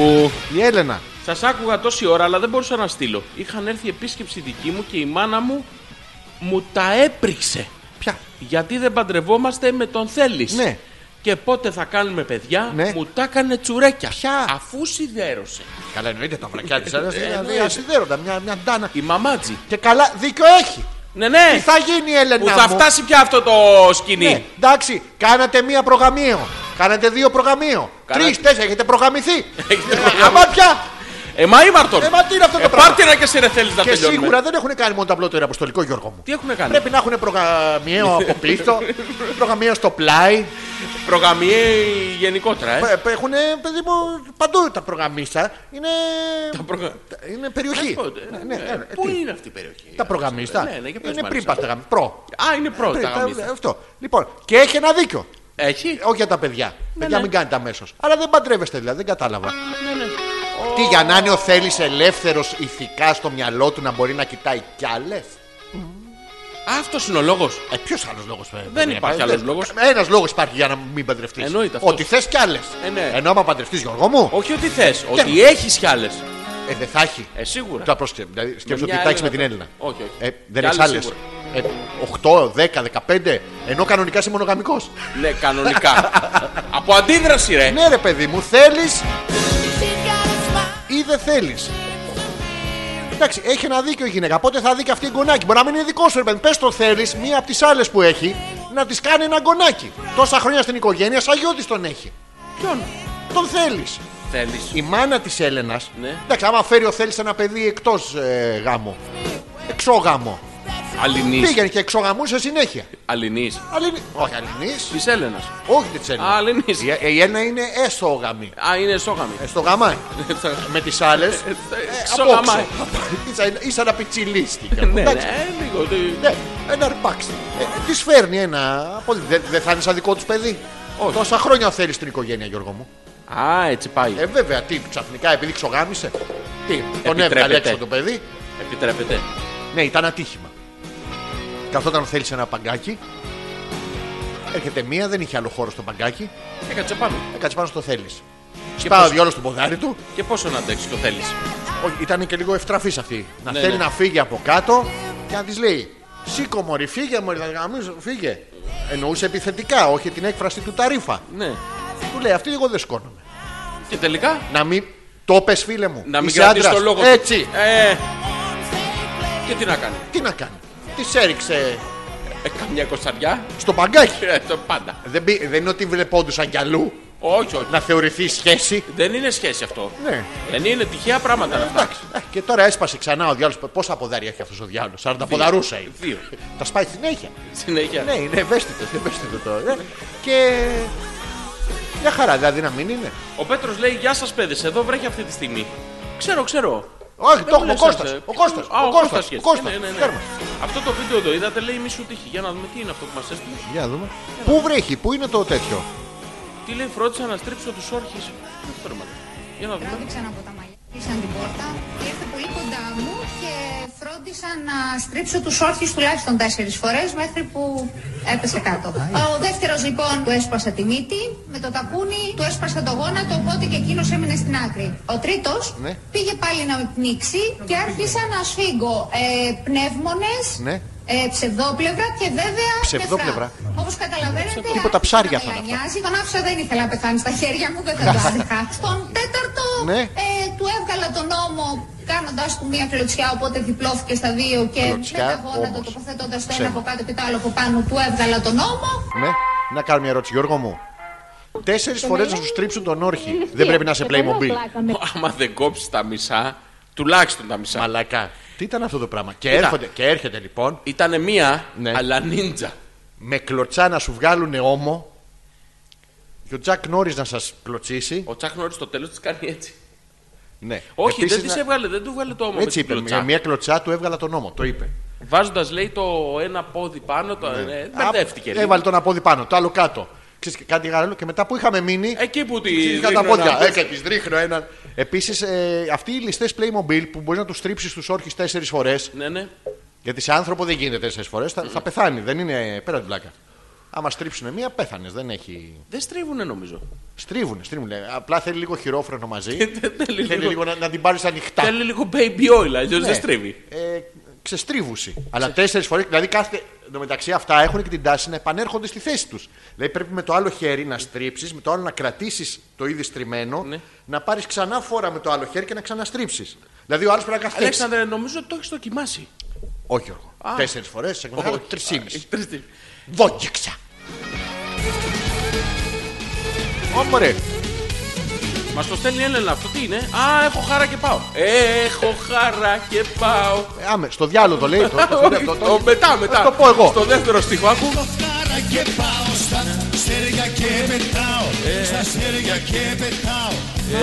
Speaker 1: Η Έλενα.
Speaker 2: Σας άκουγα τόση ώρα, αλλά δεν μπορούσα να στείλω. Είχαν έρθει επίσκεψη δική μου και η μάνα μου μου τα έπριξε.
Speaker 1: Ποια.
Speaker 2: Γιατί δεν παντρευόμαστε με τον θέλει.
Speaker 1: Ναι.
Speaker 2: Και πότε θα κάνουμε παιδιά,
Speaker 1: Ναι.
Speaker 2: μου τα έκανε τσουρέκια.
Speaker 1: Ποια?
Speaker 2: Αφού σιδέρωσε.
Speaker 1: Καλά, εννοείται τα βρακιά της.
Speaker 2: Ε,
Speaker 1: Δηλαδή,
Speaker 2: εννοείται.
Speaker 1: ασυδέρωτα, μια, μια ντάνα.
Speaker 2: Η μαμάτζη.
Speaker 1: Και καλά, δίκιο έχει.
Speaker 2: Ναι, ναι.
Speaker 1: Τι θα γίνει, Έλενα.
Speaker 2: Που θα
Speaker 1: μου?
Speaker 2: φτάσει πια αυτό το σκηνή.
Speaker 1: Ναι, εντάξει, κάνατε μία προγαμίο. Κάνατε δύο προγαμίο.
Speaker 2: Κάνατε-
Speaker 1: Τρει, τέσσερα, έχετε προγαμηθεί.
Speaker 2: Έχετε
Speaker 1: Ε,
Speaker 2: προγαμηθεί.
Speaker 1: Αμά πια.
Speaker 2: Ε, μα ήμαρτον.
Speaker 1: Ε, μα τι είναι αυτό το
Speaker 2: ε,
Speaker 1: πράγμα.
Speaker 2: Πάρτε ένα και εσύ ρε θέλεις να
Speaker 1: Και
Speaker 2: τελειώνουμε.
Speaker 1: σίγουρα δεν έχουν κάνει μόνο το απλό το αποστολικό, Γιώργο μου.
Speaker 2: Τι έχουν κάνει.
Speaker 1: Πρέπει να έχουν προγαμιαίο από πίσω, προγαμιαίο στο πλάι.
Speaker 2: Προγαμιέοι γενικότερα, ε.
Speaker 1: Έχουν παιδί μου παντού τα προγαμίστα. Είναι,
Speaker 2: Τα προγα-
Speaker 1: είναι περιοχή.
Speaker 2: Πότε,
Speaker 1: Ε, Ναι,
Speaker 2: ναι,
Speaker 1: ναι, ναι.
Speaker 2: Πού
Speaker 1: Τι,
Speaker 2: είναι αυτή η περιοχή.
Speaker 1: Τα προγαμίστα
Speaker 2: Ναι, ναι, για πες,
Speaker 1: είναι πριν
Speaker 2: Μάρισα.
Speaker 1: πας τα γαμ- Προ.
Speaker 2: Α, είναι πρώτα
Speaker 1: Πριν, τα-
Speaker 2: γαμίστα.
Speaker 1: Αυτό. Λοιπόν, και έχει ένα δίκιο.
Speaker 2: Έχει.
Speaker 1: Όχι για τα Ε, παιδιά. παιδιά
Speaker 2: ναι.
Speaker 1: μην κάνετε αμέσως. Αλλά δεν παντρεύεστε δηλαδή, δεν κατάλαβα. ε. Τι για να είναι ο θέλεις ελεύθερος ηθικά στο μυαλό του να μπορεί να κοιτάει κι άλλες.
Speaker 2: Αυτός είναι ο λόγος.
Speaker 1: Ε, ποιος άλλος λόγος ε,
Speaker 2: υπάρχει άλλος λόγος.
Speaker 1: Ένας λόγος υπάρχει για να μην παντρευτείς.
Speaker 2: Εννοείται αυτός.
Speaker 1: Ότι θες κι άλλες.
Speaker 2: Ε, ναι.
Speaker 1: Ενώ άμα παντρευτείς, Γιώργο μου,
Speaker 2: Όχι ότι θε, ότι έχεις κι άλλες.
Speaker 1: ε, δεν θα έχει.
Speaker 2: Ε, σίγουρα.
Speaker 1: Τώρα πρόσεξε. Δηλαδή, σκέψου ότι
Speaker 2: μια
Speaker 1: τάξει με
Speaker 2: Έλληνα
Speaker 1: την
Speaker 2: θα-
Speaker 1: Έλληνα.
Speaker 2: Όχι, όχι.
Speaker 1: Ε,
Speaker 2: Κι
Speaker 1: δεν Ε, έχεις άλλες.
Speaker 2: άλλες σίγουρα.
Speaker 1: 8, 10, 15. Ενώ κανονικά είσαι μονογαμικός.
Speaker 2: Ναι, κανονικά. Από αντίδραση, ρε.
Speaker 1: Ναι, ρε παιδί μου, θέλεις ή δεν θέλεις. Εντάξει, έχει ένα δίκιο η γυναίκα. Πότε θα δει και αυτή η γκονάκι. Μπορεί να μην είναι δικό σου, ρε παιδί. Πες το θέλεις, μία από τις άλλες που έχει, να της κάνει ένα γκονάκι. Τόσα χρόνια στην οικογένεια, σαν γιο της τον έχει.
Speaker 2: Ποιον
Speaker 1: Τον θέλεις.
Speaker 2: θέλεις.
Speaker 1: Η μάνα της Έλενας.
Speaker 2: Ναι.
Speaker 1: Εντάξει, άμα φέρει ο θέλεις ένα παιδί εκτός ε, γάμου. Εξόγαμο.
Speaker 2: Αλληνής.
Speaker 1: Πήγαινε και εξογαμούσε συνέχεια.
Speaker 2: Αλληνής.
Speaker 1: Αλληνή. Όχι, Αλληνής.
Speaker 2: Της Έλενας.
Speaker 1: Όχι της Έλενας.
Speaker 2: Αλληνής.
Speaker 1: Η, η Έλενα είναι έσογαμη.
Speaker 2: Α, είναι σόγαμη.
Speaker 1: Ε, Στο Ε, γαμάκι. με τις άλλες.
Speaker 2: Σόγαμη.
Speaker 1: Είσαι ένα πιτσιλίστηκα.
Speaker 2: Ε, Ναι,
Speaker 1: Εντάξει.
Speaker 2: ναι, λίγο. τι-
Speaker 1: Ε, Ναι, ένα αρπάξι. Ε, της φέρνει ένα. Πολύ. Δεν δεν θα είναι σαν δικό τους παιδί.
Speaker 2: Όχι.
Speaker 1: Τόσα χρόνια θέλεις την οικογένεια, Γιώργο μου.
Speaker 2: Α, έτσι πάει.
Speaker 1: Ε, βέβαια, τι ξαφνικά επειδή ξογάμισε. Τι, τον έβγαλε
Speaker 2: Επιτρέπεται.
Speaker 1: έξω το παιδί.
Speaker 2: Επιτρέπεται.
Speaker 1: Ναι, ήταν ατύχημα. Καθόταν θέλεις ένα παγκάκι. Έρχεται μία, δεν είχε άλλο χώρο στο παγκάκι.
Speaker 2: Έκατσε πάνω.
Speaker 1: Έκατσε πάνω στο θέλεις.
Speaker 2: Και
Speaker 1: Σπάω
Speaker 2: πόσο-
Speaker 1: δυο στο ποδάρι του.
Speaker 2: Και πόσο να αντέξεις το θέλεις.
Speaker 1: Όχι, ήταν και λίγο ευτραφής αυτή. Να
Speaker 2: Ναι,
Speaker 1: θέλει
Speaker 2: ναι.
Speaker 1: να φύγει από κάτω και να της λέει: Σήκω μωρή, φύγε μωρή, θα γαμίσω, φύγε. Εννοούσε επιθετικά, όχι την έκφραση του ταρίφα.
Speaker 2: Ναι.
Speaker 1: Του λέει: Αυτή εγώ δεν σκόνομαι.
Speaker 2: Και τελικά
Speaker 1: Να μην το πες, φίλε μου.
Speaker 2: να μην
Speaker 1: Είσαι
Speaker 2: κρατήσεις
Speaker 1: άντρας.
Speaker 2: το λόγο. του.
Speaker 1: Έτσι.
Speaker 2: Ε, και τι να κάνει.
Speaker 1: Τι να κάνει. Τη έριξε
Speaker 2: Ε, καμιά κοσταριά.
Speaker 1: στο παγκάκι.
Speaker 2: Ε, το πάντα.
Speaker 1: δεν, μπή- δεν είναι ότι βλεπόντουσαν κι αλλού
Speaker 2: Όχι, όχι.
Speaker 1: να θεωρηθεί σχέση.
Speaker 2: Δεν είναι σχέση αυτό.
Speaker 1: Ναι.
Speaker 2: Δεν είναι τυχαία πράγματα αυτά.
Speaker 1: Εντάξει. Ε, Και τώρα έσπασε ξανά ο διάλογος. Πόσα ποδάρια έχει αυτός ο διάλογος. 40 ποδαρούσα είναι.
Speaker 2: Δύο.
Speaker 1: Τα σπάει συνέχεια.
Speaker 2: Συνέχεια.
Speaker 1: Ναι, είναι ευαίσθητος, ευαίσθητο το. ε. Και. Μια χαρά, δηλαδή να μην είναι.
Speaker 2: Ο Πέτρος λέει: Γεια σας, παιδες, εδώ βρέχει αυτή τη στιγμή. Ξέρω, ξέρω.
Speaker 1: Όχι, Ε, το
Speaker 2: Δεν μου
Speaker 1: έχουμε. Ο
Speaker 2: λες,
Speaker 1: Κώστας,
Speaker 2: έτσι.
Speaker 1: Ο Κώστας,
Speaker 2: ναι, Α,
Speaker 1: Ο Κώστας,
Speaker 2: σχέση.
Speaker 1: Ο Κώστας,
Speaker 2: Ναι, ναι, ναι.
Speaker 1: Τέρμα.
Speaker 2: Αυτό το βίντεο το είδατε, λέει μη σου τύχει. Για να δούμε τι είναι αυτό που μας έστειλε.
Speaker 1: Για να δούμε. Ναι. Πού βρέχει, πού είναι το τέτοιο.
Speaker 2: Τι λέει, φρόντισα να στρίψω τους όρχες. Για να δούμε.
Speaker 7: Τράβηξαν από τα μαλλιά, κλείσαν την πόρτα, ήρθε πολύ κοντά μου και φρόντισα να στρίψω τους όρχες τουλάχιστον τέσσερις φορές μέχρι που έπεσε κάτω. Ο δεύτερος λοιπόν του έσπασα τη μύτη, με το ταπούνι του έσπασα το γόνατο, οπότε και εκείνος έμεινε στην άκρη. Ο τρίτος
Speaker 1: Ναι.
Speaker 7: πήγε πάλι να με πνίξει και άρχισα να σφίγγω ε, πνεύμονες,
Speaker 1: Ναι.
Speaker 7: ε, ψευδόπλευρα και βέβαια
Speaker 1: Ψευδόπλευρα.
Speaker 7: νεφρά. Όπως καταλαβαίνετε...
Speaker 1: Τίποτα ψάρια
Speaker 7: άρχισε να
Speaker 1: αυτά
Speaker 7: με
Speaker 1: τα
Speaker 7: λανιάζει. Τον άφησα δεν ήθελα να πεθάνει στα χέρια μου, δεν θα το άφηχα. Στον τέταρτο
Speaker 1: Ναι.
Speaker 7: ε, του έβγαλα τον νόμο κάνοντας του μία κλωτσιά, οπότε διπλώθηκε στα δύο και
Speaker 1: Κλωτσιά,
Speaker 7: με τα γόνατα
Speaker 1: όμως.
Speaker 7: τοποθετώντας το ένα
Speaker 1: Ξένα.
Speaker 7: από κάτω και το άλλο από πάνω του έβγαλα τον νόμο.
Speaker 1: Ναι. Να κάνω μια ερώτηση, Γιώργο μου. Τέσσερις φορές να σου στρίψουν τον όρχη. Δεν πρέπει να σε Playmobil.
Speaker 2: Άμα δεν κόψεις τα μισά, τουλάχιστον τα μισά.
Speaker 1: Μαλακά. Τι ήταν αυτό το πράγμα. Και,
Speaker 2: Κοίτα.
Speaker 1: έρχονται, και έρχεται λοιπόν
Speaker 2: Ήτανε μία,
Speaker 1: Ναι.
Speaker 2: αλλά νίντζα.
Speaker 1: με κλωτσά να σου βγάλουν ώμο και ο Τζακ Νόρις να σας κλωτσίσει.
Speaker 2: Ο Τσάκ Νόρις στο τέλος της κάνει έτσι.
Speaker 1: Ναι.
Speaker 2: Όχι,
Speaker 1: Επίσης,
Speaker 2: δεν τη
Speaker 1: να-
Speaker 2: έβγαλε, δεν του έβγαλε το ώμο.
Speaker 1: Έτσι είπε.
Speaker 2: Βάζοντας
Speaker 1: Με μια κλωτσά του έβγαλα τον νόμο. Το είπε.
Speaker 2: Βάζοντας, λέει, το ένα πόδι πάνω, το. Ναι. Μπερδεύτηκε. λίγο.
Speaker 1: Έβαλε τον απόδι πάνω, το άλλο κάτω. Ξέρεις, και κάτι άλλο και μετά που είχαμε μείνει.
Speaker 2: Εκεί που τη
Speaker 1: ξέρεις, κατά
Speaker 2: δείχνω
Speaker 1: πόδια.
Speaker 2: να-
Speaker 1: Ε, και της ρίχνω έναν. Επίσης, αυτοί οι ληστές Playmobil που μπορείς να τους στρίψεις του όρχες τέσσερις φορές.
Speaker 2: Ναι, ναι.
Speaker 1: Γιατί σε άνθρωπο δεν γίνεται τέσσερις φορές, θα, θα πεθάνει. Δεν είναι ε, πέρα την πλάκα. Άμα στρίψουν μία, πέθανες. Δεν έχει.
Speaker 2: Δεν στρίβουνε νομίζω.
Speaker 1: Στρίβουνε, στρίβουνε. Απλά θέλει λίγο χειρόφρενο μαζί.
Speaker 2: Θέλει
Speaker 1: θέλει
Speaker 2: λίγο-
Speaker 1: λίγο να, να την πάρεις ανοιχτά.
Speaker 2: Θέλει λίγο baby oil, αλλιώς
Speaker 1: Ναι.
Speaker 2: δεν στρίβει.
Speaker 1: Ε, ξεστρίβουση. Αλλά τέσσερις φορές. Δηλαδή κάθε. Εν τω μεταξύ αυτά έχουν και την τάση να επανέρχονται στη θέση τους. Δηλαδή πρέπει με το άλλο χέρι να στρίψεις, με το άλλο να κρατήσεις το ήδη στριμμένο,
Speaker 2: Ναι.
Speaker 1: να πάρεις ξανά φορά με το άλλο χέρι και να ξαναστρίψεις. Δηλαδή ο άλλος πρέπει να καθίσει.
Speaker 2: Αλέξανδρε, νομίζω ότι το έχεις δοκιμάσει.
Speaker 1: Όχι, Γιώργο.
Speaker 2: Α.
Speaker 1: Τέσσερις φορές, σε
Speaker 2: Όχι.
Speaker 1: τρεις ή μισή.
Speaker 2: Τρεις, τρεις.
Speaker 1: Βόγγιξα. Όμορφε.
Speaker 2: Μας το στέλνει η Έλενα, αυτό τι είναι. Α, έχω χάρα και πάω. Έχω χάρα και πάω.
Speaker 1: Άμε, στο διάλογο το λέει. Το, το, το-
Speaker 2: Όχι,
Speaker 1: το- το-
Speaker 2: το- Μετά, μετά.
Speaker 1: Θα το πω εγώ.
Speaker 2: Στο δεύτερο στίχο, άκου.
Speaker 8: Άρα και πάω στα στέρια και πετάω
Speaker 2: Ε.
Speaker 8: Στα στέρια και πετάω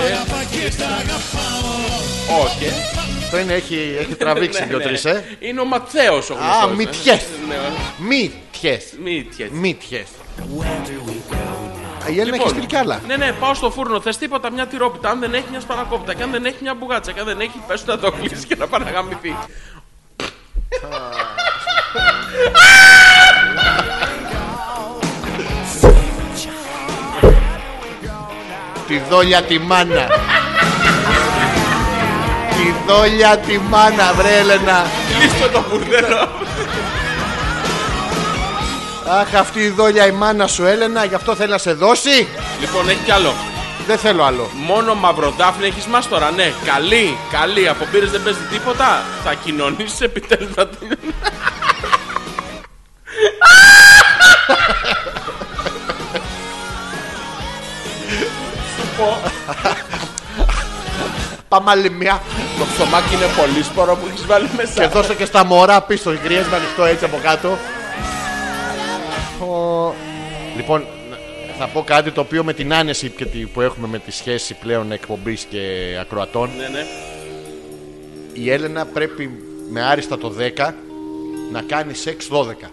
Speaker 8: Αγαπά και τα αγαπάω
Speaker 2: Όχι.
Speaker 1: Αυτό είναι, έχει, έχει τραβήξει
Speaker 2: Ναι,
Speaker 1: δύο-τρει,
Speaker 2: ναι.
Speaker 1: ε.
Speaker 2: Είναι ο Ματθαίος ο γνωστός,
Speaker 1: Α,
Speaker 2: ε.
Speaker 1: μυτιές.
Speaker 2: Ναι,
Speaker 1: Μύτιες.
Speaker 2: Μύτιες.
Speaker 1: Μύτιες. Λοιπόν, Η Έλληνα έχει στείλει κι άλλα.
Speaker 2: Ναι, ναι, πάω στο φούρνο. Θες τίποτα, μια τυρόπιτα. Αν δεν έχει μια σπανακόπιτα, και αν δεν έχει μια μπουγάτσα, και αν δεν έχει, πες του να το κλείσει και να πάει να γαμηθεί.
Speaker 1: Τη δόλια τη μάνα. τη δόλια τη μάνα, βρε Έλενα.
Speaker 2: Κλείστο το μπουρδέλο.
Speaker 1: Αχ, αυτή η δόλια η μάνα σου, Έλενα, γι' αυτό θέλει να σε δώσει.
Speaker 2: Λοιπόν, έχει κι άλλο.
Speaker 1: Δεν θέλω άλλο.
Speaker 2: Μόνο μαυροδάφνη έχεις μας τώρα, ναι. Καλή, καλή. Από μπύρες δεν παίζει τίποτα. Θα κοινωνήσει επιτέλου. Θα... την-
Speaker 1: Πάμε άλλη μια.
Speaker 2: Το ψωμάκι είναι πολύ σπορό που έχεις βάλει μέσα.
Speaker 1: και δώσε και στα μωρά πίσω. Οι γριές με ανοιχτό έτσι από κάτω. Ο- Λοιπόν, θα πω κάτι το οποίο με την άνεση και τη- που έχουμε με τη σχέση πλέον εκπομπής και ακροατών
Speaker 2: Ναι, ναι.
Speaker 1: η Έλενα πρέπει με άριστα το 10 να κάνει σεξ 12.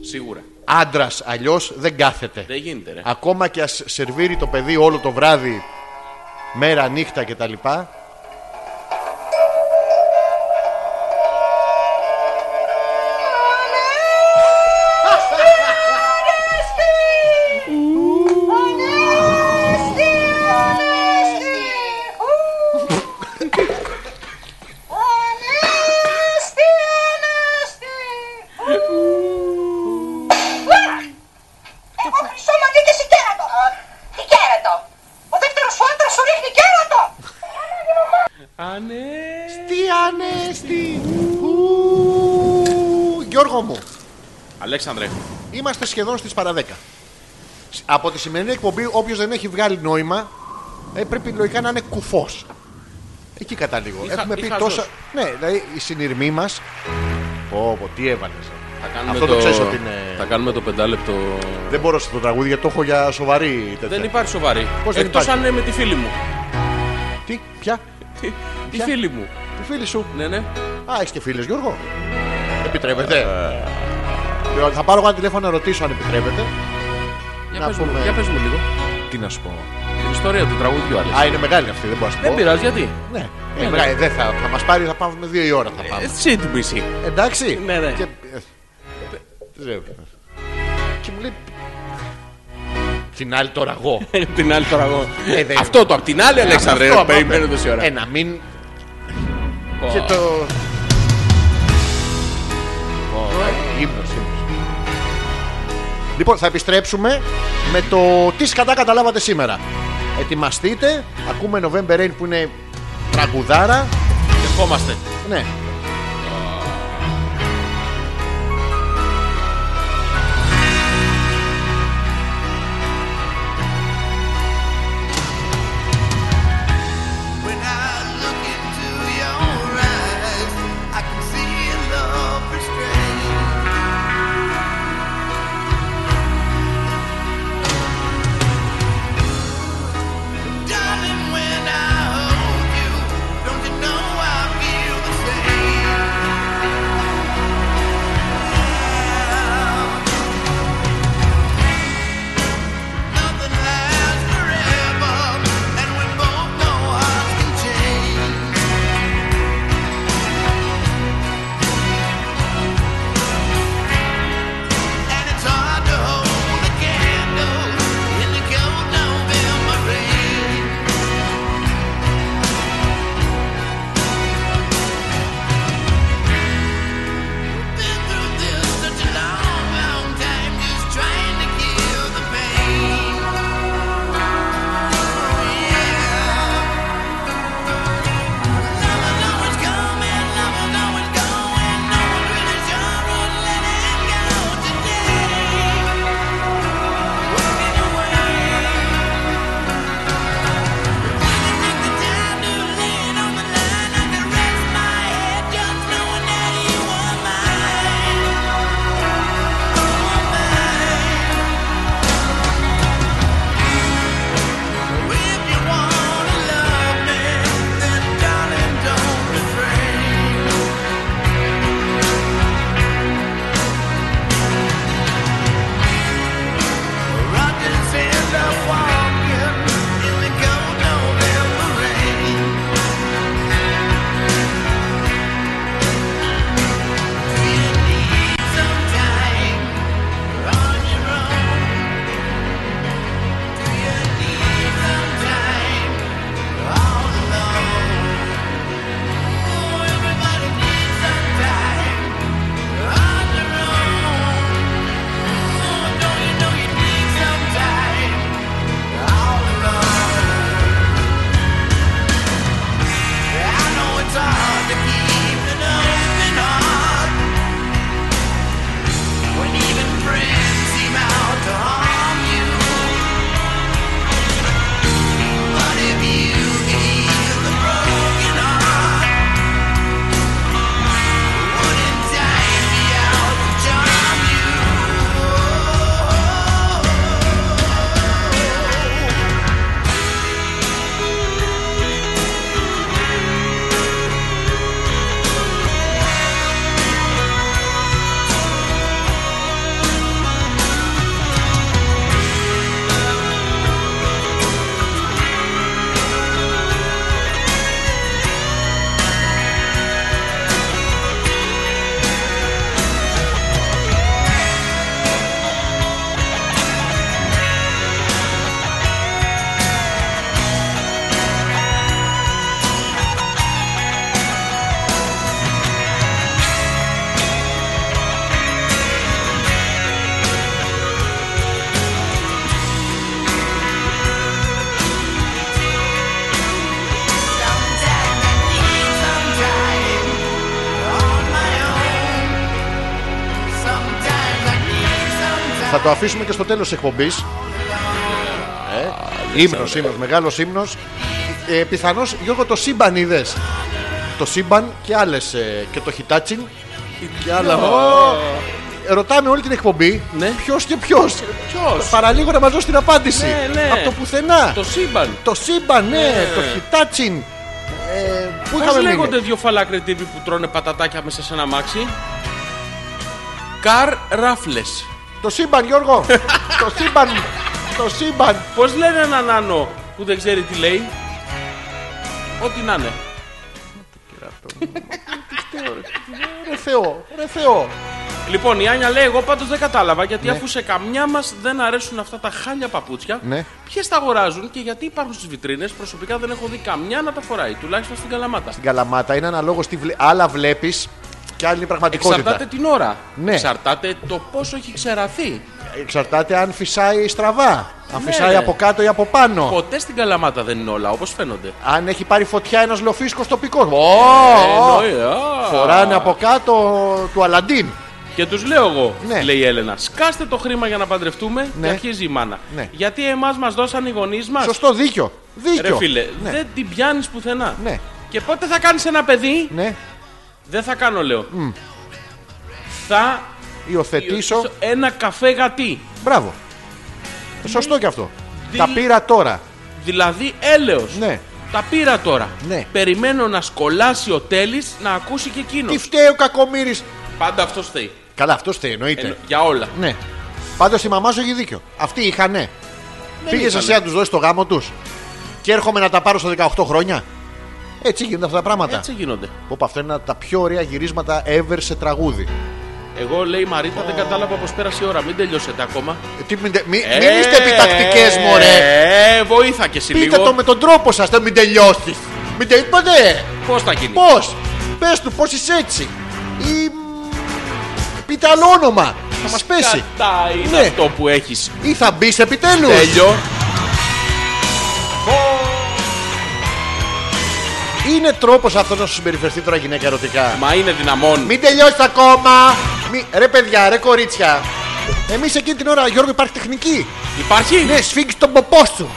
Speaker 2: Σίγουρα.
Speaker 1: Άντρα αλλιώ δεν κάθεται.
Speaker 2: Δεν γίνεται, ρε.
Speaker 1: Ακόμα και ας σερβίρει το παιδί όλο το βράδυ, μέρα, νύχτα κτλ.
Speaker 9: Εγώ χρυσό μαζί και εσύ κέρατο. Τι κέρατο. Ο δεύτερο σου άντρα σου ρίχνει κέρατο.
Speaker 2: Α, ναι.
Speaker 1: Τι ανέστη! Ου, Γιώργο μου,
Speaker 2: Αλέξανδρε,
Speaker 1: είμαστε σχεδόν στις παρα 10. Σ- Από τη σημερινή εκπομπή, όποιος δεν έχει βγάλει νόημα, ε, πρέπει λογικά να είναι κουφός. Εκεί καταλήγω.
Speaker 2: Είχα-
Speaker 1: Έχουμε πει
Speaker 2: είχα
Speaker 1: τόσα.
Speaker 2: ζώσει.
Speaker 1: Ναι, δηλαδή η συνειρμή μας. Πω, πω, τι ε. έβαλες.
Speaker 2: θα κάνουμε
Speaker 1: Αυτό το ξέρεις ότι είναι.
Speaker 2: Θα κάνουμε το πεντάλεπτο.
Speaker 1: Δεν μπορώ στο τραγούδι γιατί το έχω για σοβαρή τέτοια.
Speaker 2: Δεν υπάρχει σοβαρή.
Speaker 1: Πώς δεν
Speaker 2: Εκτός
Speaker 1: υπάρχει?
Speaker 2: αν είναι με τη φίλη μου.
Speaker 1: Τι, ποια,
Speaker 2: Τι- Τη
Speaker 1: Ποια?
Speaker 2: φίλη μου.
Speaker 1: τη φίλη σου.
Speaker 2: Ναι, ναι.
Speaker 1: Α, έχεις και φίλες, Γιώργο. Επιτρέπεται. Λοιπόν, Θα πάρω εγώ ένα τηλέφωνο να ρωτήσω αν επιτρέπεται.
Speaker 2: Για
Speaker 1: Να
Speaker 2: πες, μου,
Speaker 1: πούμε.
Speaker 2: για πες μου λίγο.
Speaker 1: Τι να σου πω.
Speaker 2: Την ιστορία του τραγουδιού, Άλεξ.
Speaker 1: Α, είναι μεγάλη αυτή, δεν μπορώ να σου
Speaker 2: Δεν
Speaker 1: πω.
Speaker 2: πειράζει, γιατί.
Speaker 1: Ναι, ε, μεγάλη, δεν θα, θα μας πάρει, θα πάμε δύο η ώρα. Θα πάμε.
Speaker 2: Ε, Εσύ την πισή.
Speaker 1: Εντάξει.
Speaker 2: Ναι, ναι.
Speaker 1: Και, ε, ε, και μου λέει. Την άλλη τώρα εγώ.
Speaker 2: Την άλλη τώρα εγώ.
Speaker 1: Ε, δεν-
Speaker 2: Αυτό το απ' την άλλη, Αλέξανδρε.
Speaker 1: Αυτό,
Speaker 2: Περιμένω
Speaker 1: απ'
Speaker 2: τόση ώρα.
Speaker 1: Ε, να μην.
Speaker 2: Πω.
Speaker 1: Και το. Ε, Ύμνος, ύμνος. Λοιπόν, θα επιστρέψουμε με το τι σκατά καταλάβατε σήμερα. Ετοιμαστείτε. Ακούμε November Rain που είναι τραγουδάρα.
Speaker 2: Δεχόμαστε.
Speaker 1: Ναι.
Speaker 8: When I look into your eyes, I can see your love restrained. Darling, when I hold you, don't you know I feel the same?
Speaker 1: το αφήσουμε και στο τέλος της εκπομπής. Ε, ύμνος, ύμνος, μεγάλος ύμνος. Ε, πιθανώς, Γιώργο, το σύμπαν είδες. Το σύμπαν και άλλες, ε, και το χιτάτσιν και άλλα. Ω, Ρωτάμε όλη την εκπομπή
Speaker 2: Ναι.
Speaker 1: ποιος και ποιος.
Speaker 2: Ποιος?
Speaker 1: Παραλίγο να μας δώσει την απάντηση.
Speaker 2: Ναι, ναι.
Speaker 1: Από το πουθενά.
Speaker 2: Το σύμπαν.
Speaker 1: Το σύμπαν, ναι, το χιτάτσιν. Ε, πού
Speaker 2: Πώς
Speaker 1: είχαμε μείνει?
Speaker 2: λέγονται δύο φαλάκρε τύποι που τρώνε πατατάκια μέσα σε ένα μάξι. Καρ ράφλες.
Speaker 1: Το σύμπαν, Γιώργο. το σύμπαν. Το σύμπαν.
Speaker 2: Πώς λένε έναν άνω που δεν ξέρει τι λέει. Ό,τι να είναι.
Speaker 1: Ρε Θεό, ρε Θεό.
Speaker 2: Λοιπόν, η Άνια λέει: Εγώ πάντως δεν κατάλαβα γιατί αφού σε καμιά μας δεν αρέσουν αυτά τα χάλια παπούτσια,
Speaker 1: Ναι.
Speaker 2: ποιες τα αγοράζουν και γιατί υπάρχουν στις βιτρίνες. Προσωπικά δεν έχω δει καμιά να τα φοράει, τουλάχιστον στην Καλαμάτα.
Speaker 1: Στην Καλαμάτα είναι αναλόγως τι βλέ... άλλα βλέπεις και άλλη είναι η πραγματικότητα.
Speaker 2: Εξαρτάται την ώρα.
Speaker 1: Ναι.
Speaker 2: Εξαρτάται το πόσο έχει ξεραθεί.
Speaker 1: Εξαρτάται αν φυσάει στραβά. Αν
Speaker 2: Ναι.
Speaker 1: φυσάει από κάτω ή από πάνω.
Speaker 2: Ποτέ στην Καλαμάτα δεν είναι όλα όπως φαίνονται.
Speaker 1: Αν έχει πάρει φωτιά ένας λοφίσκος τοπικός.
Speaker 2: Εννοεί, α.
Speaker 1: Φοράνε από κάτω του Αλαντίν.
Speaker 2: Και τους λέω εγώ,
Speaker 1: Ναι.
Speaker 2: λέει η Έλενα, σκάστε το χρήμα για να παντρευτούμε
Speaker 1: Ναι.
Speaker 2: και αρχίζει η μάνα.
Speaker 1: Ναι.
Speaker 2: Γιατί εμάς μας δώσαν οι γονείς μας.
Speaker 1: Σωστό, δίκιο. Δίκιο.
Speaker 2: Ρε φίλε,
Speaker 1: ναι.
Speaker 2: δεν την πιάνεις πουθενά.
Speaker 1: Ναι.
Speaker 2: Και πότε θα κάνεις ένα παιδί,
Speaker 1: ναι.
Speaker 2: δεν θα κάνω, λέω. Θα
Speaker 1: Υιοθετήσω.
Speaker 2: υιοθετήσω ένα καφέ γατί.
Speaker 1: Μπράβο. Σωστό και αυτό.
Speaker 2: Δι-
Speaker 1: Τα πήρα τώρα.
Speaker 2: Δηλαδή έλεος.
Speaker 1: Ναι.
Speaker 2: Τα πήρα τώρα.
Speaker 1: Ναι.
Speaker 2: Περιμένω να σκολάσει ο τέλης να ακούσει και εκείνος.
Speaker 1: Τι φταίει ο κακομοίρης.
Speaker 2: Πάντα αυτός θέλει.
Speaker 1: Καλά, αυτός φταίει, εννοείται.
Speaker 2: Εννο- Για όλα.
Speaker 1: Ναι. Πάντως η μαμά σου έχει δίκιο. Αυτοί είχανε. Πήγε
Speaker 2: είχανε.
Speaker 1: εσύ να τους δώσεις το γάμο τους. Και έρχομαι να τα πάρω στα 18 χρόνια. Έτσι γίνονται αυτά τα πράγματα.
Speaker 2: Έτσι γίνονται.
Speaker 1: Πω, πω, αυτό είναι ένα από τα πιο ωραία γυρίσματα ever σε τραγούδι.
Speaker 2: Εγώ λέει η Μαρίτα δεν κατάλαβα πως πέρασε η ώρα. Μην τελειώσετε ακόμα.
Speaker 1: Ε, Τι, μην, τε- μη- μην είστε επιτακτικές, μωρέ.
Speaker 2: Ε, βοήθα και εσύ
Speaker 1: Πείτε
Speaker 2: λίγο.
Speaker 1: το με τον τρόπο σας, δεν μην τελειώσεις. Μην τελειώσει ποτέ.
Speaker 2: Πώς θα γίνει.
Speaker 1: Πώς. Πες του, πώς είσαι έτσι. Ή. Πείτε άλλο όνομα. Θα μας πέσει.
Speaker 2: Κατά είναι
Speaker 1: Ναι.
Speaker 2: αυτό που έχεις.
Speaker 1: Ή θα μπεις επιτέλους.
Speaker 2: Τέλειο.
Speaker 1: Είναι τρόπος αυτός να σου συμπεριφερθεί τώρα γυναίκα ερωτικά.
Speaker 2: Μα είναι δυναμών.
Speaker 1: Μην τελειώσεις ακόμα! Μη... Ρε παιδιά, ρε κορίτσια. Εμείς εκείνη την ώρα, Γιώργο, υπάρχει τεχνική.
Speaker 2: Υπάρχει.
Speaker 1: Ναι, σφίγγει τον ποπό σου.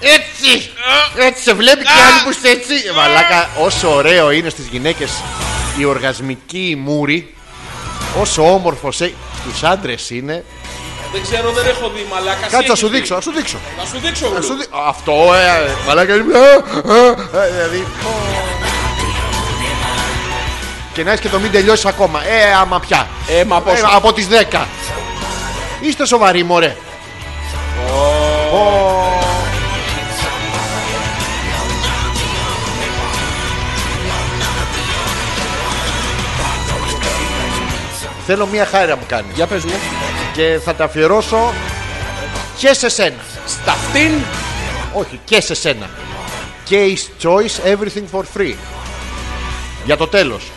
Speaker 1: Έτσι! Έτσι σε βλέπει και άλλη που είσαι έτσι. Ε, Μαλάκα, όσο ωραίο είναι στις γυναίκες η οργασμική μούρη, όσο όμορφος στους άντρες είναι.
Speaker 2: Δεν ξέρω, δεν έχω δει μαλάκα. Εσύ
Speaker 1: Κάτσε, θα
Speaker 2: έχεις
Speaker 1: σου
Speaker 2: δει.
Speaker 1: δείξω, θα σου δείξω.
Speaker 2: Θα σου δείξω.
Speaker 1: Θα
Speaker 2: γλου.
Speaker 1: σου δει- Αυτό, ε, μαλάκα είναι. ε, ε, ε, Δηλαδή. Και να έχεις και το μην τελειώσεις ακόμα. Ε, άμα πια.
Speaker 2: Ε, μα
Speaker 1: Ε,
Speaker 2: πόσο.
Speaker 1: από τις 10. Είστε σοβαροί, μωρέ. Θέλω μία χάρη να μου κάνεις
Speaker 2: Για πες μου.
Speaker 1: και θα τα αφιερώσω και σε σένα.
Speaker 2: Στα αυτήν.
Speaker 1: Όχι, και σε σένα. Case choice everything for free. Για το τέλος.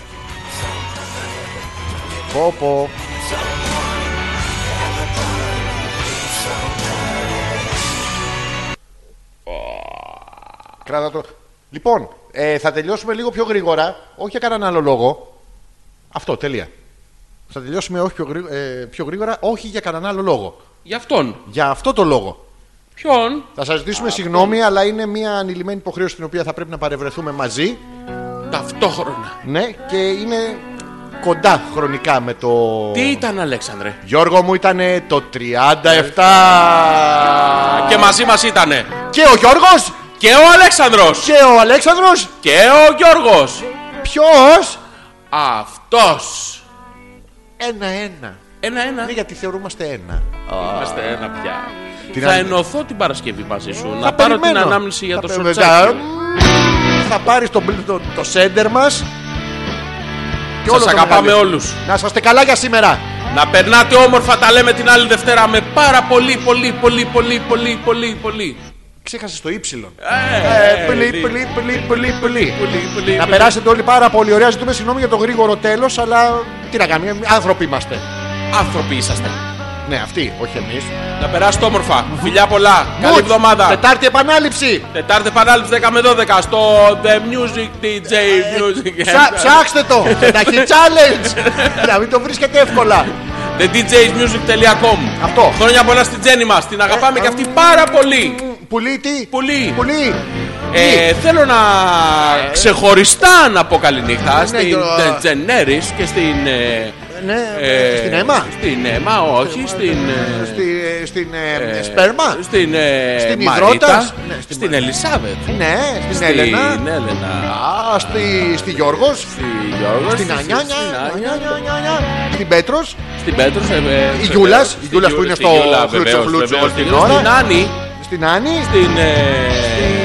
Speaker 1: Πω πω. Κράτα το. Λοιπόν, ε, θα τελειώσουμε λίγο πιο γρήγορα. Όχι για κανέναν άλλο λόγο. Αυτό, τέλεια. Θα τελειώσουμε όχι πιο, γρή- ε, πιο γρήγορα, όχι για κανέναν άλλο λόγο.
Speaker 2: Για αυτόν.
Speaker 1: Για αυτό το λόγο.
Speaker 2: Ποιον.
Speaker 1: Θα σας ζητήσουμε συγγνώμη, αλλά είναι μια ανηλυμένη υποχρέωση την οποία θα πρέπει να παρευρεθούμε μαζί.
Speaker 2: Ταυτόχρονα.
Speaker 1: Ναι, και είναι κοντά χρονικά με το.
Speaker 2: Τι ήταν, Αλέξανδρε.
Speaker 1: Γιώργο μου ήταν το 37.
Speaker 2: Και μαζί μας ήτανε.
Speaker 1: Και ο Γιώργος
Speaker 2: Και ο Αλέξανδρος.
Speaker 1: και ο Αλέξανδρος.
Speaker 2: Και ο Γιώργος.
Speaker 1: Ποιος?
Speaker 2: Αυτός.
Speaker 1: Ένα-ένα.
Speaker 2: Ένα-ένα.
Speaker 1: Ναι, γιατί θεωρούμαστε ένα.
Speaker 2: Είμαστε ένα πια.
Speaker 1: Την
Speaker 2: θα
Speaker 1: άλλη-
Speaker 2: ενωθώ την Παρασκευή μαζί σου. να πάρω
Speaker 1: περιμένω.
Speaker 2: την ανάμνηση για
Speaker 1: Θα
Speaker 2: το
Speaker 1: περιμένω.
Speaker 2: σουρτσάκι.
Speaker 1: Θα πάρεις το, το, το σέντερ μας. Και
Speaker 2: Σας
Speaker 1: όλο το
Speaker 2: αγαπάμε
Speaker 1: μεγαλύτερο.
Speaker 2: όλους.
Speaker 1: Να είστε καλά για σήμερα.
Speaker 2: Να περνάτε όμορφα, τα λέμε την άλλη Δευτέρα με πάρα πολύ, πολύ, πολύ, πολύ, πολύ, πολύ, πολύ.
Speaker 1: Ξέχασες το ύψιλον.
Speaker 2: Ε,
Speaker 1: Πλή,
Speaker 2: πολύ,
Speaker 1: πλή, πλή, πλή, πλή.
Speaker 2: πολύ, πολύ.
Speaker 1: Να περάσετε όλοι πάρα πολύ ωραία. Ζητούμε συγγνώμη για το γρήγορο τέλος, αλλά τι να κάνουμε, άνθρωποι είμαστε.
Speaker 2: Άνθρωποι είσαστε.
Speaker 1: Ναι, αυτοί, όχι εμείς.
Speaker 2: Να περάσετε όμορφα. Φιλιά πολλά. Καλή εβδομάδα.
Speaker 1: Τετάρτη επανάληψη.
Speaker 2: Τετάρτη επανάληψη 10 με 12 στο The Music DJ Music. Ε,
Speaker 1: Ψά- Ψάξτε το. Ένα hit challenge. Να μην το βρίσκετε εύκολα.
Speaker 2: thedjsmusic.com
Speaker 1: Αυτό.
Speaker 2: Χρόνια πολλά στην Τζέννη μας. Την αγαπάμε
Speaker 1: Ε,
Speaker 2: και αυτή
Speaker 1: αμ.
Speaker 2: πάρα πολύ.
Speaker 1: Πουλί, τι.
Speaker 2: Πουλί.
Speaker 1: Πουλί.
Speaker 2: Ε, θέλω να ξεχωριστά να πω καληνύχτα στην
Speaker 1: Ε. Ναι, το-
Speaker 2: Τζεν- Τζενέρης και στην... ε,
Speaker 1: Ναι,
Speaker 2: ε,
Speaker 1: στην αίμα.
Speaker 2: Στην αίμα, όχι, στην... ε,
Speaker 1: Στη- ε, Στην ε,
Speaker 2: ε,
Speaker 1: σπέρμα.
Speaker 2: Στην, ε,
Speaker 1: Στην
Speaker 2: Μαρίτα.
Speaker 1: Ιδρώτας. Ναι, στην
Speaker 2: στην, Ελισάβετ.
Speaker 1: Ναι, στην
Speaker 2: Στην
Speaker 1: Έλενα.
Speaker 2: Έλενα.
Speaker 1: Α, στη, στη Γιώργος.
Speaker 2: Στη Γιώργος,
Speaker 1: Στην
Speaker 2: στη-
Speaker 1: Ανιάνια.
Speaker 2: στην Άνια,
Speaker 1: Στην Πέτρος.
Speaker 2: Στην Πέτρος. ε, ε, βεβαίως,
Speaker 1: Γιούλας,
Speaker 2: στη
Speaker 1: η Γιούλας που είναι
Speaker 2: στη
Speaker 1: στο
Speaker 2: Γιούλα,
Speaker 1: Χλούτσο,
Speaker 2: βεβαίως,
Speaker 1: Χλούτσο
Speaker 2: βεβαίως,
Speaker 1: στην
Speaker 2: στη Γιούλα,
Speaker 1: ώρα.
Speaker 2: Στην Άννη.
Speaker 1: Στην Άννη.
Speaker 2: Στην... ε,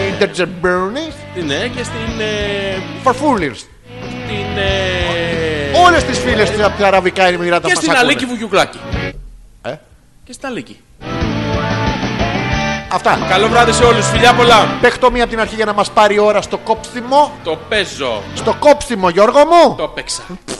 Speaker 1: Στην Τερτζεμπέρνη.
Speaker 2: Στην Ε και στην... ε,
Speaker 1: Φαρφούλης.
Speaker 2: Στην... ε,
Speaker 1: Όλες τις φίλες της από τα αραβικά εμμυράτα
Speaker 2: Και
Speaker 1: μας
Speaker 2: στην
Speaker 1: ακούνε.
Speaker 2: Αλίκη Βουγιουκλάκη.
Speaker 1: Ε?
Speaker 2: Και στην Αλίκη.
Speaker 1: Αυτά.
Speaker 2: Καλό βράδυ σε όλους. Φιλιά πολλά.
Speaker 1: Παίχτω μία από την αρχή για να μας πάρει η ώρα στο κόψιμο.
Speaker 2: Το παίζω.
Speaker 1: Στο κόψιμο Γιώργο μου.
Speaker 2: Το παίξα.